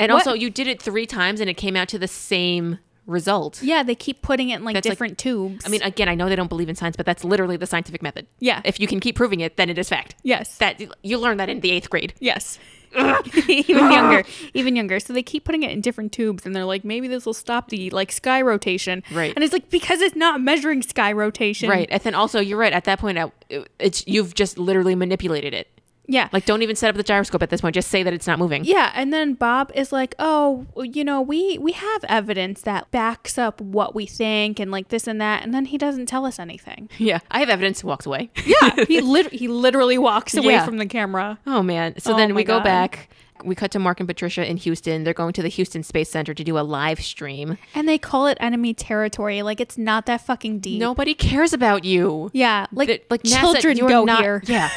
[SPEAKER 2] And
[SPEAKER 1] What-
[SPEAKER 2] also, you did it three times and it came out to the same result.
[SPEAKER 1] yeah, they keep putting it in like
[SPEAKER 2] That's like-
[SPEAKER 1] different tubes.
[SPEAKER 2] I mean, again, I know they don't believe in science, but that's literally the scientific method.
[SPEAKER 1] Yeah.
[SPEAKER 2] If you can keep proving it, then it is fact.
[SPEAKER 1] yes,
[SPEAKER 2] That you learn that in the eighth grade.
[SPEAKER 1] yes. even younger, even younger. So they keep putting it in different tubes, and they're like, maybe this will stop the like sky rotation.
[SPEAKER 2] Right.
[SPEAKER 1] And it's like because it's not measuring sky rotation.
[SPEAKER 2] Right. And then also, you're right. At that point, I- it's you've just literally manipulated it.
[SPEAKER 1] Yeah.
[SPEAKER 2] Like, don't even set up the gyroscope at this point. Just say that it's not moving.
[SPEAKER 1] Yeah, and then Bob is like, "Oh, well, you know, we we have evidence that backs up what we think and like this and that." And then he doesn't tell us anything.
[SPEAKER 2] Yeah. I have evidence. Walks away.
[SPEAKER 1] Yeah, he lit- he literally walks away
[SPEAKER 2] Yeah.
[SPEAKER 1] from the camera.
[SPEAKER 2] Oh man. So
[SPEAKER 1] Oh,
[SPEAKER 2] then
[SPEAKER 1] my
[SPEAKER 2] we go
[SPEAKER 1] God.
[SPEAKER 2] back. We cut to Mark and Patricia in Houston. They're going to the Houston Space Center to do a live stream.
[SPEAKER 1] And they call it enemy territory. Like it's not that fucking deep.
[SPEAKER 2] Nobody cares about you.
[SPEAKER 1] Yeah, like
[SPEAKER 2] that, like NASA,
[SPEAKER 1] children
[SPEAKER 2] you are
[SPEAKER 1] go
[SPEAKER 2] not,
[SPEAKER 1] here.
[SPEAKER 2] Yeah.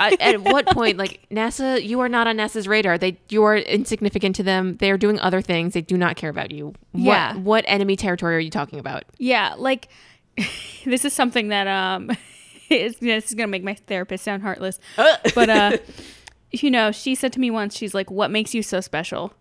[SPEAKER 2] I, at what point, like NASA, you are not on NASA's radar. They, you are insignificant to them. They are doing other things. They do not care about you. What,
[SPEAKER 1] Yeah.
[SPEAKER 2] What enemy territory are you talking about?
[SPEAKER 1] Yeah, like this is something that um is this is gonna make my therapist sound heartless.
[SPEAKER 2] Oh.
[SPEAKER 1] But uh you know, she said to me once, she's like, What makes you so special?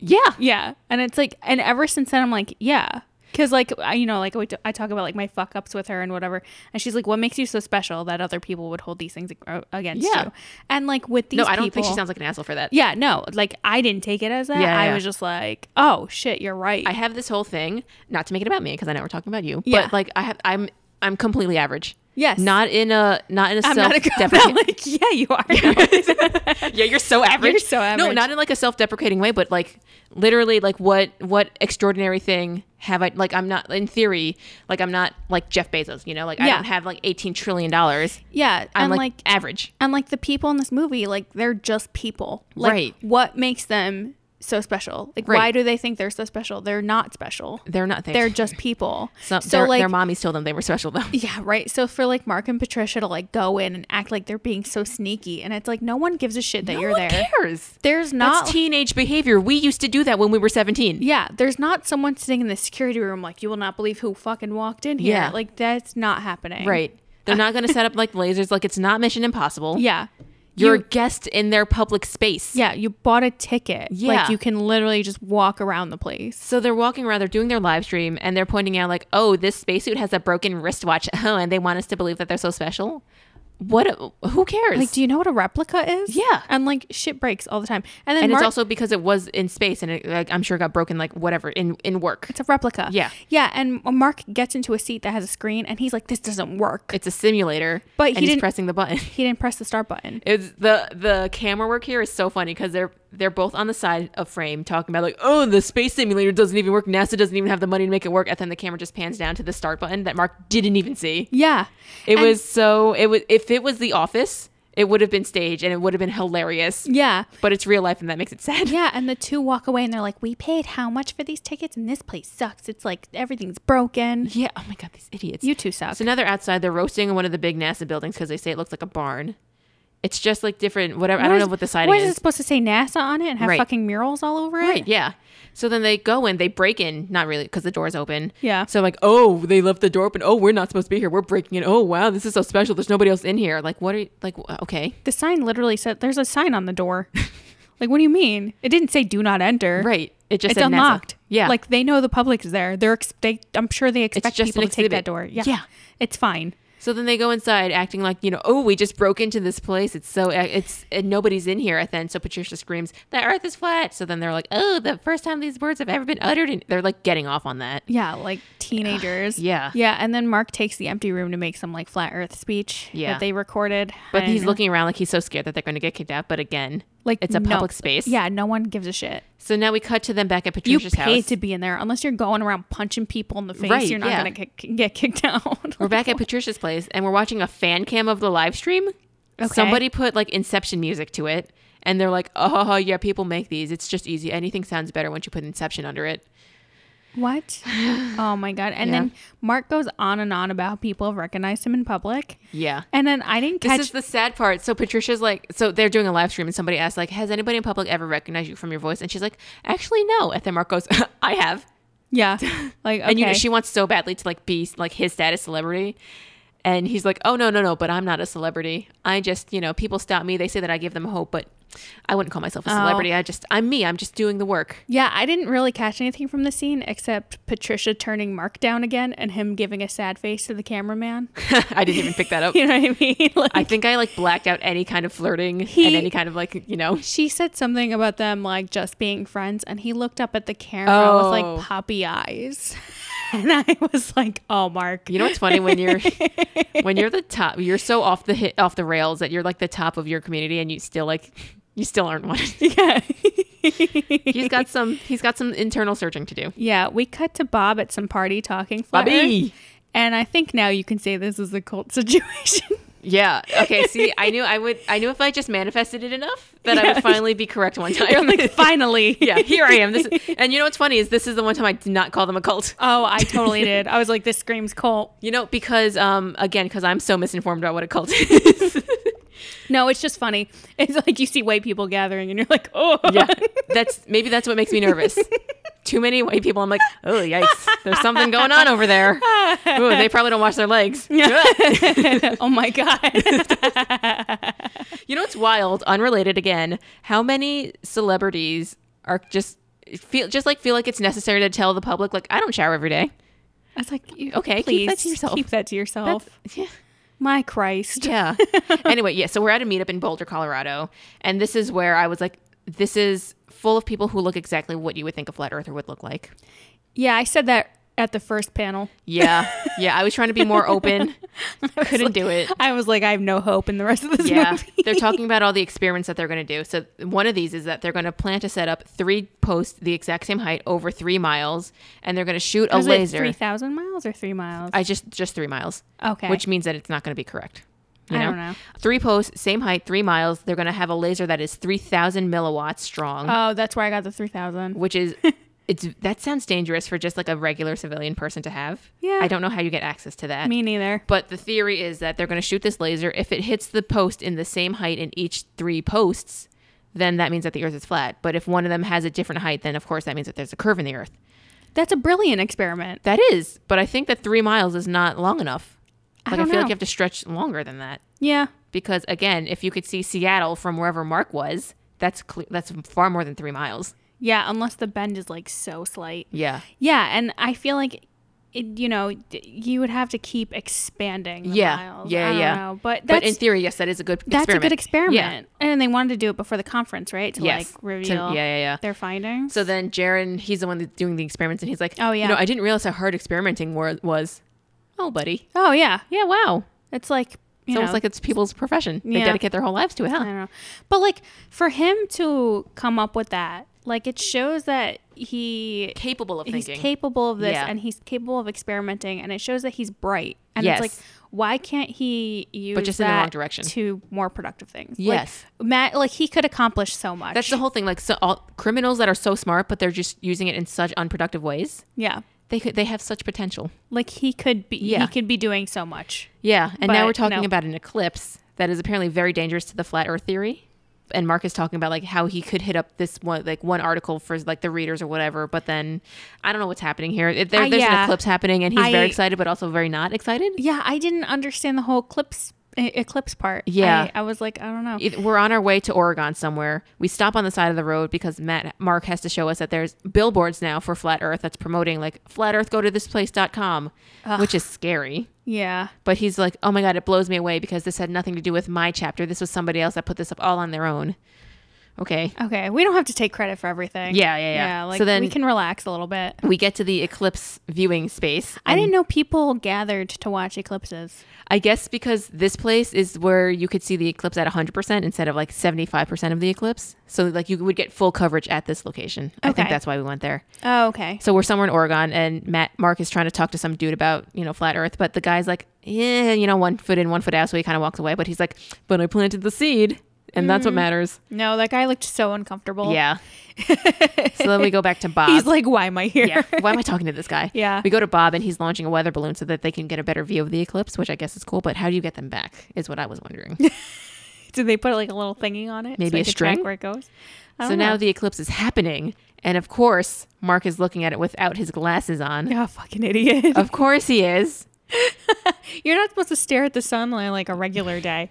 [SPEAKER 2] Yeah.
[SPEAKER 1] Yeah. And it's like, and ever since then, I'm like, yeah. Cause like, I, you know, like we t- I talk about like my fuck ups with her and whatever. And she's like, what makes you so special that other people would hold these things ag- uh, against
[SPEAKER 2] Yeah.
[SPEAKER 1] you? And like with these
[SPEAKER 2] No, I don't think
[SPEAKER 1] people-
[SPEAKER 2] she sounds like an asshole for that.
[SPEAKER 1] yeah, no, like I didn't take it as that.
[SPEAKER 2] Yeah,
[SPEAKER 1] I
[SPEAKER 2] yeah.
[SPEAKER 1] was just like, oh shit, you're right.
[SPEAKER 2] I have this whole thing, not to make it about me because I know we're talking about you,
[SPEAKER 1] Yeah.
[SPEAKER 2] but like I have, I'm, I'm completely average.
[SPEAKER 1] Yes.
[SPEAKER 2] Not in a not in a
[SPEAKER 1] I'm
[SPEAKER 2] self
[SPEAKER 1] not a cop. I'm like, yeah, you are.
[SPEAKER 2] yeah, you're so average.
[SPEAKER 1] You're so
[SPEAKER 2] No,
[SPEAKER 1] average.
[SPEAKER 2] not in like a self-deprecating way, but like literally, like what what extraordinary thing have I? Like I'm not in theory, like I'm not like Jeff Bezos. You know, like I
[SPEAKER 1] Yeah.
[SPEAKER 2] don't have like 18 trillion dollars.
[SPEAKER 1] yeah, and
[SPEAKER 2] I'm like,
[SPEAKER 1] like
[SPEAKER 2] average.
[SPEAKER 1] And like the people in this movie, like they're just people. Like
[SPEAKER 2] Right.
[SPEAKER 1] what makes them so special? Like why
[SPEAKER 2] Right.
[SPEAKER 1] do they think they're so special? They're not special.
[SPEAKER 2] They're not.
[SPEAKER 1] They're just people.
[SPEAKER 2] so,
[SPEAKER 1] so
[SPEAKER 2] their,
[SPEAKER 1] like
[SPEAKER 2] their mommies told them they were special though.
[SPEAKER 1] yeah, right. So for like Mark and Patricia to like go in and act like they're being so sneaky and it's like no one gives a shit that you're
[SPEAKER 2] Who
[SPEAKER 1] there.
[SPEAKER 2] cares?
[SPEAKER 1] There's not
[SPEAKER 2] That's teenage behavior. We used to do that when we were 17.
[SPEAKER 1] yeah, there's not someone sitting in the security room like you will not believe who fucking walked in here.
[SPEAKER 2] Yeah.
[SPEAKER 1] Like that's not happening.
[SPEAKER 2] Right. They're not going to set up like lasers. Like it's not Mission Impossible.
[SPEAKER 1] Yeah.
[SPEAKER 2] You're
[SPEAKER 1] You-
[SPEAKER 2] a guest in their public space.
[SPEAKER 1] yeah, you bought a ticket.
[SPEAKER 2] Yeah.
[SPEAKER 1] Like you can literally just walk around the place.
[SPEAKER 2] So they're walking around, they're doing their live stream, and they're pointing out like, "Oh, this spacesuit has a broken wristwatch." Oh, and they want us to believe that they're so special. What? A, who cares?
[SPEAKER 1] Like, do you know what a replica is?
[SPEAKER 2] Yeah.
[SPEAKER 1] And like shit breaks all the time. And then
[SPEAKER 2] and
[SPEAKER 1] Mark,
[SPEAKER 2] it's
[SPEAKER 1] it's
[SPEAKER 2] also because it was in space, and it, like, I'm sure it got broken, like whatever, in in work.
[SPEAKER 1] a replica.
[SPEAKER 2] Yeah.
[SPEAKER 1] Yeah. And Mark gets into a seat that has a screen and he's like, this doesn't work.
[SPEAKER 2] It's a simulator,
[SPEAKER 1] But
[SPEAKER 2] and
[SPEAKER 1] he
[SPEAKER 2] he's
[SPEAKER 1] didn't-
[SPEAKER 2] pressing the button.
[SPEAKER 1] he didn't press the start button.
[SPEAKER 2] It's the the camera work here is so funny because they're they're both on the side of frame talking about like oh the space simulator doesn't even work NASA doesn't even have the money to make it work and then the camera just pans down to the start button that Mark didn't even see.
[SPEAKER 1] Yeah.
[SPEAKER 2] It
[SPEAKER 1] And-
[SPEAKER 2] was so it was if it was The Office, it would have been staged and it would have been hilarious.
[SPEAKER 1] Yeah.
[SPEAKER 2] But it's real life and that makes it sad.
[SPEAKER 1] Yeah. And the two walk away and they're like, we paid how much for these tickets? And this place sucks. It's like everything's broken.
[SPEAKER 2] Yeah. Oh my god, these idiots.
[SPEAKER 1] You two suck.
[SPEAKER 2] so now they're outside. They're roasting in one of the big NASA buildings because they say it looks like a barn. It's just like different whatever. I don't know what the siding
[SPEAKER 1] What
[SPEAKER 2] is.
[SPEAKER 1] is it supposed to say NASA on it and have
[SPEAKER 2] Right.
[SPEAKER 1] fucking murals all over it?
[SPEAKER 2] Right. Yeah. So then they go in, they break in, not really, because the door's open.
[SPEAKER 1] Yeah.
[SPEAKER 2] So like, oh, they left the door open. Oh, we're not supposed to be here. We're breaking in. Oh, wow, this is so special. There's nobody else in here. Like, what are you, like? w- Okay.
[SPEAKER 1] The sign literally said, there's a sign on the door. like, what do you mean? It didn't say do not enter.
[SPEAKER 2] Right. It just
[SPEAKER 1] it's
[SPEAKER 2] said NASA.
[SPEAKER 1] unlocked.
[SPEAKER 2] Yeah.
[SPEAKER 1] like they know the public is there. They're ex- they, I'm sure they expect
[SPEAKER 2] just
[SPEAKER 1] people to
[SPEAKER 2] an
[SPEAKER 1] take that
[SPEAKER 2] exhibit.
[SPEAKER 1] door. Yeah.
[SPEAKER 2] Yeah.
[SPEAKER 1] it's fine.
[SPEAKER 2] so then they go inside, acting like you know, oh, we just broke into this place. It's so eh, it's and nobody's in here. And then so Patricia screams, "The Earth is flat." So then they're like, oh, the first time these words have ever been uttered, and they're like getting off on that.
[SPEAKER 1] Yeah, like teenagers.
[SPEAKER 2] Yeah.
[SPEAKER 1] yeah, and then Mark takes the empty room to make some like flat Earth speech
[SPEAKER 2] Yeah.
[SPEAKER 1] that they recorded. I
[SPEAKER 2] But
[SPEAKER 1] don't
[SPEAKER 2] he's
[SPEAKER 1] know.
[SPEAKER 2] looking around like he's so scared that they're going to get kicked out. But again,
[SPEAKER 1] like
[SPEAKER 2] it's a
[SPEAKER 1] no-
[SPEAKER 2] public space.
[SPEAKER 1] Yeah, no one gives a shit.
[SPEAKER 2] So now we cut to them back at
[SPEAKER 1] You
[SPEAKER 2] Patricia's
[SPEAKER 1] paid
[SPEAKER 2] house.
[SPEAKER 1] to be in there unless you're going around punching people in the face.
[SPEAKER 2] Right,
[SPEAKER 1] you're not
[SPEAKER 2] yeah.
[SPEAKER 1] gonna get, get kicked out.
[SPEAKER 2] We're back at Patricia's place and we're watching a fan cam of the live stream.
[SPEAKER 1] Okay.
[SPEAKER 2] Somebody put like Inception music to it and they're like, oh, yeah, people make these. It's just easy. Anything sounds better once you put Inception under it.
[SPEAKER 1] what? Oh my god! And
[SPEAKER 2] Yeah.
[SPEAKER 1] then Mark goes on and on about how people have recognized him in public.
[SPEAKER 2] Yeah.
[SPEAKER 1] And then I didn't
[SPEAKER 2] This
[SPEAKER 1] catch
[SPEAKER 2] is the sad part. So Patricia's like, so they're doing a live stream and somebody asks, like, has anybody in public ever recognized you from your voice? And she's like, actually, no. And then Mark goes, I have.
[SPEAKER 1] Yeah. Like okay.
[SPEAKER 2] And you know, she wants so badly to like be like his status celebrity. And he's like, "Oh no, no, no! But I'm not a celebrity. I just, you know, people stop me. They say that I give them hope, but I wouldn't call
[SPEAKER 1] Oh.
[SPEAKER 2] myself a celebrity. I just, I'm me. I'm just doing the work.
[SPEAKER 1] yeah, I didn't really catch anything from the scene except Patricia turning Mark down again and him giving a sad face to the cameraman.
[SPEAKER 2] I didn't even pick that up.
[SPEAKER 1] You know what I mean? Like
[SPEAKER 2] I think I like blacked out any kind of flirting and
[SPEAKER 1] He-
[SPEAKER 2] any kind of like, you know,
[SPEAKER 1] she said something about them like just being friends and he looked up at the camera with
[SPEAKER 2] Oh.
[SPEAKER 1] like poppy eyes. And I was like, "Oh, Mark.
[SPEAKER 2] you know what's funny when you're when you're the top, you're so off the hit off the rails that you're like the top of your community, and you still like, you still aren't one.
[SPEAKER 1] Yeah.
[SPEAKER 2] he's got some, he's got some internal searching to do.
[SPEAKER 1] yeah, we cut to Bob at some party talking flat Earth,
[SPEAKER 2] Bobby.
[SPEAKER 1] and I think now you can say this is a cult situation.
[SPEAKER 2] Yeah. Okay. See, I knew I would. I knew if I just manifested it enough that I
[SPEAKER 1] Yeah.
[SPEAKER 2] would finally be correct one time.
[SPEAKER 1] You're like, "Finally."
[SPEAKER 2] yeah, here I am. This is, and you know what's funny is this is the one time I did not call them a cult.
[SPEAKER 1] Oh, I totally did. I was like, this screams cult.
[SPEAKER 2] You know, because um, again, because I'm so misinformed about what a cult is.
[SPEAKER 1] No, it's just funny. It's like you see white people gathering and you're like, oh.
[SPEAKER 2] yeah, that's maybe that's what makes me nervous. Too many white people. I'm like, oh yikes, there's something going on over there. Ooh, they probably don't wash their legs.
[SPEAKER 1] oh my God.
[SPEAKER 2] You know what's wild? Unrelated again. How many celebrities are just feel just like feel like it's necessary to tell the public like I don't shower every day.
[SPEAKER 1] I was like, you-
[SPEAKER 2] Okay, keep
[SPEAKER 1] please,
[SPEAKER 2] that to yourself.
[SPEAKER 1] Keep that to yourself.
[SPEAKER 2] Yeah.
[SPEAKER 1] my Christ.
[SPEAKER 2] Yeah. anyway, yeah. So we're at a meetup in Boulder, Colorado, and this is where I was like, this is full of people who look exactly what you would think a flat earther would look like.
[SPEAKER 1] Yeah, I said that at the first panel.
[SPEAKER 2] Yeah. Yeah. I was trying to be more open. Couldn't
[SPEAKER 1] like-
[SPEAKER 2] do it.
[SPEAKER 1] I was like, I have no hope in the rest of this
[SPEAKER 2] Yeah.
[SPEAKER 1] movie.
[SPEAKER 2] They're talking about all the experiments that they're going to do. So one of these is that they're going to plan to set up three posts the exact same height over three miles, and they're going to shoot a
[SPEAKER 1] Was it
[SPEAKER 2] laser.
[SPEAKER 1] three thousand miles or three miles?
[SPEAKER 2] I just just three miles.
[SPEAKER 1] okay,
[SPEAKER 2] Which means that it's not going to be correct. You
[SPEAKER 1] I
[SPEAKER 2] know?
[SPEAKER 1] don't know.
[SPEAKER 2] Three posts, same height, three miles. They're going to have a laser that is 3,000 milliwatts strong,
[SPEAKER 1] oh, that's where I got the three thousand.
[SPEAKER 2] which is, it's that sounds dangerous for just like a regular civilian person to have.
[SPEAKER 1] Yeah.
[SPEAKER 2] I don't know how you get access to that.
[SPEAKER 1] Me neither.
[SPEAKER 2] But the theory is that they're going to shoot this laser. If it hits the post in the same height in each three posts, then that means that the Earth is flat. But if one of them has a different height, then of course that means that there's a curve in the Earth.
[SPEAKER 1] That's a brilliant experiment.
[SPEAKER 2] That is, but I think that three miles is not long enough.
[SPEAKER 1] I
[SPEAKER 2] Like
[SPEAKER 1] don't
[SPEAKER 2] feel like
[SPEAKER 1] know.
[SPEAKER 2] you have to stretch longer than that
[SPEAKER 1] Yeah,
[SPEAKER 2] because again, if you could see Seattle from wherever Mark was, that's cle- that's far more than three miles.
[SPEAKER 1] yeah. Unless the bend is like so slight.
[SPEAKER 2] Yeah,
[SPEAKER 1] Yeah, and I feel like, it, you know, d- you would have to keep expanding. The
[SPEAKER 2] yeah,
[SPEAKER 1] miles.
[SPEAKER 2] yeah,
[SPEAKER 1] I don't
[SPEAKER 2] yeah.
[SPEAKER 1] know, But that's
[SPEAKER 2] but in theory, yes, that is a good.
[SPEAKER 1] that's
[SPEAKER 2] experiment.
[SPEAKER 1] a good experiment.
[SPEAKER 2] Yeah.
[SPEAKER 1] And they wanted to do it before the conference, right? To
[SPEAKER 2] Yes.
[SPEAKER 1] like
[SPEAKER 2] To-
[SPEAKER 1] reveal
[SPEAKER 2] yeah, yeah, yeah.
[SPEAKER 1] their findings.
[SPEAKER 2] So then Jaron, he's the one that's doing the experiments, and he's like,
[SPEAKER 1] Oh,
[SPEAKER 2] you
[SPEAKER 1] yeah.
[SPEAKER 2] know, I didn't realize how hard experimenting wa- was." Oh, buddy.
[SPEAKER 1] oh yeah,
[SPEAKER 2] Yeah, wow.
[SPEAKER 1] it's like you
[SPEAKER 2] It's
[SPEAKER 1] know,
[SPEAKER 2] almost like it's people's profession. They
[SPEAKER 1] Yeah.
[SPEAKER 2] dedicate their whole lives to it,
[SPEAKER 1] I
[SPEAKER 2] huh?
[SPEAKER 1] don't know. But like for him to come up with that, like it shows that he
[SPEAKER 2] Capable of
[SPEAKER 1] he's
[SPEAKER 2] thinking.
[SPEAKER 1] capable of this
[SPEAKER 2] Yeah.
[SPEAKER 1] and he's capable of experimenting and it shows that he's bright. And it's
[SPEAKER 2] Yes.
[SPEAKER 1] like why can't he use
[SPEAKER 2] just in the
[SPEAKER 1] that
[SPEAKER 2] wrong direction.
[SPEAKER 1] to more productive things?
[SPEAKER 2] Yes.
[SPEAKER 1] Like, Matt like he could accomplish so much.
[SPEAKER 2] that's the whole thing. Like, so all criminals that are so smart, but they're just using it in such unproductive ways.
[SPEAKER 1] yeah.
[SPEAKER 2] They could, they have such potential.
[SPEAKER 1] Like he could be
[SPEAKER 2] Yeah.
[SPEAKER 1] he could be doing so much.
[SPEAKER 2] Yeah, and now
[SPEAKER 1] But
[SPEAKER 2] we're talking
[SPEAKER 1] no.
[SPEAKER 2] about an eclipse that is apparently very dangerous to the flat Earth theory. And Mark is talking about like how he could hit up this one like one article for like the readers or whatever, but then I don't know what's happening here. It- there-
[SPEAKER 1] Uh,
[SPEAKER 2] there's an
[SPEAKER 1] yeah.
[SPEAKER 2] eclipse happening, and he's
[SPEAKER 1] I-
[SPEAKER 2] very excited, but also very not excited.
[SPEAKER 1] Yeah, I didn't understand the whole eclipse e- eclipse part.
[SPEAKER 2] Yeah.
[SPEAKER 1] I, I was like, I don't know.
[SPEAKER 2] It- We're on our way to Oregon somewhere. We stop on the side of the road because Matt Mark has to show us that there's billboards now for flat Earth that's promoting like flat Earth go to this place.com, which is scary.
[SPEAKER 1] yeah.
[SPEAKER 2] But he's like, oh my God, it blows me away because this had nothing to do with my chapter. This was somebody else that put this up all on their own. Okay.
[SPEAKER 1] Okay, we don't have to take credit for everything.
[SPEAKER 2] Yeah, yeah, yeah.
[SPEAKER 1] like
[SPEAKER 2] So then-
[SPEAKER 1] we can relax a little bit.
[SPEAKER 2] We get to the eclipse viewing space.
[SPEAKER 1] I didn't know people gathered to watch eclipses.
[SPEAKER 2] I guess because this place is where you could see the eclipse at 100% instead of like 75% of the eclipse. So, like, you would get full coverage at this location. I think
[SPEAKER 1] Okay.
[SPEAKER 2] that's why we went there.
[SPEAKER 1] Oh, okay.
[SPEAKER 2] So, we're somewhere in Oregon, and Matt Mark is trying to talk to some dude about, you know, flat earth. But the guy's like, yeah, you know, one foot in, one foot out. So he kind of walks away. But he's like, but I planted the seed, and that's
[SPEAKER 1] Mm.
[SPEAKER 2] what matters.
[SPEAKER 1] No, that guy looked so uncomfortable.
[SPEAKER 2] Yeah. so then we go back to Bob.
[SPEAKER 1] He's like, why am I here?
[SPEAKER 2] yeah. Why am I talking to this guy?
[SPEAKER 1] Yeah.
[SPEAKER 2] We go to Bob and he's launching a weather balloon so that they can get a better view of the eclipse, which I guess is cool. But how do you get them back? Is what I was wondering.
[SPEAKER 1] Did they put like a little thingy on it?
[SPEAKER 2] Maybe
[SPEAKER 1] I
[SPEAKER 2] a
[SPEAKER 1] could
[SPEAKER 2] string?
[SPEAKER 1] track where it goes. I
[SPEAKER 2] so
[SPEAKER 1] don't
[SPEAKER 2] now
[SPEAKER 1] know.
[SPEAKER 2] the eclipse is happening, and of course Mark is looking at it without his glasses on.
[SPEAKER 1] Oh, fucking idiot.
[SPEAKER 2] Of course he is.
[SPEAKER 1] You're not supposed to stare at the sun on like a regular day.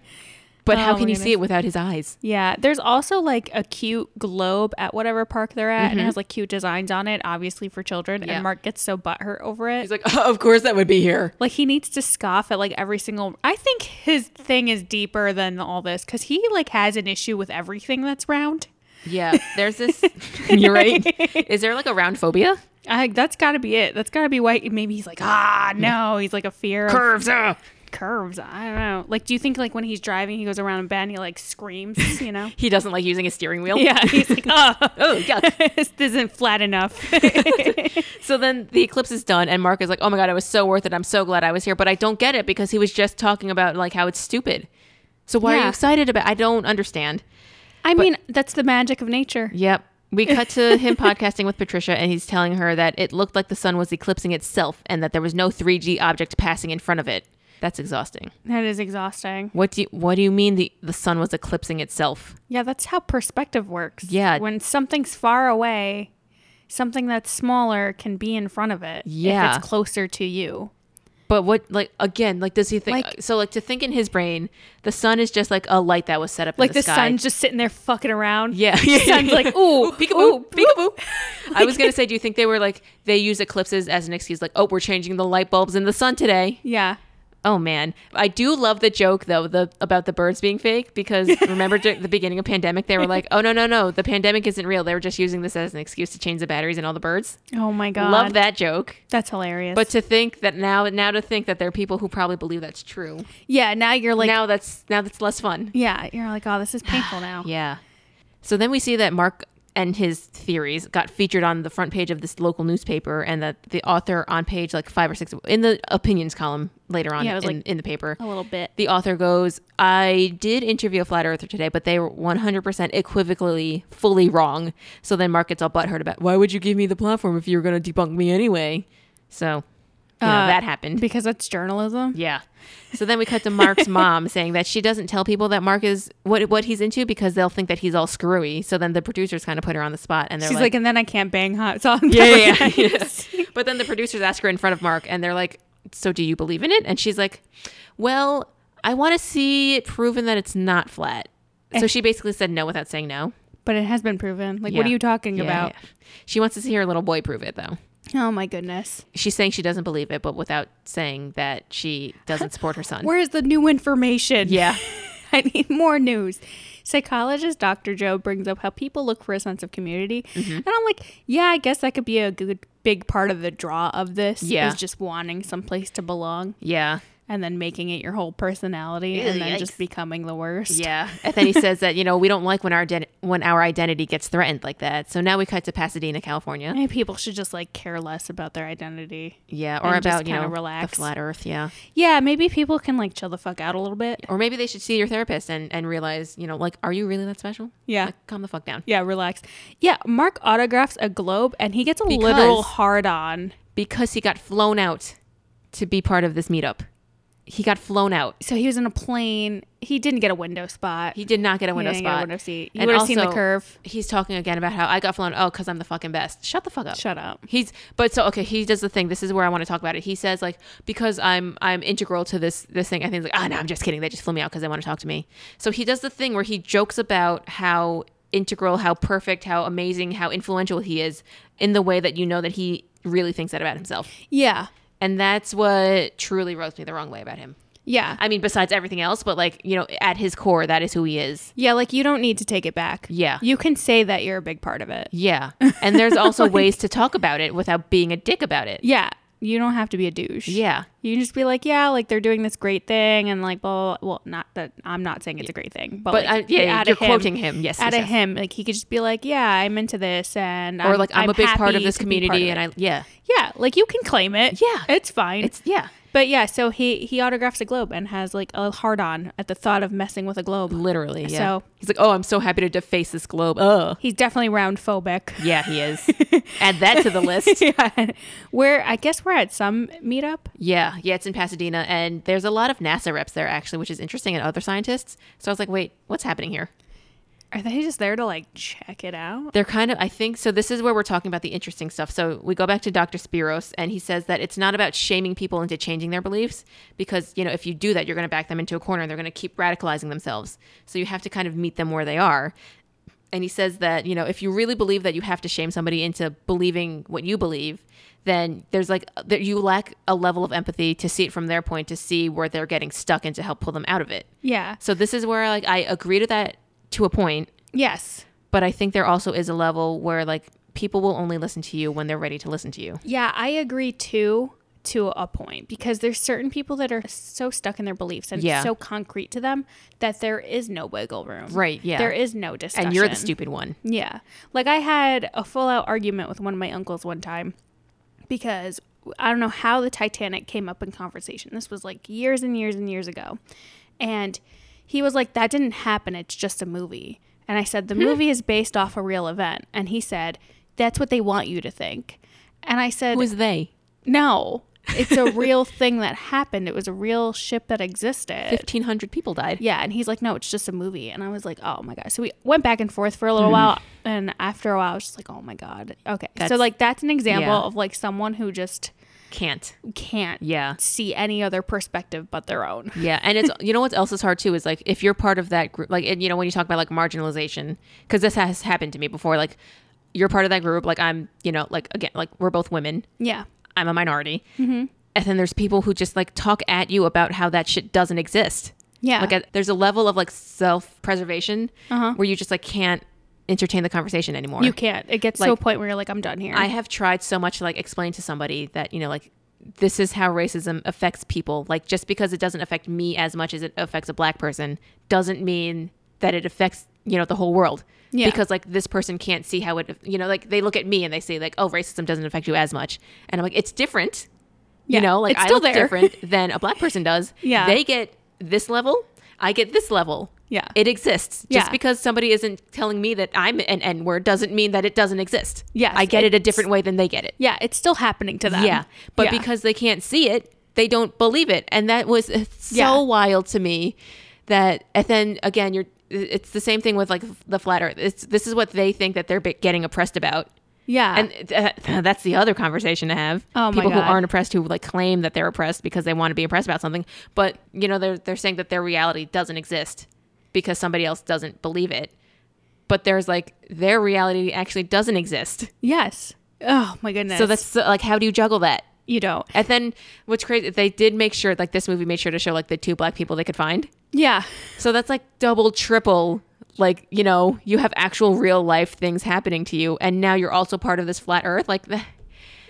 [SPEAKER 2] But how
[SPEAKER 1] Oh,
[SPEAKER 2] can
[SPEAKER 1] my
[SPEAKER 2] you see
[SPEAKER 1] goodness.
[SPEAKER 2] it without his eyes?
[SPEAKER 1] Yeah, there's also like a cute globe at whatever park they're at, and it has like cute designs on it, obviously for children.
[SPEAKER 2] Yeah.
[SPEAKER 1] And Mark gets so butthurt over it.
[SPEAKER 2] He's like, "Oh, of course that would be here.
[SPEAKER 1] Like he needs to scoff at like every single. I think his thing is deeper than all this because he like has an issue with everything that's round.
[SPEAKER 2] Yeah. There's this. You're right. Is there like a round phobia?
[SPEAKER 1] I, that's got to be it. That's got to be why. Maybe he's like, ah, no. He's like a fear of
[SPEAKER 2] Curves. Uh.
[SPEAKER 1] curves. I don't know. Like, do you think like when he's driving, he goes around a bend, and he like screams, you know?
[SPEAKER 2] He doesn't like using a steering wheel.
[SPEAKER 1] yeah. He's like, oh,
[SPEAKER 2] Oh, yuck.
[SPEAKER 1] this isn't flat enough.
[SPEAKER 2] So then the eclipse is done, and Mark is like, "Oh my god, it was so worth it. I'm so glad I was here." But I don't get it because he was just talking about like how it's stupid. So why are you
[SPEAKER 1] Yeah.
[SPEAKER 2] excited about? I don't understand.
[SPEAKER 1] I mean, that's the magic of nature.
[SPEAKER 2] Yep. We cut to him podcasting with Patricia, and he's telling her that it looked like the sun was eclipsing itself, and that there was no 3G object passing in front of it. That's exhausting.
[SPEAKER 1] That is exhausting.
[SPEAKER 2] What do you What do you mean the the sun was eclipsing itself?
[SPEAKER 1] Yeah, that's how perspective works.
[SPEAKER 2] Yeah.
[SPEAKER 1] When something's far away, something that's smaller can be in front of it.
[SPEAKER 2] Yeah.
[SPEAKER 1] If it's closer to you.
[SPEAKER 2] But what like again like does he think
[SPEAKER 1] Like-
[SPEAKER 2] so like to think in his brain the sun is just like a light that was set up
[SPEAKER 1] Like
[SPEAKER 2] in
[SPEAKER 1] the,
[SPEAKER 2] the, sky.
[SPEAKER 1] sun's just sitting there fucking around.
[SPEAKER 2] Yeah.
[SPEAKER 1] The sun's like, ooh,
[SPEAKER 2] peekaboo,
[SPEAKER 1] ooh,
[SPEAKER 2] peekaboo. I was gonna say, do you think they were like they use eclipses as an excuse, like, oh, we're changing the light bulbs in the sun today?
[SPEAKER 1] Yeah.
[SPEAKER 2] Oh man, I do love the joke though the about the birds being fake because remember during the beginning of pandemic they were like, oh no no no, the pandemic isn't real. They were just using this as an excuse to change the batteries and all the birds.
[SPEAKER 1] Oh my god.
[SPEAKER 2] Love that joke.
[SPEAKER 1] That's hilarious.
[SPEAKER 2] But to think that now now to think that there are people who probably believe that's true.
[SPEAKER 1] yeah, now you're like
[SPEAKER 2] now that's now that's less fun.
[SPEAKER 1] yeah, you're like oh, this is painful now.
[SPEAKER 2] Yeah. So then we see that Mark and his theories got featured on the front page of this local newspaper, and that the author on page like five or six in the opinions column later on
[SPEAKER 1] Yeah, it was
[SPEAKER 2] in,
[SPEAKER 1] like-
[SPEAKER 2] in the paper.
[SPEAKER 1] A little bit.
[SPEAKER 2] The author goes, I did interview a flat earther today, but they were 100% equivocally fully wrong. So then Mark gets all butthurt about, why would you give me the platform if you were going to debunk me anyway? So, you know,
[SPEAKER 1] Uh,
[SPEAKER 2] that happened.
[SPEAKER 1] Because that's journalism.
[SPEAKER 2] Yeah. So then we cut to Mark's mom saying that she doesn't tell people that Mark is what what he's into because they'll think that he's all screwy. So then the producers kind of put her on the spot and they're
[SPEAKER 1] She's like,
[SPEAKER 2] like,
[SPEAKER 1] and then I can't bang hot songs.
[SPEAKER 2] yeah, yeah, yeah. Yeah. But then the producers ask her in front of Mark and they're like, "So do you believe in it?" And she's like, "Well, I want to see it proven that it's not flat." So she basically said no without saying no.
[SPEAKER 1] But it has been proven. Like, what are
[SPEAKER 2] Yeah.
[SPEAKER 1] you talking
[SPEAKER 2] Yeah,
[SPEAKER 1] about?
[SPEAKER 2] yeah. She wants to see her little boy prove it though.
[SPEAKER 1] Oh my goodness.
[SPEAKER 2] She's saying she doesn't believe it, but without saying that she doesn't support her son.
[SPEAKER 1] Where's the new information?
[SPEAKER 2] yeah.
[SPEAKER 1] I need more news. Psychologist Dr. Joe brings up how people look for a sense of community.
[SPEAKER 2] Mm-hmm.
[SPEAKER 1] And I'm like, yeah, I guess that could be a good big part of the draw of this
[SPEAKER 2] Yeah.
[SPEAKER 1] is just wanting someplace to belong
[SPEAKER 2] Yeah.
[SPEAKER 1] and then making it your whole personality
[SPEAKER 2] Ew,
[SPEAKER 1] and then
[SPEAKER 2] yikes.
[SPEAKER 1] just becoming the worst.
[SPEAKER 2] Yeah, and then he says that you know we don't like when our ident- when our identity gets threatened like that. So now we cut to Pasadena, California.
[SPEAKER 1] Maybe people should just like care less about their identity.
[SPEAKER 2] Yeah, or
[SPEAKER 1] And just
[SPEAKER 2] about you
[SPEAKER 1] kinda
[SPEAKER 2] know
[SPEAKER 1] relax.
[SPEAKER 2] the flat Earth. Yeah,
[SPEAKER 1] Yeah, maybe people can like chill the fuck out a little bit.
[SPEAKER 2] or maybe they should see your therapist and and realize you know like are you really that special?
[SPEAKER 1] Yeah.
[SPEAKER 2] like, calm the fuck down.
[SPEAKER 1] Yeah, relax. Yeah, Mark autographs a globe and he gets a
[SPEAKER 2] Because-
[SPEAKER 1] literal hard on.
[SPEAKER 2] Because he got flown out to be part of this meetup. He got flown out.
[SPEAKER 1] So he was in a plane. He didn't get a window spot.
[SPEAKER 2] He did not get a window
[SPEAKER 1] didn't get a
[SPEAKER 2] spot.
[SPEAKER 1] window seat. You
[SPEAKER 2] And
[SPEAKER 1] would've seen the
[SPEAKER 2] also,
[SPEAKER 1] curve.
[SPEAKER 2] He's talking again about how I got flown. Oh, because I'm the fucking best. Shut the fuck up.
[SPEAKER 1] Shut up.
[SPEAKER 2] He's but so okay. He does the thing. This is where I want to talk about it. He says like because I'm I'm integral to this this thing. I think he's like ah no I'm just kidding. They just flew me out because they want to talk to me. So he does the thing where he jokes about how integral, how perfect, how amazing, how influential he is in the way that you know that he really thinks that about himself.
[SPEAKER 1] Yeah.
[SPEAKER 2] And that's what truly rubs me the wrong way about him.
[SPEAKER 1] Yeah.
[SPEAKER 2] I mean, besides everything else, but like you know, at his core, that is who he is.
[SPEAKER 1] Yeah, like you don't need to take it back.
[SPEAKER 2] Yeah.
[SPEAKER 1] You can say that you're a big part of it.
[SPEAKER 2] Yeah, and there's also ways to talk about it without being a dick about it.
[SPEAKER 1] Yeah. You don't have to be a douche.
[SPEAKER 2] Yeah.
[SPEAKER 1] You can just be like, yeah, like they're doing this great thing and like, well, well, not that I'm not saying it's a great thing, but,
[SPEAKER 2] But
[SPEAKER 1] like,
[SPEAKER 2] I- yeah,
[SPEAKER 1] out
[SPEAKER 2] you're
[SPEAKER 1] of
[SPEAKER 2] quoting him. Yes,
[SPEAKER 1] Out
[SPEAKER 2] yes,
[SPEAKER 1] of
[SPEAKER 2] yes.
[SPEAKER 1] him. Like he could just be like, yeah, I'm into this and
[SPEAKER 2] or like I'm, a big part of
[SPEAKER 1] happy
[SPEAKER 2] this
[SPEAKER 1] to be part
[SPEAKER 2] community,
[SPEAKER 1] of
[SPEAKER 2] and
[SPEAKER 1] it."
[SPEAKER 2] I yeah,
[SPEAKER 1] Yeah, like you can claim it.
[SPEAKER 2] Yeah.
[SPEAKER 1] It's fine.
[SPEAKER 2] it's yeah,
[SPEAKER 1] But yeah, so he he autographs a globe and has like a hard on at the thought of messing with a globe.
[SPEAKER 2] literally. Yeah.
[SPEAKER 1] So-
[SPEAKER 2] he's like, oh, I'm so happy to deface this globe. Oh,
[SPEAKER 1] He's definitely round phobic.
[SPEAKER 2] yeah, he is. Add that to the list.
[SPEAKER 1] yeah. We're I guess we're at some meetup.
[SPEAKER 2] Yeah, yeah, it's in Pasadena, and there's a lot of NASA reps there actually, which is interesting, and other scientists. So I was like, wait, what's happening here?
[SPEAKER 1] Are they just there to like check it out?
[SPEAKER 2] They're kind of, I think, so this is where we're talking about the interesting stuff. So we go back to Dr. Spiros, and he says that it's not about shaming people into changing their beliefs because, you know, if you do that, you're going to back them into a corner and they're going to keep radicalizing themselves. So you have to kind of meet them where they are. And he says that, you know, if you really believe that you have to shame somebody into believing what you believe, then there's like, that you lack a level of empathy to see it from their point, to see where they're getting stuck and to help pull them out of it.
[SPEAKER 1] Yeah.
[SPEAKER 2] So this is where, like, I agree to that to a point
[SPEAKER 1] Yes.
[SPEAKER 2] but I think there also is a level where like people will only listen to you when they're ready to listen to you.
[SPEAKER 1] Yeah, I agree too to a point because there's certain people that are so stuck in their beliefs and it's
[SPEAKER 2] Yeah.
[SPEAKER 1] so concrete to them that there is no wiggle room.
[SPEAKER 2] Right, yeah.
[SPEAKER 1] There is no discussion.
[SPEAKER 2] And you're the stupid one.
[SPEAKER 1] Yeah. Like I had a full out argument with one of my uncles one time because I don't know how the Titanic came up in conversation. This was like years and years and years ago. And he was like, That didn't happen. It's just a movie. And I said, The
[SPEAKER 2] Hmm.
[SPEAKER 1] movie is based off a real event. And he said, That's what they want you to think. And I said,
[SPEAKER 2] Who is they?
[SPEAKER 1] No, it's a real thing that happened. It was a real ship that existed.
[SPEAKER 2] Uh, Fifteen hundred people died.
[SPEAKER 1] Yeah, and he's like, no, it's just a movie. And I was like, oh my god. So we went back and forth for a little while, and after a while, I was just like, oh my god. Okay, so
[SPEAKER 2] Mm-hmm. That's-
[SPEAKER 1] like that's an example
[SPEAKER 2] yeah.
[SPEAKER 1] of like someone who just
[SPEAKER 2] Can't.
[SPEAKER 1] can't
[SPEAKER 2] Yeah.
[SPEAKER 1] see any other perspective but their own.
[SPEAKER 2] Yeah, and it's you know what else is hard too is like if you're part of that group, like and, you know when you talk about like marginalization, because this has happened to me before. Like you're part of that group, like I'm, you know, like again, like we're both women,
[SPEAKER 1] Yeah,
[SPEAKER 2] I'm a minority, And then there's people who just like talk at you about how that shit doesn't exist.
[SPEAKER 1] Yeah.
[SPEAKER 2] Like a, there's a level of like self preservation
[SPEAKER 1] Uh-huh.
[SPEAKER 2] where you just like can't entertain the conversation anymore.
[SPEAKER 1] you can't. It gets to a
[SPEAKER 2] Like,
[SPEAKER 1] point where you're like, I'm done here.
[SPEAKER 2] I have tried so much to like explain to somebody that, you know, like this is how racism affects people. Like just because it doesn't affect me as much as it affects a black person doesn't mean that it affects, you know, the whole world.
[SPEAKER 1] Yeah.
[SPEAKER 2] Because like this person can't see how it, you know, like they look at me and they say like, oh, racism doesn't affect you as much. And I'm like, it's different.
[SPEAKER 1] Yeah.
[SPEAKER 2] You know, like
[SPEAKER 1] It's
[SPEAKER 2] I
[SPEAKER 1] still
[SPEAKER 2] look
[SPEAKER 1] there.
[SPEAKER 2] different than a black person does.
[SPEAKER 1] Yeah.
[SPEAKER 2] They get this level. I get this level.
[SPEAKER 1] Yeah.
[SPEAKER 2] It exists.
[SPEAKER 1] Yeah.
[SPEAKER 2] Just because somebody isn't telling me that I'm an N word doesn't mean that it doesn't exist.
[SPEAKER 1] Yes,
[SPEAKER 2] I get it a
[SPEAKER 1] it's-
[SPEAKER 2] different way than they get it.
[SPEAKER 1] yeah, it's still happening to them.
[SPEAKER 2] Yeah. But
[SPEAKER 1] Yeah.
[SPEAKER 2] because they can't see it, they don't believe it. And that was uh, so
[SPEAKER 1] Yeah.
[SPEAKER 2] wild to me that, and then again, you're, it's the same thing with like the flat earth. It's, this is what they think that they're be- getting oppressed about.
[SPEAKER 1] yeah,
[SPEAKER 2] And uh, that's the other conversation to have.
[SPEAKER 1] Oh my
[SPEAKER 2] People
[SPEAKER 1] God.
[SPEAKER 2] who aren't oppressed who like claim that they're oppressed because they want to be oppressed about something, but you know they're they're saying that their reality doesn't exist because somebody else doesn't believe it. But there's like their reality actually doesn't exist.
[SPEAKER 1] yes. Oh my goodness.
[SPEAKER 2] So that's uh, like how do you juggle that?
[SPEAKER 1] you know,
[SPEAKER 2] And then what's crazy they did make sure like this movie made sure to show like the two black people they could find.
[SPEAKER 1] yeah,
[SPEAKER 2] So that's like double triple like you know you have actual real life things happening to you and now you're also part of this flat earth like the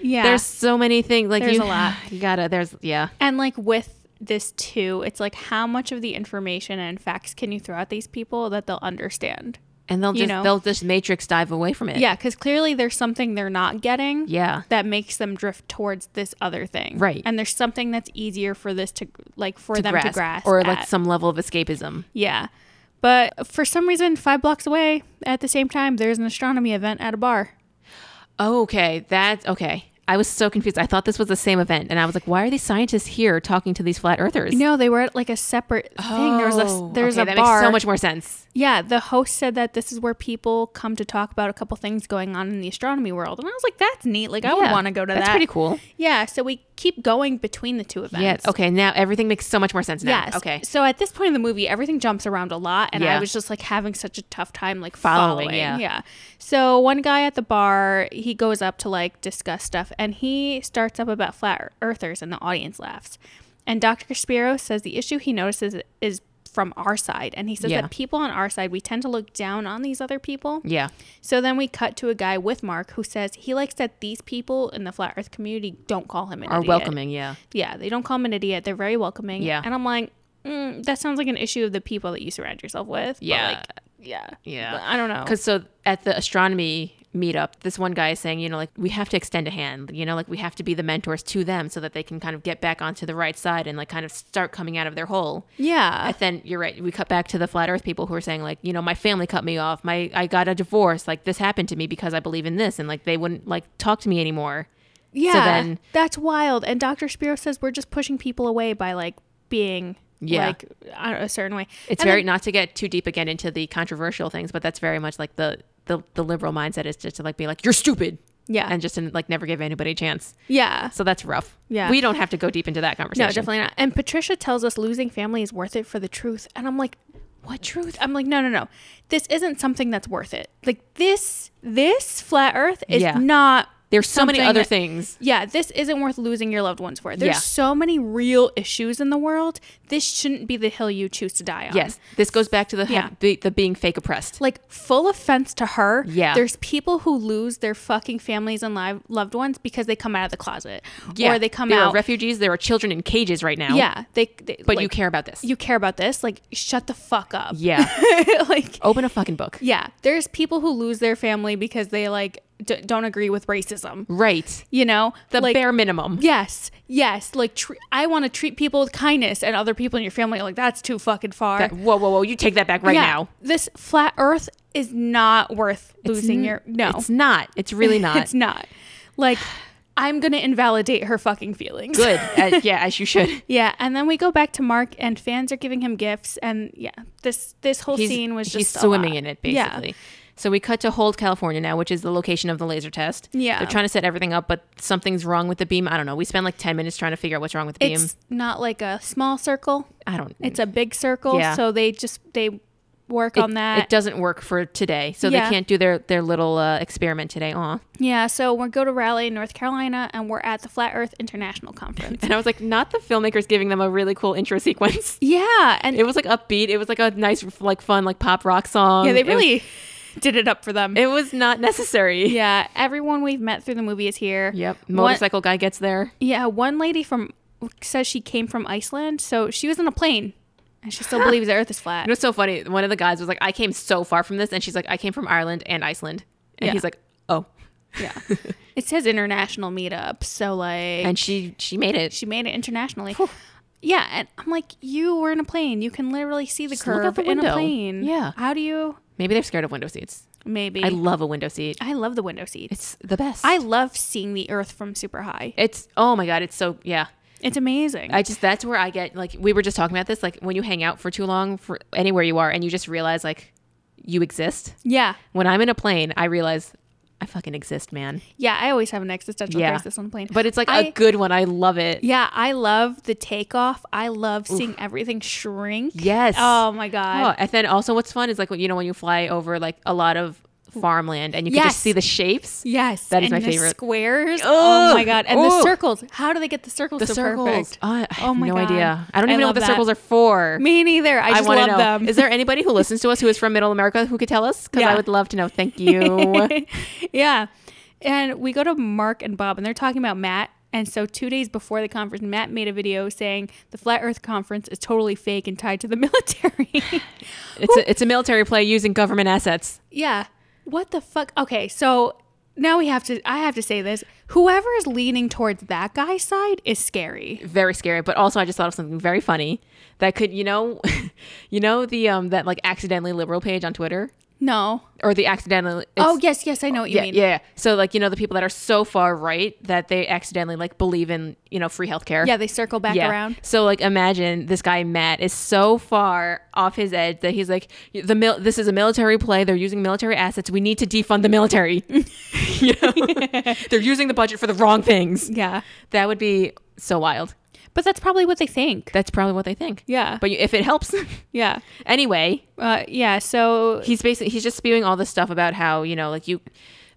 [SPEAKER 1] yeah.
[SPEAKER 2] there's so many things like
[SPEAKER 1] There's
[SPEAKER 2] you,
[SPEAKER 1] a lot.
[SPEAKER 2] you gotta there's yeah
[SPEAKER 1] And like with this too, it's like how much of the information and facts can you throw at these people that they'll understand?
[SPEAKER 2] and they'll
[SPEAKER 1] You
[SPEAKER 2] just
[SPEAKER 1] know.
[SPEAKER 2] they'll just matrix dive away from it
[SPEAKER 1] Yeah, because clearly there's something they're not getting.
[SPEAKER 2] yeah
[SPEAKER 1] That makes them drift towards this other thing,
[SPEAKER 2] Right.
[SPEAKER 1] And there's something that's easier for this to like for
[SPEAKER 2] To
[SPEAKER 1] them
[SPEAKER 2] grasp,
[SPEAKER 1] to grasp,
[SPEAKER 2] or like
[SPEAKER 1] at.
[SPEAKER 2] some level of escapism
[SPEAKER 1] yeah. But for some reason, five blocks away at the same time, there's an astronomy event at a bar.
[SPEAKER 2] oh okay that's okay i was so confused i thought this was the same event and i was like why are these scientists here talking to these flat earthers
[SPEAKER 1] No, they were at like a separate thing. There was a
[SPEAKER 2] Oh,
[SPEAKER 1] there's
[SPEAKER 2] okay,
[SPEAKER 1] a
[SPEAKER 2] that
[SPEAKER 1] bar.
[SPEAKER 2] makes so much more sense
[SPEAKER 1] Yeah, the host said that this is where people come to talk about a couple things going on in the astronomy world, and I was like, "That's neat. Like, I would
[SPEAKER 2] Yeah,
[SPEAKER 1] want to go to
[SPEAKER 2] that's
[SPEAKER 1] that."
[SPEAKER 2] pretty cool
[SPEAKER 1] Yeah, so we keep going between the two events.
[SPEAKER 2] yes okay now everything makes so much more sense now
[SPEAKER 1] Yes.
[SPEAKER 2] okay
[SPEAKER 1] So at this point in the movie, everything jumps around a lot, and I
[SPEAKER 2] Yeah.
[SPEAKER 1] was just like having such a tough time like following.
[SPEAKER 2] Following,
[SPEAKER 1] yeah.
[SPEAKER 2] yeah.
[SPEAKER 1] So one guy at the bar, he goes up to like discuss stuff, and he starts up about flat earthers, and the audience laughs. And Dr. Spiro says the issue he notices is from our side, and he says
[SPEAKER 2] Yeah.
[SPEAKER 1] that people on our side we tend to look down on these other people.
[SPEAKER 2] yeah
[SPEAKER 1] So then we cut to a guy with Mark who says he likes that these people in the flat Earth community don't call him an
[SPEAKER 2] are
[SPEAKER 1] idiot
[SPEAKER 2] welcoming yeah
[SPEAKER 1] yeah, they don't call him an idiot. They're very welcoming.
[SPEAKER 2] Yeah.
[SPEAKER 1] And I'm like, mm, that sounds like an issue of the people that you surround yourself with. But,
[SPEAKER 2] Yeah.
[SPEAKER 1] like, yeah.
[SPEAKER 2] Yeah.
[SPEAKER 1] But I don't know.
[SPEAKER 2] Because so at the astronomy meetup, this one guy is saying, you know, like we have to extend a hand, you know, like we have to be the mentors to them so that they can kind of get back onto the right side and like kind of start coming out of their hole.
[SPEAKER 1] yeah.
[SPEAKER 2] And then you're right. We cut back to the flat earth people who are saying, like, you know, my family cut me off. My I got a divorce. Like this happened to me because I believe in this and like they wouldn't like talk to me anymore.
[SPEAKER 1] yeah.
[SPEAKER 2] then-
[SPEAKER 1] That's wild. And Dr. Spiro says we're just pushing people away by like being
[SPEAKER 2] Yeah.
[SPEAKER 1] like I don't know, a certain way.
[SPEAKER 2] It's
[SPEAKER 1] And
[SPEAKER 2] very
[SPEAKER 1] then-
[SPEAKER 2] not to get too deep again into the controversial things, but that's very much like the the, the liberal mindset is just to like be like, You're stupid
[SPEAKER 1] yeah.
[SPEAKER 2] and just to like never give anybody a chance.
[SPEAKER 1] yeah.
[SPEAKER 2] So that's rough.
[SPEAKER 1] Yeah.
[SPEAKER 2] We don't have to go deep into that conversation.
[SPEAKER 1] No, definitely not. And Patricia tells us losing family is worth it for the truth. And I'm like,
[SPEAKER 2] What truth?
[SPEAKER 1] I'm like, no, no, no. This isn't something that's worth it. Like this, this flat Earth is
[SPEAKER 2] Yeah.
[SPEAKER 1] not.
[SPEAKER 2] There's so many
[SPEAKER 1] something
[SPEAKER 2] other
[SPEAKER 1] that-
[SPEAKER 2] things.
[SPEAKER 1] Yeah, this isn't worth losing your loved ones for. There's
[SPEAKER 2] Yeah.
[SPEAKER 1] so many real issues in the world. This shouldn't be the hill you choose to die on.
[SPEAKER 2] Yes. This goes back to the,
[SPEAKER 1] Yeah.
[SPEAKER 2] the the being fake oppressed.
[SPEAKER 1] Like full offense to her.
[SPEAKER 2] Yeah.
[SPEAKER 1] There's people who lose their fucking families and live, loved ones because they come out of the closet. Or they come
[SPEAKER 2] there
[SPEAKER 1] out.
[SPEAKER 2] are refugees, there are children in cages right now.
[SPEAKER 1] yeah. They, they
[SPEAKER 2] But
[SPEAKER 1] like,
[SPEAKER 2] you care about this.
[SPEAKER 1] you care about this. Like shut the fuck up.
[SPEAKER 2] yeah.
[SPEAKER 1] like
[SPEAKER 2] Open a fucking book.
[SPEAKER 1] yeah. There's people who lose their family because they like d- don't agree with racism.
[SPEAKER 2] Right.
[SPEAKER 1] You know
[SPEAKER 2] The
[SPEAKER 1] like,
[SPEAKER 2] bare minimum.
[SPEAKER 1] Yes, yes. Like tr- I want to treat people with kindness, and other people in your family are like that's too fucking far.
[SPEAKER 2] That- whoa, whoa, whoa. You take that back right
[SPEAKER 1] Yeah,
[SPEAKER 2] now.
[SPEAKER 1] this flat Earth is not worth losing
[SPEAKER 2] n-
[SPEAKER 1] your no.
[SPEAKER 2] It's not. It's really not.
[SPEAKER 1] It's not. Like I'm gonna invalidate her fucking feelings.
[SPEAKER 2] good. As- yeah, as you should.
[SPEAKER 1] Yeah, and then we go back to Mark, and fans are giving him gifts, and yeah, this this whole
[SPEAKER 2] He's-
[SPEAKER 1] scene was just
[SPEAKER 2] he's
[SPEAKER 1] a
[SPEAKER 2] swimming
[SPEAKER 1] lot.
[SPEAKER 2] in it
[SPEAKER 1] Yeah.
[SPEAKER 2] basically. So we cut to Hold, California now, which is the location of the laser test.
[SPEAKER 1] Yeah.
[SPEAKER 2] They're trying to set everything up, but something's wrong with the beam. I don't know. We spend like 10 minutes trying to figure out what's wrong with the beam.
[SPEAKER 1] It's not like a small circle;
[SPEAKER 2] I don't
[SPEAKER 1] it's a big circle.
[SPEAKER 2] Yeah.
[SPEAKER 1] So they just they work
[SPEAKER 2] It-
[SPEAKER 1] on that.
[SPEAKER 2] It doesn't work for today, so
[SPEAKER 1] Yeah.
[SPEAKER 2] they can't do their their little uh, experiment today. Aw.
[SPEAKER 1] yeah, so we're go to Raleigh, North Carolina, and we're at the Flat Earth International Conference.
[SPEAKER 2] And I was like, not the filmmakers giving them a really cool intro sequence.
[SPEAKER 1] yeah, and
[SPEAKER 2] It was like upbeat. It was like a nice, like fun, like pop rock song.
[SPEAKER 1] yeah, they
[SPEAKER 2] It was-
[SPEAKER 1] really did it up for them.
[SPEAKER 2] It was, not necessary.
[SPEAKER 1] yeah, everyone we've met through the movie is here.
[SPEAKER 2] Yep.
[SPEAKER 1] One-
[SPEAKER 2] Motorcycle guy gets there.
[SPEAKER 1] Yeah, one lady from says she came from Iceland, so she was in a plane, and she still believes the Earth is flat.
[SPEAKER 2] It was so funny. One of the guys was like, I came so far from this. And she's like, I came from Ireland and Iceland. And
[SPEAKER 1] Yeah.
[SPEAKER 2] he's like, oh.
[SPEAKER 1] Yeah, it says international meetup, so like,
[SPEAKER 2] And she she made it.
[SPEAKER 1] she made it internationally. Yeah, and I'm like, you were in a plane. You can literally see the
[SPEAKER 2] look out
[SPEAKER 1] curve
[SPEAKER 2] the
[SPEAKER 1] in a
[SPEAKER 2] window.
[SPEAKER 1] plane.
[SPEAKER 2] Yeah.
[SPEAKER 1] How do you?
[SPEAKER 2] Maybe they're scared of window seats.
[SPEAKER 1] Maybe.
[SPEAKER 2] I
[SPEAKER 1] I,
[SPEAKER 2] love a window seat.
[SPEAKER 1] love the window seat.
[SPEAKER 2] It's the best.
[SPEAKER 1] I love seeing the Earth from super high.
[SPEAKER 2] it's oh my god, it's so yeah.
[SPEAKER 1] It's amazing.
[SPEAKER 2] I just that's where I get like we were just talking about this like when you hang out for too long for anywhere you are and you just realize like you exist.
[SPEAKER 1] yeah,
[SPEAKER 2] When I'm in a plane, I realize I fucking exist, man.
[SPEAKER 1] yeah. I always have an existential
[SPEAKER 2] Yeah.
[SPEAKER 1] crisis on the plane.
[SPEAKER 2] But it's like a
[SPEAKER 1] I-
[SPEAKER 2] good one. I love it.
[SPEAKER 1] yeah, I love the takeoff. I love seeing everything shrink.
[SPEAKER 2] Yes.
[SPEAKER 1] Oh my god.
[SPEAKER 2] Oh, and then also what's fun is like when you know when you fly over like a lot of farmland and you can
[SPEAKER 1] Yes.
[SPEAKER 2] just see the shapes.
[SPEAKER 1] Yes,
[SPEAKER 2] That is
[SPEAKER 1] and
[SPEAKER 2] my
[SPEAKER 1] the
[SPEAKER 2] favorite.
[SPEAKER 1] Squares. Oh
[SPEAKER 2] Ugh.
[SPEAKER 1] my god, and the
[SPEAKER 2] Ugh.
[SPEAKER 1] circles. How do they get the circles so perfect?
[SPEAKER 2] Oh, I have
[SPEAKER 1] Oh my
[SPEAKER 2] no
[SPEAKER 1] God.
[SPEAKER 2] idea. I don't
[SPEAKER 1] I
[SPEAKER 2] even know
[SPEAKER 1] love
[SPEAKER 2] what the
[SPEAKER 1] that.
[SPEAKER 2] circles are for.
[SPEAKER 1] Me neither. I
[SPEAKER 2] I
[SPEAKER 1] just
[SPEAKER 2] want to
[SPEAKER 1] love
[SPEAKER 2] know.
[SPEAKER 1] them.
[SPEAKER 2] Is there anybody who listens to us who is from Middle America who could tell us? Because
[SPEAKER 1] Yeah.
[SPEAKER 2] I would love to know. Thank you.
[SPEAKER 1] yeah. And we go to Mark and Bob, and they're talking about Matt. And so, two days before the conference, Matt made a video saying the Flat Earth Conference is totally fake and tied to the military.
[SPEAKER 2] it's a, it's a military play using government assets.
[SPEAKER 1] yeah. What the fuck? Okay. So now we have to, I have to say this. Whoever is leaning towards that guy's side is scary.
[SPEAKER 2] Very scary, but also I just thought of something very funny that could you know, you know the um that like accidentally liberal page on Twitter
[SPEAKER 1] No.
[SPEAKER 2] or the accidentally. it's-
[SPEAKER 1] oh, yes. Yes. I know what you
[SPEAKER 2] yeah,
[SPEAKER 1] mean.
[SPEAKER 2] yeah, yeah. So like you know the people that are so far right that they accidentally like believe in you know free healthcare.
[SPEAKER 1] Yeah, They circle back
[SPEAKER 2] Yeah.
[SPEAKER 1] around.
[SPEAKER 2] So like imagine this guy Matt is so far off his edge that he's like the mil- this is a military play. They're using military assets. We need to defund the military. you know? They're using the budget for the wrong things.
[SPEAKER 1] Yeah.
[SPEAKER 2] That would be so wild.
[SPEAKER 1] But that's probably what they think.
[SPEAKER 2] That's probably what they think.
[SPEAKER 1] Yeah.
[SPEAKER 2] But you- if it helps,
[SPEAKER 1] yeah.
[SPEAKER 2] anyway,
[SPEAKER 1] Uh, yeah. So
[SPEAKER 2] he's basically he's just spewing all this stuff about how you know like you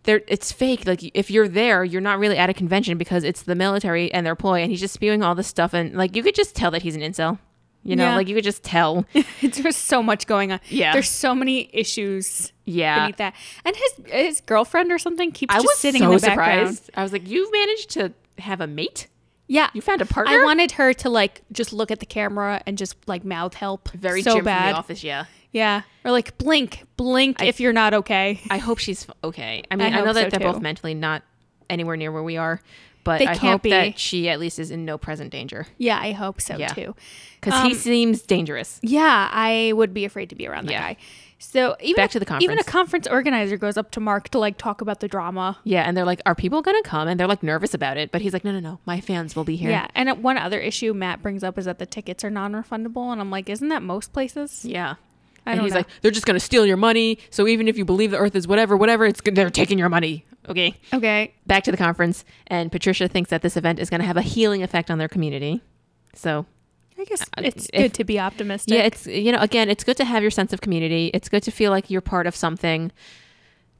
[SPEAKER 2] there it's fake like if you're there you're not really at a convention because it's the military and their ploy and he's just spewing all this stuff and like you could just tell that he's an incel you know
[SPEAKER 1] Yeah.
[SPEAKER 2] like you could just tell
[SPEAKER 1] there's so much going on.
[SPEAKER 2] Yeah.
[SPEAKER 1] There's so many issues
[SPEAKER 2] yeah
[SPEAKER 1] beneath that. And his his girlfriend or something keeps
[SPEAKER 2] i
[SPEAKER 1] just
[SPEAKER 2] was
[SPEAKER 1] sitting
[SPEAKER 2] so
[SPEAKER 1] in the background.
[SPEAKER 2] surprised i was like you've managed to have a mate
[SPEAKER 1] Yeah.
[SPEAKER 2] you found a partner
[SPEAKER 1] I wanted her to like just look at the camera and just like mouth help
[SPEAKER 2] very Jim
[SPEAKER 1] so
[SPEAKER 2] from the
[SPEAKER 1] bad.
[SPEAKER 2] office yeah
[SPEAKER 1] Yeah. Or like blink, blink if you're not okay.
[SPEAKER 2] i hope she's f- okay i mean i,
[SPEAKER 1] hope
[SPEAKER 2] know that
[SPEAKER 1] so,
[SPEAKER 2] they're
[SPEAKER 1] too.
[SPEAKER 2] both mentally not anywhere near where we are but
[SPEAKER 1] They
[SPEAKER 2] i
[SPEAKER 1] can't
[SPEAKER 2] hope
[SPEAKER 1] be.
[SPEAKER 2] that she at least is in no present danger
[SPEAKER 1] Yeah, I hope so
[SPEAKER 2] Yeah.
[SPEAKER 1] too.
[SPEAKER 2] because
[SPEAKER 1] Um,
[SPEAKER 2] he seems dangerous
[SPEAKER 1] Yeah, I would be afraid to be around that
[SPEAKER 2] Yeah.
[SPEAKER 1] guy. So even
[SPEAKER 2] Back
[SPEAKER 1] a-
[SPEAKER 2] to the
[SPEAKER 1] even a
[SPEAKER 2] conference.
[SPEAKER 1] conference organizer goes up to Mark to like talk about the drama.
[SPEAKER 2] Yeah, and they're like, "Are people gonna come?" And they're like nervous about it, but he's like, "No, no, no, my fans will be here."
[SPEAKER 1] Yeah, and uh, one other issue Matt brings up is that the tickets are non-refundable, and I'm like, isn't that most places?
[SPEAKER 2] yeah.
[SPEAKER 1] I
[SPEAKER 2] and
[SPEAKER 1] don't
[SPEAKER 2] he's
[SPEAKER 1] know.
[SPEAKER 2] like, "They're just gonna steal your money. So even if you believe the Earth is whatever, whatever, it's they're taking your money." Okay.
[SPEAKER 1] Okay,
[SPEAKER 2] Back to the conference, and Patricia thinks that this event is gonna have a healing effect on their community. So
[SPEAKER 1] I guess
[SPEAKER 2] I-
[SPEAKER 1] it's
[SPEAKER 2] if-
[SPEAKER 1] good to be optimistic.
[SPEAKER 2] yeah, it's you know, again, it's good to have your sense of community. It's good to feel like you're part of something.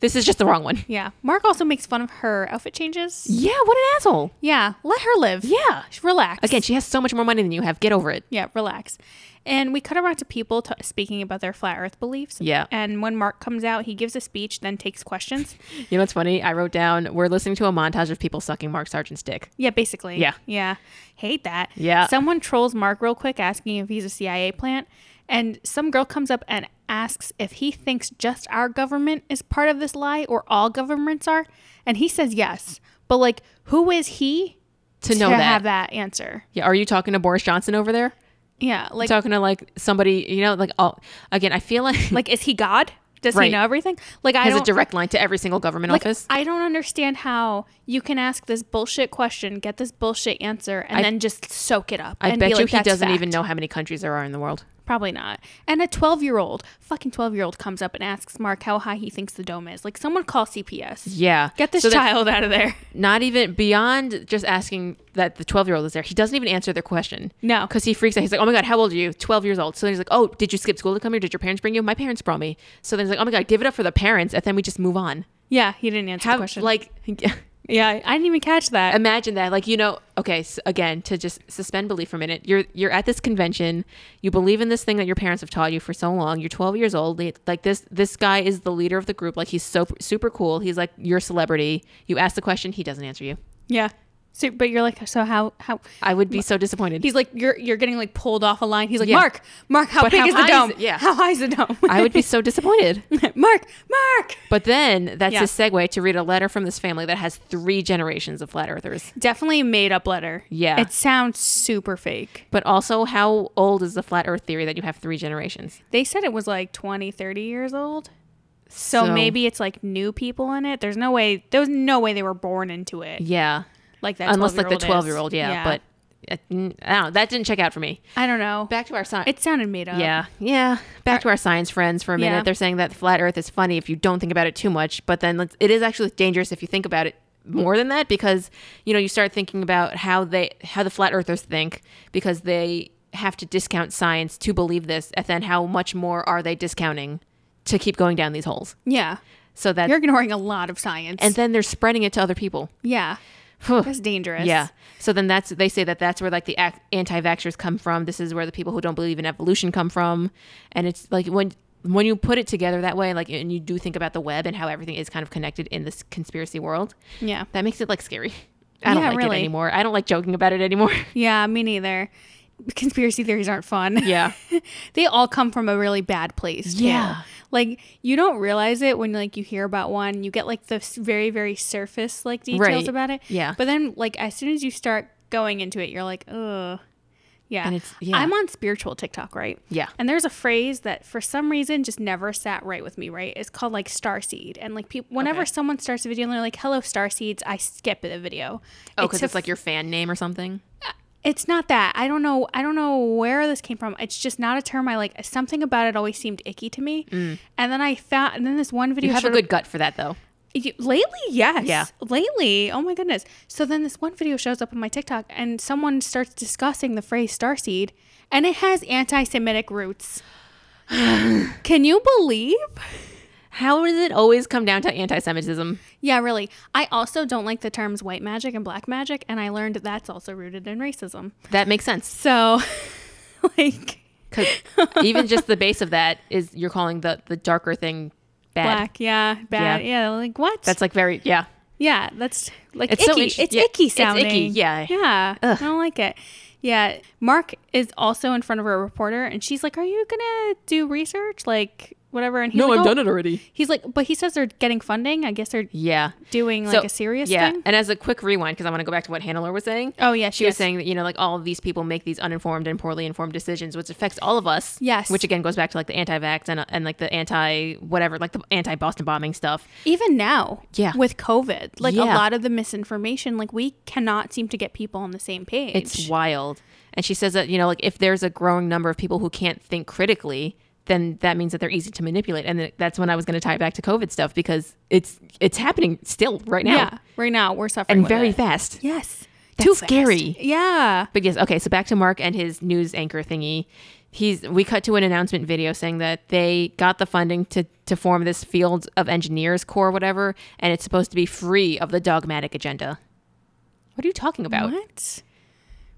[SPEAKER 2] This is just the wrong one.
[SPEAKER 1] yeah. Mark also makes fun of her outfit changes.
[SPEAKER 2] Yeah, what an asshole.
[SPEAKER 1] Yeah, let her live.
[SPEAKER 2] Yeah.
[SPEAKER 1] Just relax.
[SPEAKER 2] Again, she has so much more money than you have. Get over it.
[SPEAKER 1] yeah, relax. And we cut around to people t- speaking about their flat Earth beliefs.
[SPEAKER 2] Yeah.
[SPEAKER 1] And when Mark comes out, he gives a speech, then takes questions.
[SPEAKER 2] You know what's funny? I wrote down we're listening to a montage of people sucking Mark Sargent's dick.
[SPEAKER 1] Yeah, basically.
[SPEAKER 2] Yeah.
[SPEAKER 1] Yeah. Hate that.
[SPEAKER 2] Yeah.
[SPEAKER 1] Someone trolls Mark real quick asking if he's a CIA plant. And some girl comes up and asks if he thinks just our government is part of this lie or all governments are. And he says yes. But like, who is he
[SPEAKER 2] to know that.
[SPEAKER 1] have that answer?
[SPEAKER 2] Yeah, are you talking to Boris Johnson over there?
[SPEAKER 1] Yeah. Like,
[SPEAKER 2] Talking to like somebody, you know, like all again. I feel like like
[SPEAKER 1] like is he God? Does he
[SPEAKER 2] Right.
[SPEAKER 1] know everything? Like, I
[SPEAKER 2] has a
[SPEAKER 1] don't.
[SPEAKER 2] direct line to every single government
[SPEAKER 1] Like,
[SPEAKER 2] office.
[SPEAKER 1] I don't understand how you can ask this bullshit question, get this bullshit answer, and then just soak it up.
[SPEAKER 2] I
[SPEAKER 1] and
[SPEAKER 2] bet
[SPEAKER 1] be
[SPEAKER 2] you
[SPEAKER 1] like,
[SPEAKER 2] he
[SPEAKER 1] "That's
[SPEAKER 2] doesn't even
[SPEAKER 1] fact."
[SPEAKER 2] know how many countries there are in the world.
[SPEAKER 1] Probably not. And a 12 year old, fucking 12 year old, comes up and asks Mark how high he thinks the dome is. Like, someone call CPS.
[SPEAKER 2] Yeah.
[SPEAKER 1] Get this
[SPEAKER 2] So that-
[SPEAKER 1] child out of there.
[SPEAKER 2] Not even beyond just asking that the 12 year old is there. He doesn't even answer their question.
[SPEAKER 1] No.
[SPEAKER 2] Because he freaks out. He's like, oh my God, how old are you? 12 years old. So then he's like, oh, did you skip school to come here? Did your parents bring you? My parents brought me. So then he's like, oh my God, give it up for the parents. And then we just move on.
[SPEAKER 1] Yeah, he didn't answer the
[SPEAKER 2] How,
[SPEAKER 1] question.
[SPEAKER 2] like,
[SPEAKER 1] yeah, I didn't even catch that.
[SPEAKER 2] imagine that. Like, you know, okay, s again, to just suspend belief for a minute, you're, you're at this convention. You believe in this thing that your parents have taught you for so long. You're 12 years old. Like, this, this guy is the leader of the group. Like, he's so super cool. He's like your celebrity. You ask the question, he doesn't answer you.
[SPEAKER 1] yeah. So, but you're like, so how, how,
[SPEAKER 2] I would be so disappointed.
[SPEAKER 1] he's like, you're, you're getting like pulled off a line. He's like,
[SPEAKER 2] Yeah.
[SPEAKER 1] Mark, Mark, how
[SPEAKER 2] But
[SPEAKER 1] big
[SPEAKER 2] how
[SPEAKER 1] is the
[SPEAKER 2] high is
[SPEAKER 1] dome?
[SPEAKER 2] it? Yeah.
[SPEAKER 1] How high is the dome?
[SPEAKER 2] I would be so disappointed.
[SPEAKER 1] Mark, Mark.
[SPEAKER 2] But then that's
[SPEAKER 1] Yeah.
[SPEAKER 2] a segue to read a letter from this family that has three generations of flat earthers.
[SPEAKER 1] Definitely a made up letter.
[SPEAKER 2] Yeah.
[SPEAKER 1] It sounds super fake.
[SPEAKER 2] But also, how old is the flat earth theory that you have three generations?
[SPEAKER 1] They said it was like 20, 30 years old. So,
[SPEAKER 2] So-
[SPEAKER 1] maybe it's like new people in it. There's no way, there was no way they were born into it.
[SPEAKER 2] Yeah.
[SPEAKER 1] Like that.
[SPEAKER 2] Unless, like, the 12
[SPEAKER 1] 12-year-old
[SPEAKER 2] year old.
[SPEAKER 1] is.
[SPEAKER 2] Yeah, But uh, mm, I don't know. That didn't check out for me.
[SPEAKER 1] I don't know.
[SPEAKER 2] Back to our science.
[SPEAKER 1] It sounded made up.
[SPEAKER 2] yeah. Yeah. Back to our science friends for a minute.
[SPEAKER 1] Yeah.
[SPEAKER 2] They're saying that the flat earth is funny if you don't think about it too much. But then let's, it is actually dangerous if you think about it more than that because you know you start thinking about how they how the flat earthers think because they have to discount science to believe this and then how much more are they discounting to keep going down these holes
[SPEAKER 1] Yeah.
[SPEAKER 2] so that
[SPEAKER 1] You're ignoring a lot of science.
[SPEAKER 2] and then they're spreading it to other people
[SPEAKER 1] yeah.
[SPEAKER 2] Phew.
[SPEAKER 1] That's dangerous.
[SPEAKER 2] Yeah. So then that's they say that that's where like the ac- anti-vaxxers come from. This is where the people who don't believe in evolution come from, and it's like when when you put it together that way, like and you do think about the web and how everything is kind of connected in this conspiracy world,
[SPEAKER 1] Yeah.
[SPEAKER 2] that makes it like scary. I don't
[SPEAKER 1] Yeah,
[SPEAKER 2] like
[SPEAKER 1] really.
[SPEAKER 2] it anymore. I don't like joking about it anymore.
[SPEAKER 1] Yeah, me neither. Conspiracy theories aren't fun.
[SPEAKER 2] Yeah.
[SPEAKER 1] they all come from a really bad place. too.
[SPEAKER 2] Yeah.
[SPEAKER 1] Like you don't realize it when like you hear about one, you get like the s- very very surface like details
[SPEAKER 2] Right.
[SPEAKER 1] about it.
[SPEAKER 2] Yeah.
[SPEAKER 1] But then like as soon as you start going into it, you're like, "Ugh." Yeah.
[SPEAKER 2] And it's- yeah.
[SPEAKER 1] I'm on spiritual TikTok, right?
[SPEAKER 2] Yeah.
[SPEAKER 1] And there's a phrase that for some reason just never sat right with me, right? It's called like starseed. And like people whenever
[SPEAKER 2] Okay.
[SPEAKER 1] someone starts a video and they're like, "Hello starseeds," I skip the video.
[SPEAKER 2] Oh, because
[SPEAKER 1] to
[SPEAKER 2] it's like your fan name or something.
[SPEAKER 1] it's not that i don't know i don't know where this came from it's just not a term i like something about it always seemed icky to me and then i found and then this one video
[SPEAKER 2] Mm. You have a
[SPEAKER 1] showed
[SPEAKER 2] good gut for that though.
[SPEAKER 1] you- lately yes
[SPEAKER 2] Yeah.
[SPEAKER 1] lately oh my goodness so then this one video shows up on my tiktok and someone starts discussing the phrase starseed and it has anti-semitic roots can you believe
[SPEAKER 2] How does it always come down to anti-Semitism?
[SPEAKER 1] yeah really i also don't like the terms white magic and black magic and i learned that's also rooted in racism
[SPEAKER 2] That makes sense.
[SPEAKER 1] so like
[SPEAKER 2] Because even just the base of that is you're calling the the darker thing bad.
[SPEAKER 1] black. Yeah, bad. Yeah, like what?
[SPEAKER 2] That's like very yeah.
[SPEAKER 1] yeah. That's like
[SPEAKER 2] It's so
[SPEAKER 1] icky.
[SPEAKER 2] inter-
[SPEAKER 1] it's
[SPEAKER 2] yeah,
[SPEAKER 1] icky
[SPEAKER 2] it's icky,
[SPEAKER 1] sounding.
[SPEAKER 2] yeah.
[SPEAKER 1] yeah. I don't like it. Yeah, Mark is also in front of a reporter, and she's like, "Are you gonna do research, like whatever?" And he's like, "Oh."
[SPEAKER 2] it already.
[SPEAKER 1] He's like, but he says they're getting funding. I guess they're
[SPEAKER 2] Yeah.
[SPEAKER 1] doing like a serious
[SPEAKER 2] yeah.
[SPEAKER 1] thing.
[SPEAKER 2] And as a quick rewind, because I want to go back to what Hannah Lore was saying.
[SPEAKER 1] Oh yeah,
[SPEAKER 2] She was saying that, you know, like all of these people make these uninformed and poorly informed decisions, which affects all of us.
[SPEAKER 1] Yes.
[SPEAKER 2] Which again goes back to like the anti vax and, uh, and like the anti whatever, like the anti Boston bombing stuff.
[SPEAKER 1] even now,
[SPEAKER 2] Yeah.
[SPEAKER 1] with COVID, like a
[SPEAKER 2] Yeah.
[SPEAKER 1] lot of the misinformation, like we cannot seem to get people on the same page.
[SPEAKER 2] It's wild. And she says that, you know, like if there's a growing number of people who can't think critically, then that means that they're easy to manipulate. And th- that's when I was going to tie it back to COVID stuff because it's it's happening still right now
[SPEAKER 1] yeah, right now we're suffering
[SPEAKER 2] and
[SPEAKER 1] with
[SPEAKER 2] very
[SPEAKER 1] it.
[SPEAKER 2] fast.
[SPEAKER 1] Yes.
[SPEAKER 2] That's
[SPEAKER 1] fast.
[SPEAKER 2] scary.
[SPEAKER 1] Yeah.
[SPEAKER 2] But yes, okay. So back to Mark and his news anchor thingy. He's we cut to an announcement video saying that they got the funding to to form this field of engineers corps, whatever, and it's supposed to be free of the dogmatic agenda. What are you talking about?
[SPEAKER 1] What?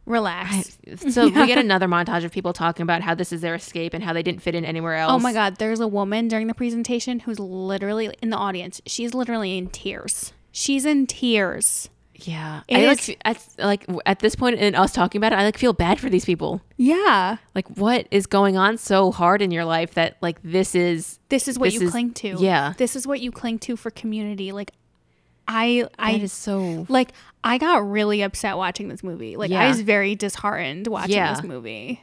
[SPEAKER 1] Relax.
[SPEAKER 2] So we get another montage of people talking about how this is their escape and how they didn't fit in anywhere else.
[SPEAKER 1] Oh my God. There's a woman during the presentation who's literally in the audience. She's literally in tears. She's in tears.
[SPEAKER 2] Yeah,
[SPEAKER 1] It
[SPEAKER 2] I
[SPEAKER 1] is-
[SPEAKER 2] like f- at, like w- at this point in us talking about it, I like feel bad for these people.
[SPEAKER 1] Yeah.
[SPEAKER 2] Like, what is going on so hard in your life that like this is
[SPEAKER 1] This is what
[SPEAKER 2] This
[SPEAKER 1] you
[SPEAKER 2] is-
[SPEAKER 1] cling to.
[SPEAKER 2] yeah.
[SPEAKER 1] This is what you cling to for community. Like, I, I,
[SPEAKER 2] that is so
[SPEAKER 1] like, I got really upset watching this movie. Like, I
[SPEAKER 2] Yeah.
[SPEAKER 1] was very disheartened watching
[SPEAKER 2] Yeah.
[SPEAKER 1] this movie.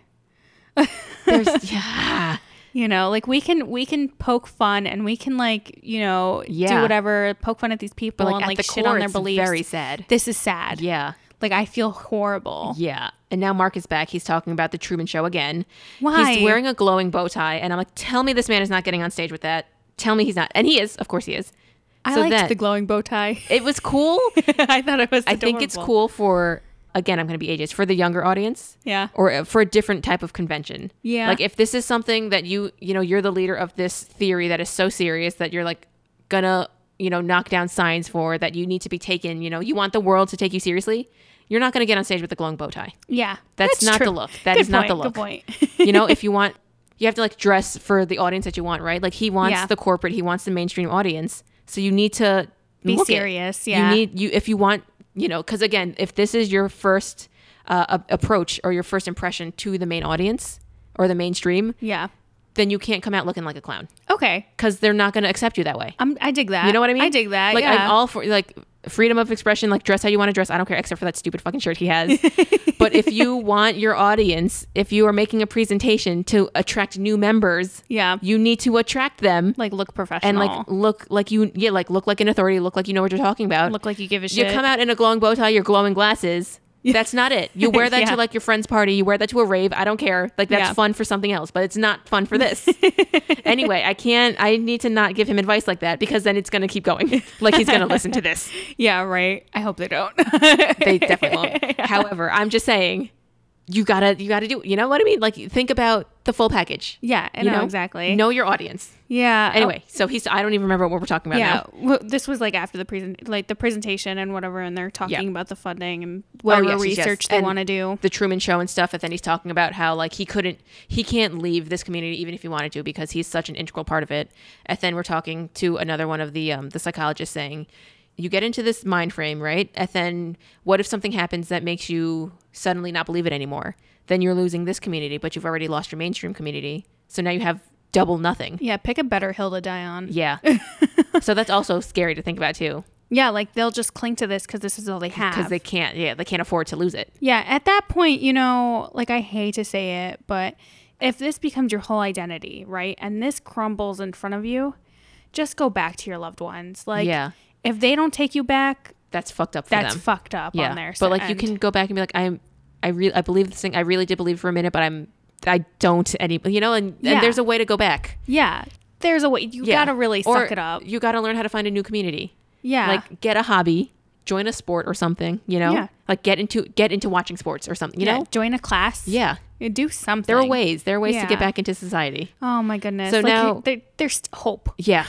[SPEAKER 2] there's, yeah.
[SPEAKER 1] You know, like we can we can poke fun and we can like you know do
[SPEAKER 2] Yeah.
[SPEAKER 1] whatever poke fun at these people
[SPEAKER 2] But
[SPEAKER 1] and
[SPEAKER 2] like,
[SPEAKER 1] like
[SPEAKER 2] at the
[SPEAKER 1] shit
[SPEAKER 2] core,
[SPEAKER 1] on their
[SPEAKER 2] it's
[SPEAKER 1] beliefs.
[SPEAKER 2] very sad.
[SPEAKER 1] this is sad.
[SPEAKER 2] Yeah,
[SPEAKER 1] Like I feel horrible.
[SPEAKER 2] Yeah. And now Mark is back. He's talking about the Truman Show again.
[SPEAKER 1] Why?
[SPEAKER 2] He's wearing a glowing bow tie. And I'm like, tell me this man is not getting on stage with that. Tell me he's not. And he is. Of course he is.
[SPEAKER 1] I
[SPEAKER 2] so
[SPEAKER 1] liked
[SPEAKER 2] then-
[SPEAKER 1] the glowing bow tie.
[SPEAKER 2] It was cool.
[SPEAKER 1] I thought it was.
[SPEAKER 2] I think it's
[SPEAKER 1] adorable.
[SPEAKER 2] cool for, again, I'm going to be ages, for the younger audience.
[SPEAKER 1] Yeah.
[SPEAKER 2] Or uh, for a different type of convention.
[SPEAKER 1] Yeah.
[SPEAKER 2] Like if this is something that you, you know, you're the leader of this theory that is so serious that you're like going to, you know, knock down signs for that you need to be taken, you know, you want the world to take you seriously. You're not going to get on stage with a glowing bow tie.
[SPEAKER 1] Yeah.
[SPEAKER 2] That's not the look. That
[SPEAKER 1] That is
[SPEAKER 2] is not the look.
[SPEAKER 1] Good point.
[SPEAKER 2] you know if you want you have to like dress for the audience that you want right like he wants
[SPEAKER 1] Yeah.
[SPEAKER 2] the corporate he wants the mainstream audience so you need to
[SPEAKER 1] Be
[SPEAKER 2] look it.
[SPEAKER 1] serious, yeah.
[SPEAKER 2] you need you if you want you know because again if this is your first uh, a- approach or your first impression to the main audience or the mainstream
[SPEAKER 1] yeah.
[SPEAKER 2] then you can't come out looking like a clown
[SPEAKER 1] Okay.
[SPEAKER 2] because they're not going to accept you that way
[SPEAKER 1] I'm, I dig that.
[SPEAKER 2] you know what i mean
[SPEAKER 1] I dig that.
[SPEAKER 2] like
[SPEAKER 1] yeah.
[SPEAKER 2] i'm all for like freedom of expression like dress how you want to dress i don't care except for that stupid fucking shirt he has but if you want your audience if you are making a presentation to attract new members
[SPEAKER 1] yeah.
[SPEAKER 2] you need to attract them
[SPEAKER 1] like look professional.
[SPEAKER 2] and like look like you yeah like look like an authority look like you know what you're talking about
[SPEAKER 1] look like you give a
[SPEAKER 2] you
[SPEAKER 1] shit.
[SPEAKER 2] come out in a glowing bow tie your glowing glasses that's not it you wear that
[SPEAKER 1] Yeah.
[SPEAKER 2] to like your friend's party you wear that to a rave i don't care like that's
[SPEAKER 1] Yeah.
[SPEAKER 2] fun for something else but it's not fun for this anyway i can't i need to not give him advice like that because then it's going to keep going like he's going to listen to this
[SPEAKER 1] yeah, right. I hope they don't.
[SPEAKER 2] they definitely won't however i'm just saying you gotta you gotta do you know what i mean like think about the full package
[SPEAKER 1] yeah, I
[SPEAKER 2] you
[SPEAKER 1] know, exactly.
[SPEAKER 2] know your audience
[SPEAKER 1] Yeah.
[SPEAKER 2] anyway so he's i don't even remember what we're talking about
[SPEAKER 1] yeah
[SPEAKER 2] now
[SPEAKER 1] well, this was like after the present like the presentation and whatever and they're talking
[SPEAKER 2] Yeah. Oh,
[SPEAKER 1] about the funding and whatever
[SPEAKER 2] yes, yes, yes.
[SPEAKER 1] research they
[SPEAKER 2] And-
[SPEAKER 1] want to do
[SPEAKER 2] the Truman Show and stuff, and then he's talking about how like he couldn't, he can't leave this community even if he wanted to because he's such an integral part of it. And then we're talking to another one of the um, the psychologists saying, you get into this mind frame, right? And then what if something happens that makes you suddenly not believe it anymore? Then you're losing this community, but you've already lost your mainstream community, so now you have double nothing.
[SPEAKER 1] yeah pick a better hill to die on
[SPEAKER 2] Yeah. so that's also scary to think about too
[SPEAKER 1] yeah like they'll just cling to this because this is all they
[SPEAKER 2] because
[SPEAKER 1] have
[SPEAKER 2] they can't, yeah, they can't afford to lose it.
[SPEAKER 1] yeah at that point you know like i hate to say it but if this becomes your whole identity right and this crumbles in front of you just go back to your loved ones like
[SPEAKER 2] Yeah.
[SPEAKER 1] if they don't take you back
[SPEAKER 2] That's fucked up for
[SPEAKER 1] that's
[SPEAKER 2] them.
[SPEAKER 1] fucked up on there
[SPEAKER 2] But like you can go back and be like, I'm, I really, I believe this thing. I really did believe for a minute, but I'm, I don't any, you know, and,
[SPEAKER 1] Yeah.
[SPEAKER 2] and there's a way to go back.
[SPEAKER 1] yeah there's a way you
[SPEAKER 2] Yeah.
[SPEAKER 1] gotta really
[SPEAKER 2] Or
[SPEAKER 1] suck it up
[SPEAKER 2] You gotta learn how to find a new community.
[SPEAKER 1] yeah
[SPEAKER 2] Like get a hobby, join a sport or something. You know,
[SPEAKER 1] Yeah.
[SPEAKER 2] like get into get into watching sports or something. You
[SPEAKER 1] yeah,
[SPEAKER 2] know,
[SPEAKER 1] join a class
[SPEAKER 2] yeah.
[SPEAKER 1] You do something.
[SPEAKER 2] There are ways. There are ways to
[SPEAKER 1] Yeah.
[SPEAKER 2] get back into society.
[SPEAKER 1] Oh my goodness.
[SPEAKER 2] So
[SPEAKER 1] like
[SPEAKER 2] now-
[SPEAKER 1] you- there, there's hope.
[SPEAKER 2] Yeah,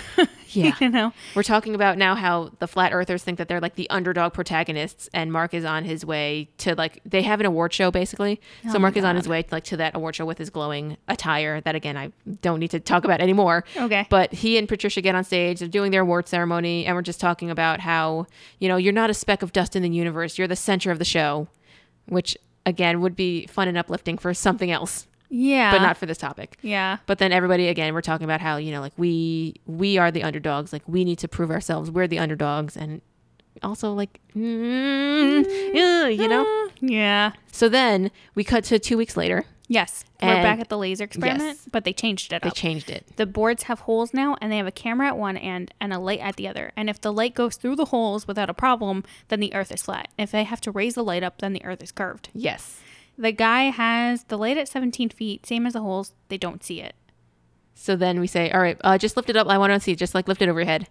[SPEAKER 2] yeah.
[SPEAKER 1] You know.
[SPEAKER 2] We're talking about now how the flat earthers think that they're like the underdog protagonists, and Mark is on his way to like they have an award show basically. so Mark is on his way like to that award show with his glowing attire that again I don't need to talk about anymore.
[SPEAKER 1] Okay.
[SPEAKER 2] But he and Patricia get on stage, they're doing their award ceremony, and we're just talking about how you know you're not a speck of dust in the universe, you're the center of the show, which again would be fun and uplifting for something else,
[SPEAKER 1] Yeah.
[SPEAKER 2] but not for this topic.
[SPEAKER 1] Yeah.
[SPEAKER 2] But then everybody again, we're talking about how you know, like we we are the underdogs. Like we need to prove ourselves. We're the underdogs, and also like, mm, yeah, you know.
[SPEAKER 1] Yeah.
[SPEAKER 2] So then we cut to two weeks later.
[SPEAKER 1] Yes. We're
[SPEAKER 2] And-
[SPEAKER 1] back at the laser experiment,
[SPEAKER 2] Yes.
[SPEAKER 1] but they changed it
[SPEAKER 2] They
[SPEAKER 1] up.
[SPEAKER 2] changed it.
[SPEAKER 1] the boards have holes now, and they have a camera at one end and a light at the other. And if the light goes through the holes without a problem, then the Earth is flat. If they have to raise the light up, then the Earth is curved.
[SPEAKER 2] Yes.
[SPEAKER 1] The guy has the light at 17 feet, same as the holes. They don't see it.
[SPEAKER 2] So then we say, all right, uh, just lift it up. I want to see. it. Just like lift it over your head.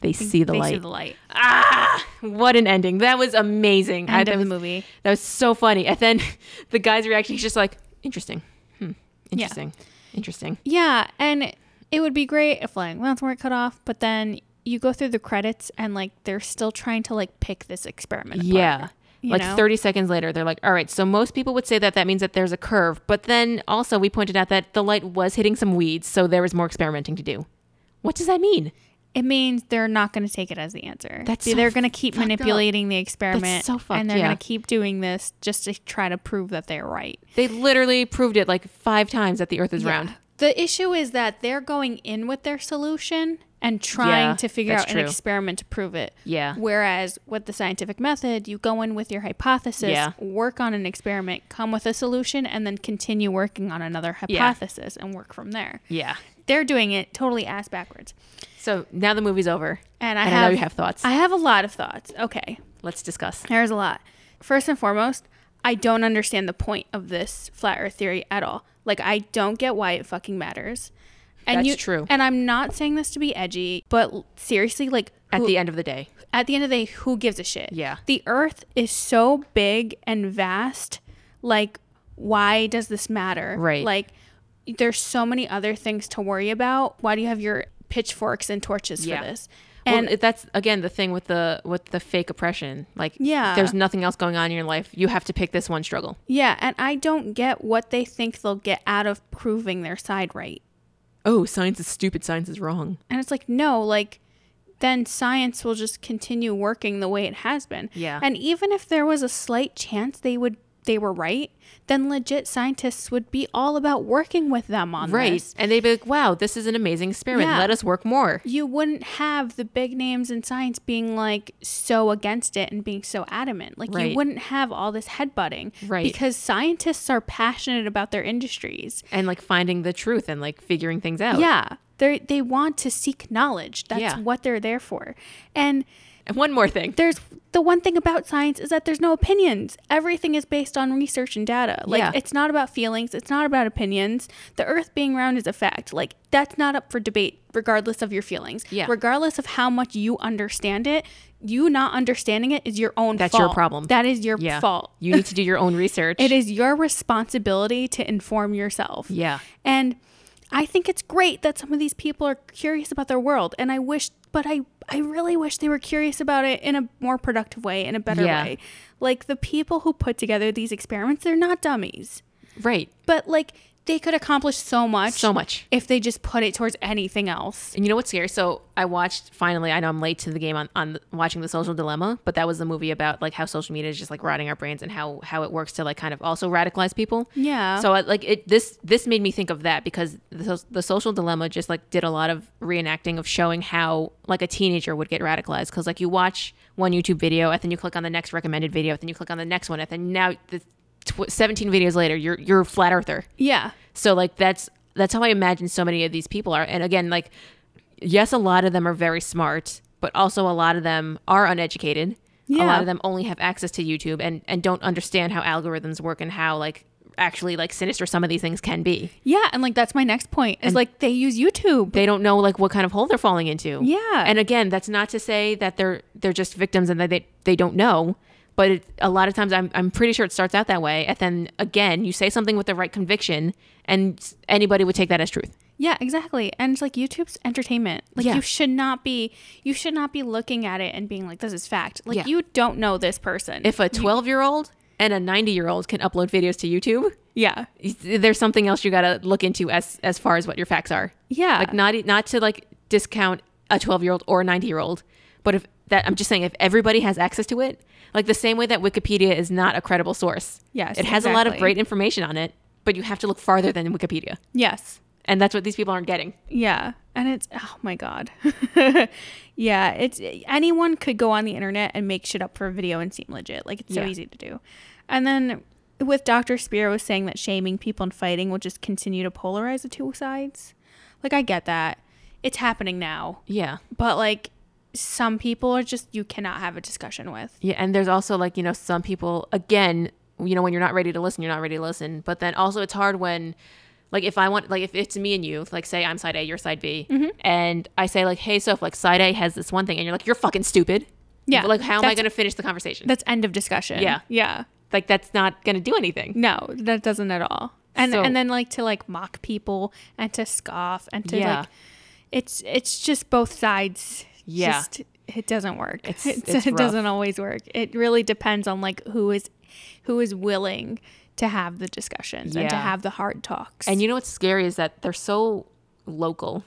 [SPEAKER 2] They see the
[SPEAKER 1] they
[SPEAKER 2] light. Ah!
[SPEAKER 1] see the light.
[SPEAKER 2] What an ending! That was amazing. I-
[SPEAKER 1] End
[SPEAKER 2] that
[SPEAKER 1] of the
[SPEAKER 2] was-
[SPEAKER 1] movie.
[SPEAKER 2] That was so funny. And then the guy's reaction, he's just like, interesting. Hmm. Interesting. Interesting.
[SPEAKER 1] Yeah, and it would be great if like mounts weren't cut off, but then you go through the credits and like they're still trying to like pick this experiment. apart,
[SPEAKER 2] Yeah.
[SPEAKER 1] you
[SPEAKER 2] Like
[SPEAKER 1] know?
[SPEAKER 2] 30 seconds later, they're like, all right, so most people would say that that means that there's a curve. But then also, we pointed out that the light was hitting some weeds, so there was more experimenting to do. What does that mean?
[SPEAKER 1] It means they're not going to take it as the answer.
[SPEAKER 2] That's
[SPEAKER 1] See,
[SPEAKER 2] so
[SPEAKER 1] they're going to keep
[SPEAKER 2] fucked up.
[SPEAKER 1] manipulating the experiment,
[SPEAKER 2] so fucked,
[SPEAKER 1] and they're
[SPEAKER 2] yeah.
[SPEAKER 1] going to keep doing this just to try to prove that they're right.
[SPEAKER 2] They literally proved it like five times that the earth is round.
[SPEAKER 1] The issue is that they're going in with their solution and trying
[SPEAKER 2] Yeah,
[SPEAKER 1] to figure
[SPEAKER 2] that's
[SPEAKER 1] out an
[SPEAKER 2] true.
[SPEAKER 1] experiment to prove it.
[SPEAKER 2] Yeah.
[SPEAKER 1] Whereas with the scientific method, you go in with your hypothesis,
[SPEAKER 2] Yeah.
[SPEAKER 1] work on an experiment, come with a solution, and then continue working on another hypothesis and work from there.
[SPEAKER 2] Yeah.
[SPEAKER 1] They're doing it totally ass backwards.
[SPEAKER 2] So now the movie's over.
[SPEAKER 1] And I
[SPEAKER 2] And I,
[SPEAKER 1] have
[SPEAKER 2] know you have thoughts.
[SPEAKER 1] I have a lot of thoughts. Okay.
[SPEAKER 2] Let's discuss.
[SPEAKER 1] There's a lot. first and foremost, I don't understand the point of this flat earth theory at all. Like I don't get why it fucking matters. And
[SPEAKER 2] That's
[SPEAKER 1] you,
[SPEAKER 2] true.
[SPEAKER 1] And I'm not saying this to be edgy, but l- seriously, like
[SPEAKER 2] At
[SPEAKER 1] who-
[SPEAKER 2] the end of the day,
[SPEAKER 1] at the end of the day, who gives a shit?
[SPEAKER 2] Yeah.
[SPEAKER 1] The earth is so big and vast. Like, why does this matter?
[SPEAKER 2] Right.
[SPEAKER 1] Like, there's so many other things to worry about. Why do you have your pitchforks and torches
[SPEAKER 2] Yeah.
[SPEAKER 1] for this?
[SPEAKER 2] and
[SPEAKER 1] And
[SPEAKER 2] that's again the thing with the with the fake oppression. Like,
[SPEAKER 1] Yeah.
[SPEAKER 2] there's nothing else going on in your life. You have to pick this one struggle.
[SPEAKER 1] yeah, and I don't get what they think they'll get out of proving their side right.
[SPEAKER 2] Oh, science is stupid. Science is wrong.
[SPEAKER 1] And it's like, no, like, then science will just continue working the way it has been.
[SPEAKER 2] Yeah.
[SPEAKER 1] And even if there was a slight chance they would they were right, then legit scientists would be all about working with them on
[SPEAKER 2] Right.
[SPEAKER 1] this.
[SPEAKER 2] And they'd be like, wow, this is an amazing experiment.
[SPEAKER 1] Yeah.
[SPEAKER 2] Let us work more.
[SPEAKER 1] You wouldn't have the big names in science being like so against it and being so adamant. Like
[SPEAKER 2] Right.
[SPEAKER 1] you wouldn't have all this headbutting
[SPEAKER 2] Right.
[SPEAKER 1] because scientists are passionate about their industries.
[SPEAKER 2] And like finding the truth and like figuring things out.
[SPEAKER 1] Yeah. They they want to seek knowledge. That's
[SPEAKER 2] Oh. Yeah.
[SPEAKER 1] what they're there for. And
[SPEAKER 2] And one more thing.
[SPEAKER 1] there's the one thing about science is that there's no opinions. Everything is based on research and data. Like
[SPEAKER 2] Yeah.
[SPEAKER 1] it's not about feelings, it's not about opinions. The earth being round is a fact. Like that's not up for debate regardless of your feelings.
[SPEAKER 2] Yeah.
[SPEAKER 1] Regardless of how much you understand it, you not understanding it is your own
[SPEAKER 2] That's your
[SPEAKER 1] fault.
[SPEAKER 2] problem.
[SPEAKER 1] That is your
[SPEAKER 2] Yeah.
[SPEAKER 1] fault.
[SPEAKER 2] You need to do your own research.
[SPEAKER 1] It is your responsibility to inform yourself.
[SPEAKER 2] Yeah.
[SPEAKER 1] And I think it's great that some of these people are curious about their world. And I wish, but I, I really wish they were curious about it in a more productive way, in a better
[SPEAKER 2] Yeah.
[SPEAKER 1] way. Like the people who put together these experiments, they're not dummies,
[SPEAKER 2] Right.
[SPEAKER 1] but like they could accomplish so much
[SPEAKER 2] So much.
[SPEAKER 1] if they just put it towards anything else.
[SPEAKER 2] And you know what's scary? So I watched finally. I know I'm late to the game on, on watching the Social Dilemma, but that was the movie about like how social media is just like rotting our brains and how how it works to like kind of also radicalize people.
[SPEAKER 1] Yeah.
[SPEAKER 2] So I, like it this this made me think of that because the, so- the Social Dilemma just like did a lot of reenacting of showing how like a teenager would get radicalized because like you watch one YouTube video and then you click on the next recommended video and then you click on the next one and then now the tw- 17 videos later you're you're a flat earther.
[SPEAKER 1] Yeah.
[SPEAKER 2] So like that's that's how I imagine so many of these people are. And again, like yes, a lot of them are very smart, but also a lot of them are uneducated. A
[SPEAKER 1] Yeah.
[SPEAKER 2] lot of them only have access to YouTube and and don't understand how algorithms work and how like actually like sinister some of these things can be.
[SPEAKER 1] Yeah. And like that's my next point is like they use YouTube.
[SPEAKER 2] They don't know like what kind of hole they're falling into.
[SPEAKER 1] Yeah.
[SPEAKER 2] And again, that's not to say that they're they're just victims and that they they don't know. But it, a lot of times, I'm I'm pretty sure it starts out that way, and then again, you say something with the right conviction, and s- anybody would take that as truth.
[SPEAKER 1] Yeah, exactly. And it's like YouTube's entertainment. Like
[SPEAKER 2] Yeah.
[SPEAKER 1] you should not be you should not be looking at it and being like this is fact. Like
[SPEAKER 2] Yeah.
[SPEAKER 1] you don't know this person.
[SPEAKER 2] if a 12 year old and a 90 year old can upload videos to YouTube,
[SPEAKER 1] yeah.
[SPEAKER 2] there's something else you got to look into as as far as what your facts are.
[SPEAKER 1] Yeah.
[SPEAKER 2] Like not e, not to like discount a 12 year old or a 90 year old, but if that I'm just saying if everybody has access to it, like the same way that Wikipedia is not a credible source.
[SPEAKER 1] Yes,
[SPEAKER 2] It has a lot of
[SPEAKER 1] exactly.
[SPEAKER 2] great information on it, but you have to look farther than Wikipedia.
[SPEAKER 1] yes.
[SPEAKER 2] And that's what these people aren't getting.
[SPEAKER 1] Yeah. And it's oh my god. yeah, it's anyone could go on the internet and make shit up for a video and seem legit. Like it's so
[SPEAKER 2] Yeah.
[SPEAKER 1] easy to do. And then with Dr. Spear was saying that shaming people and fighting will just continue to polarize the two sides. Like I get that. It's happening now.
[SPEAKER 2] Yeah.
[SPEAKER 1] but like some people are just you cannot have a discussion with.
[SPEAKER 2] Yeah, and there's also like, you know, some people again, you know, when you're not ready to listen, you're not ready to listen. But then also it's hard when like if I want like if it's me and you, like say I'm side A, you're side B,
[SPEAKER 1] Mm-hmm.
[SPEAKER 2] and I say like, "Hey, so if like side A has this one thing." And you're like, "You're fucking stupid."
[SPEAKER 1] Yeah,
[SPEAKER 2] Like how am I
[SPEAKER 1] that's-
[SPEAKER 2] going to finish the conversation?
[SPEAKER 1] That's end of discussion.
[SPEAKER 2] Yeah.
[SPEAKER 1] Yeah.
[SPEAKER 2] like that's not going to do anything.
[SPEAKER 1] No, that doesn't at all. And
[SPEAKER 2] So-
[SPEAKER 1] and then like to like mock people and to scoff and to
[SPEAKER 2] Yeah.
[SPEAKER 1] like it's it's just both sides.
[SPEAKER 2] Yeah.
[SPEAKER 1] Just, it doesn't work.
[SPEAKER 2] It's-
[SPEAKER 1] It's-
[SPEAKER 2] it's
[SPEAKER 1] it
[SPEAKER 2] rough.
[SPEAKER 1] doesn't always work. It really depends on like who is who is willing to have the discussions and to
[SPEAKER 2] Yeah.
[SPEAKER 1] have the hard talks.
[SPEAKER 2] And you know what's scary is that they're so local.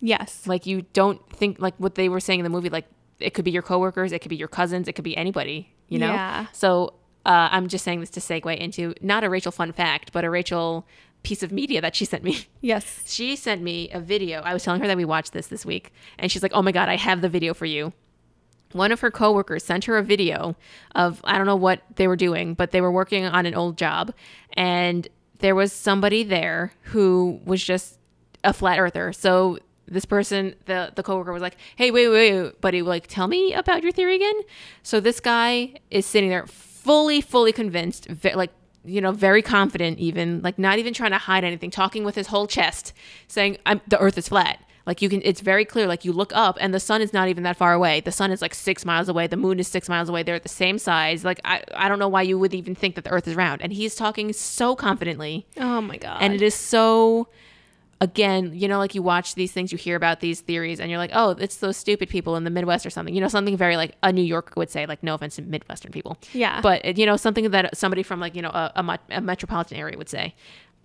[SPEAKER 1] yes.
[SPEAKER 2] Like you don't think like what they were saying in the movie. Like it could be your coworkers, it could be your cousins, it could be anybody. You know.
[SPEAKER 1] Yeah.
[SPEAKER 2] So uh, I'm just saying this to segue into not a Rachel fun fact, but a Rachel piece of media that she sent me.
[SPEAKER 1] yes.
[SPEAKER 2] She sent me a video. I was telling her that we watched this this week, and she's like, "Oh my god, I have the video for you." One of her coworkers sent her a video of I don't know what they were doing, but they were working on an old job, and there was somebody there who was just a flat earther. So this person, the the coworker was like, "Hey, wait, wait, wait, buddy, like tell me about your theory again." So this guy is sitting there fully, fully convinced, ve- like, you know, very confident, even like not even trying to hide anything, talking with his whole chest, saying, I'm, The earth is flat. Like, you can, it's very clear. Like, you look up and the sun is not even that far away. The sun is like six miles away. The moon is six miles away. They're at the same size. Like, I, I don't know why you would even think that the earth is round. And he's talking so confidently.
[SPEAKER 1] Oh my god.
[SPEAKER 2] And it is so, again, you know, like you watch these things, you hear about these theories, and you're like, oh, it's those stupid people in the Midwest or something. You know, something very like a New Yorker would say, like, no offense to Midwestern people.
[SPEAKER 1] Yeah.
[SPEAKER 2] But, it- you know, something that somebody from like, you know, a, a, mu- a metropolitan area would say.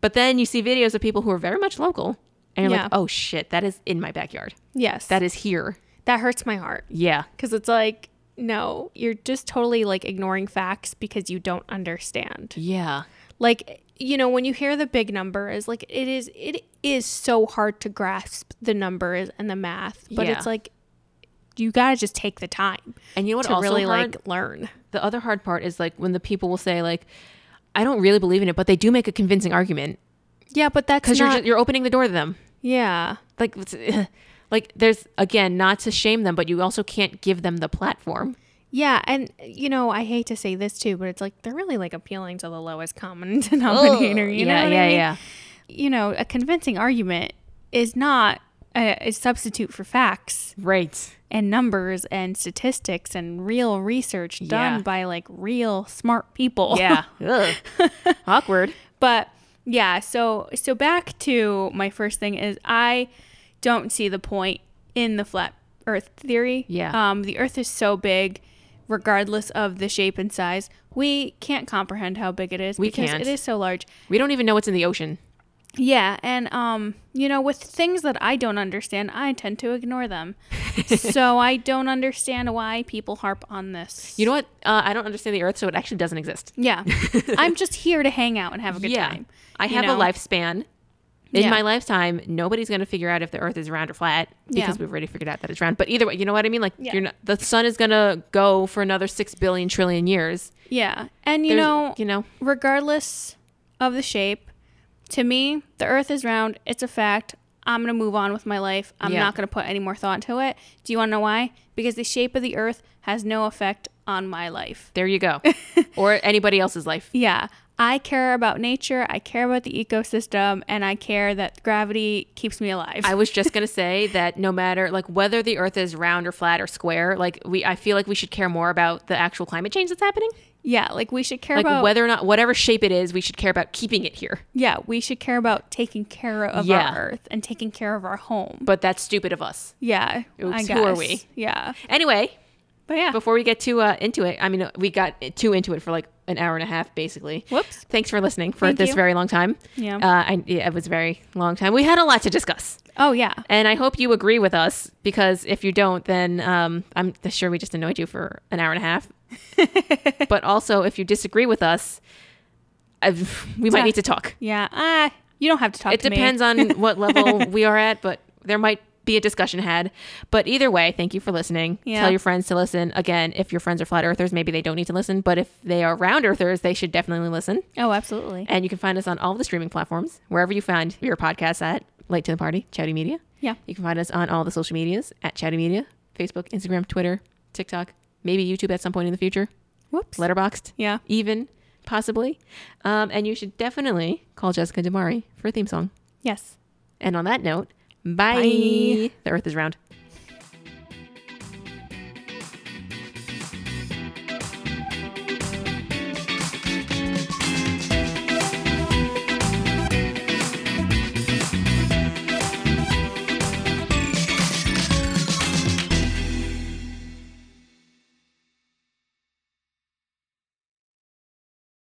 [SPEAKER 2] But then you see videos of people who are very much local, and you're
[SPEAKER 1] Yeah.
[SPEAKER 2] like, oh shit, that is in my backyard.
[SPEAKER 1] yes.
[SPEAKER 2] That is here.
[SPEAKER 1] that hurts my heart.
[SPEAKER 2] Yeah.
[SPEAKER 1] because it's like no you're just totally like ignoring facts because you don't understand
[SPEAKER 2] Yeah.
[SPEAKER 1] like you know when you hear the big numbers like it is it is so hard to grasp the numbers and the math but
[SPEAKER 2] Yeah.
[SPEAKER 1] it's like you gotta just take the time
[SPEAKER 2] And you know what
[SPEAKER 1] to
[SPEAKER 2] also
[SPEAKER 1] really
[SPEAKER 2] hard-
[SPEAKER 1] like learn
[SPEAKER 2] the other hard part is like when the people will say like, I don't really believe in it, but they do make a convincing argument
[SPEAKER 1] yeah but that's
[SPEAKER 2] because you're
[SPEAKER 1] not
[SPEAKER 2] ju- you're opening the door to them.
[SPEAKER 1] yeah
[SPEAKER 2] like it's- like there's again not to shame them but you also can't give them the platform
[SPEAKER 1] yeah and you know i hate to say this too but it's like they're really like appealing to the lowest common denominator you know
[SPEAKER 2] yeah
[SPEAKER 1] what
[SPEAKER 2] yeah
[SPEAKER 1] I mean?
[SPEAKER 2] yeah
[SPEAKER 1] you know, a convincing argument is not a, a substitute for facts
[SPEAKER 2] right
[SPEAKER 1] and numbers and statistics and real research done
[SPEAKER 2] Yeah.
[SPEAKER 1] by like real smart people.
[SPEAKER 2] yeah Ugh. awkward
[SPEAKER 1] but yeah, so so back to my first thing is I don't see the point in the flat earth theory.
[SPEAKER 2] Yeah.
[SPEAKER 1] Um the earth is so big regardless of the shape and size. We can't comprehend how big it is
[SPEAKER 2] We
[SPEAKER 1] because
[SPEAKER 2] can't.
[SPEAKER 1] it is so large.
[SPEAKER 2] we don't even know what's in the ocean
[SPEAKER 1] Yeah, and um, you know, with things that I don't understand, I tend to ignore them. so I don't understand why people harp on this.
[SPEAKER 2] you know what uh, i don't understand the earth so it actually doesn't exist
[SPEAKER 1] yeah, I'm just here to hang out and have a good time.
[SPEAKER 2] i
[SPEAKER 1] you
[SPEAKER 2] have
[SPEAKER 1] know?
[SPEAKER 2] a lifespan in
[SPEAKER 1] Yeah.
[SPEAKER 2] my lifetime nobody's going to figure out if the earth is round or flat
[SPEAKER 1] Yeah.
[SPEAKER 2] because we've already figured out that it's round but either way you know what i mean like
[SPEAKER 1] Yeah.
[SPEAKER 2] you're not, the sun is going to go for another 6 billion trillion years
[SPEAKER 1] Yeah, and you
[SPEAKER 2] There's-
[SPEAKER 1] know,
[SPEAKER 2] you know
[SPEAKER 1] regardless of the shape, to me, the Earth is round. It's a fact. I'm gonna move on with my life. I'm
[SPEAKER 2] Yeah.
[SPEAKER 1] not gonna put any more thought into it. Do you want to know why? Because the shape of the Earth has no effect on my life.
[SPEAKER 2] there you go or anybody else's life
[SPEAKER 1] Yeah. I care about nature, I care about the ecosystem, and I care that gravity keeps me alive.
[SPEAKER 2] I was just gonna say that no matter like whether the Earth is round or flat or square, like we, I feel like we should care more about the actual climate change that's happening.
[SPEAKER 1] yeah, like we should care
[SPEAKER 2] Like
[SPEAKER 1] about
[SPEAKER 2] whether or not whatever shape it is, we should care about keeping it here.
[SPEAKER 1] Yeah, we should care about taking care of
[SPEAKER 2] Yeah.
[SPEAKER 1] our earth and taking care of our home.
[SPEAKER 2] But that's stupid of us.
[SPEAKER 1] Yeah. I
[SPEAKER 2] Oops,
[SPEAKER 1] guess.
[SPEAKER 2] who are we?
[SPEAKER 1] Yeah.
[SPEAKER 2] Anyway,
[SPEAKER 1] But yeah.
[SPEAKER 2] before we get too uh, into it, I mean, we got too into it for like an hour and a half, basically.
[SPEAKER 1] Whoops.
[SPEAKER 2] Thanks for listening for
[SPEAKER 1] Thank
[SPEAKER 2] this
[SPEAKER 1] you.
[SPEAKER 2] very long time.
[SPEAKER 1] Yeah.
[SPEAKER 2] Uh, I, yeah, it was a very long time. We had a lot to discuss.
[SPEAKER 1] oh yeah.
[SPEAKER 2] And I hope you agree with us because if you don't, then um, I'm sure we just annoyed you for an hour and a half. but also, if you disagree with us, i we might
[SPEAKER 1] Yeah.
[SPEAKER 2] need to talk.
[SPEAKER 1] Yeah. Ah, you don't have to talk
[SPEAKER 2] It
[SPEAKER 1] to me.
[SPEAKER 2] depends on what level we are at, but there might be a discussion had. But either way, thank you for listening.
[SPEAKER 1] Yeah.
[SPEAKER 2] Tell your friends to listen. Again, if your friends are flat earthers, maybe they don't need to listen. But if they are round earthers, they should definitely listen.
[SPEAKER 1] Oh, absolutely.
[SPEAKER 2] And you can find us on all the streaming platforms, wherever you find your podcasts at Late to the Party, Chatty Media.
[SPEAKER 1] Yeah.
[SPEAKER 2] You can find us on all the social medias at Chatty Media, Facebook, Instagram, Twitter, TikTok, maybe YouTube at some point in the future,
[SPEAKER 1] Whoops.
[SPEAKER 2] Letterboxed,
[SPEAKER 1] yeah.
[SPEAKER 2] even possibly. Um, and you should definitely call Jessica Damari for a theme song.
[SPEAKER 1] Yes.
[SPEAKER 2] And on that note, bye.
[SPEAKER 1] Bye.
[SPEAKER 2] The Earth is round.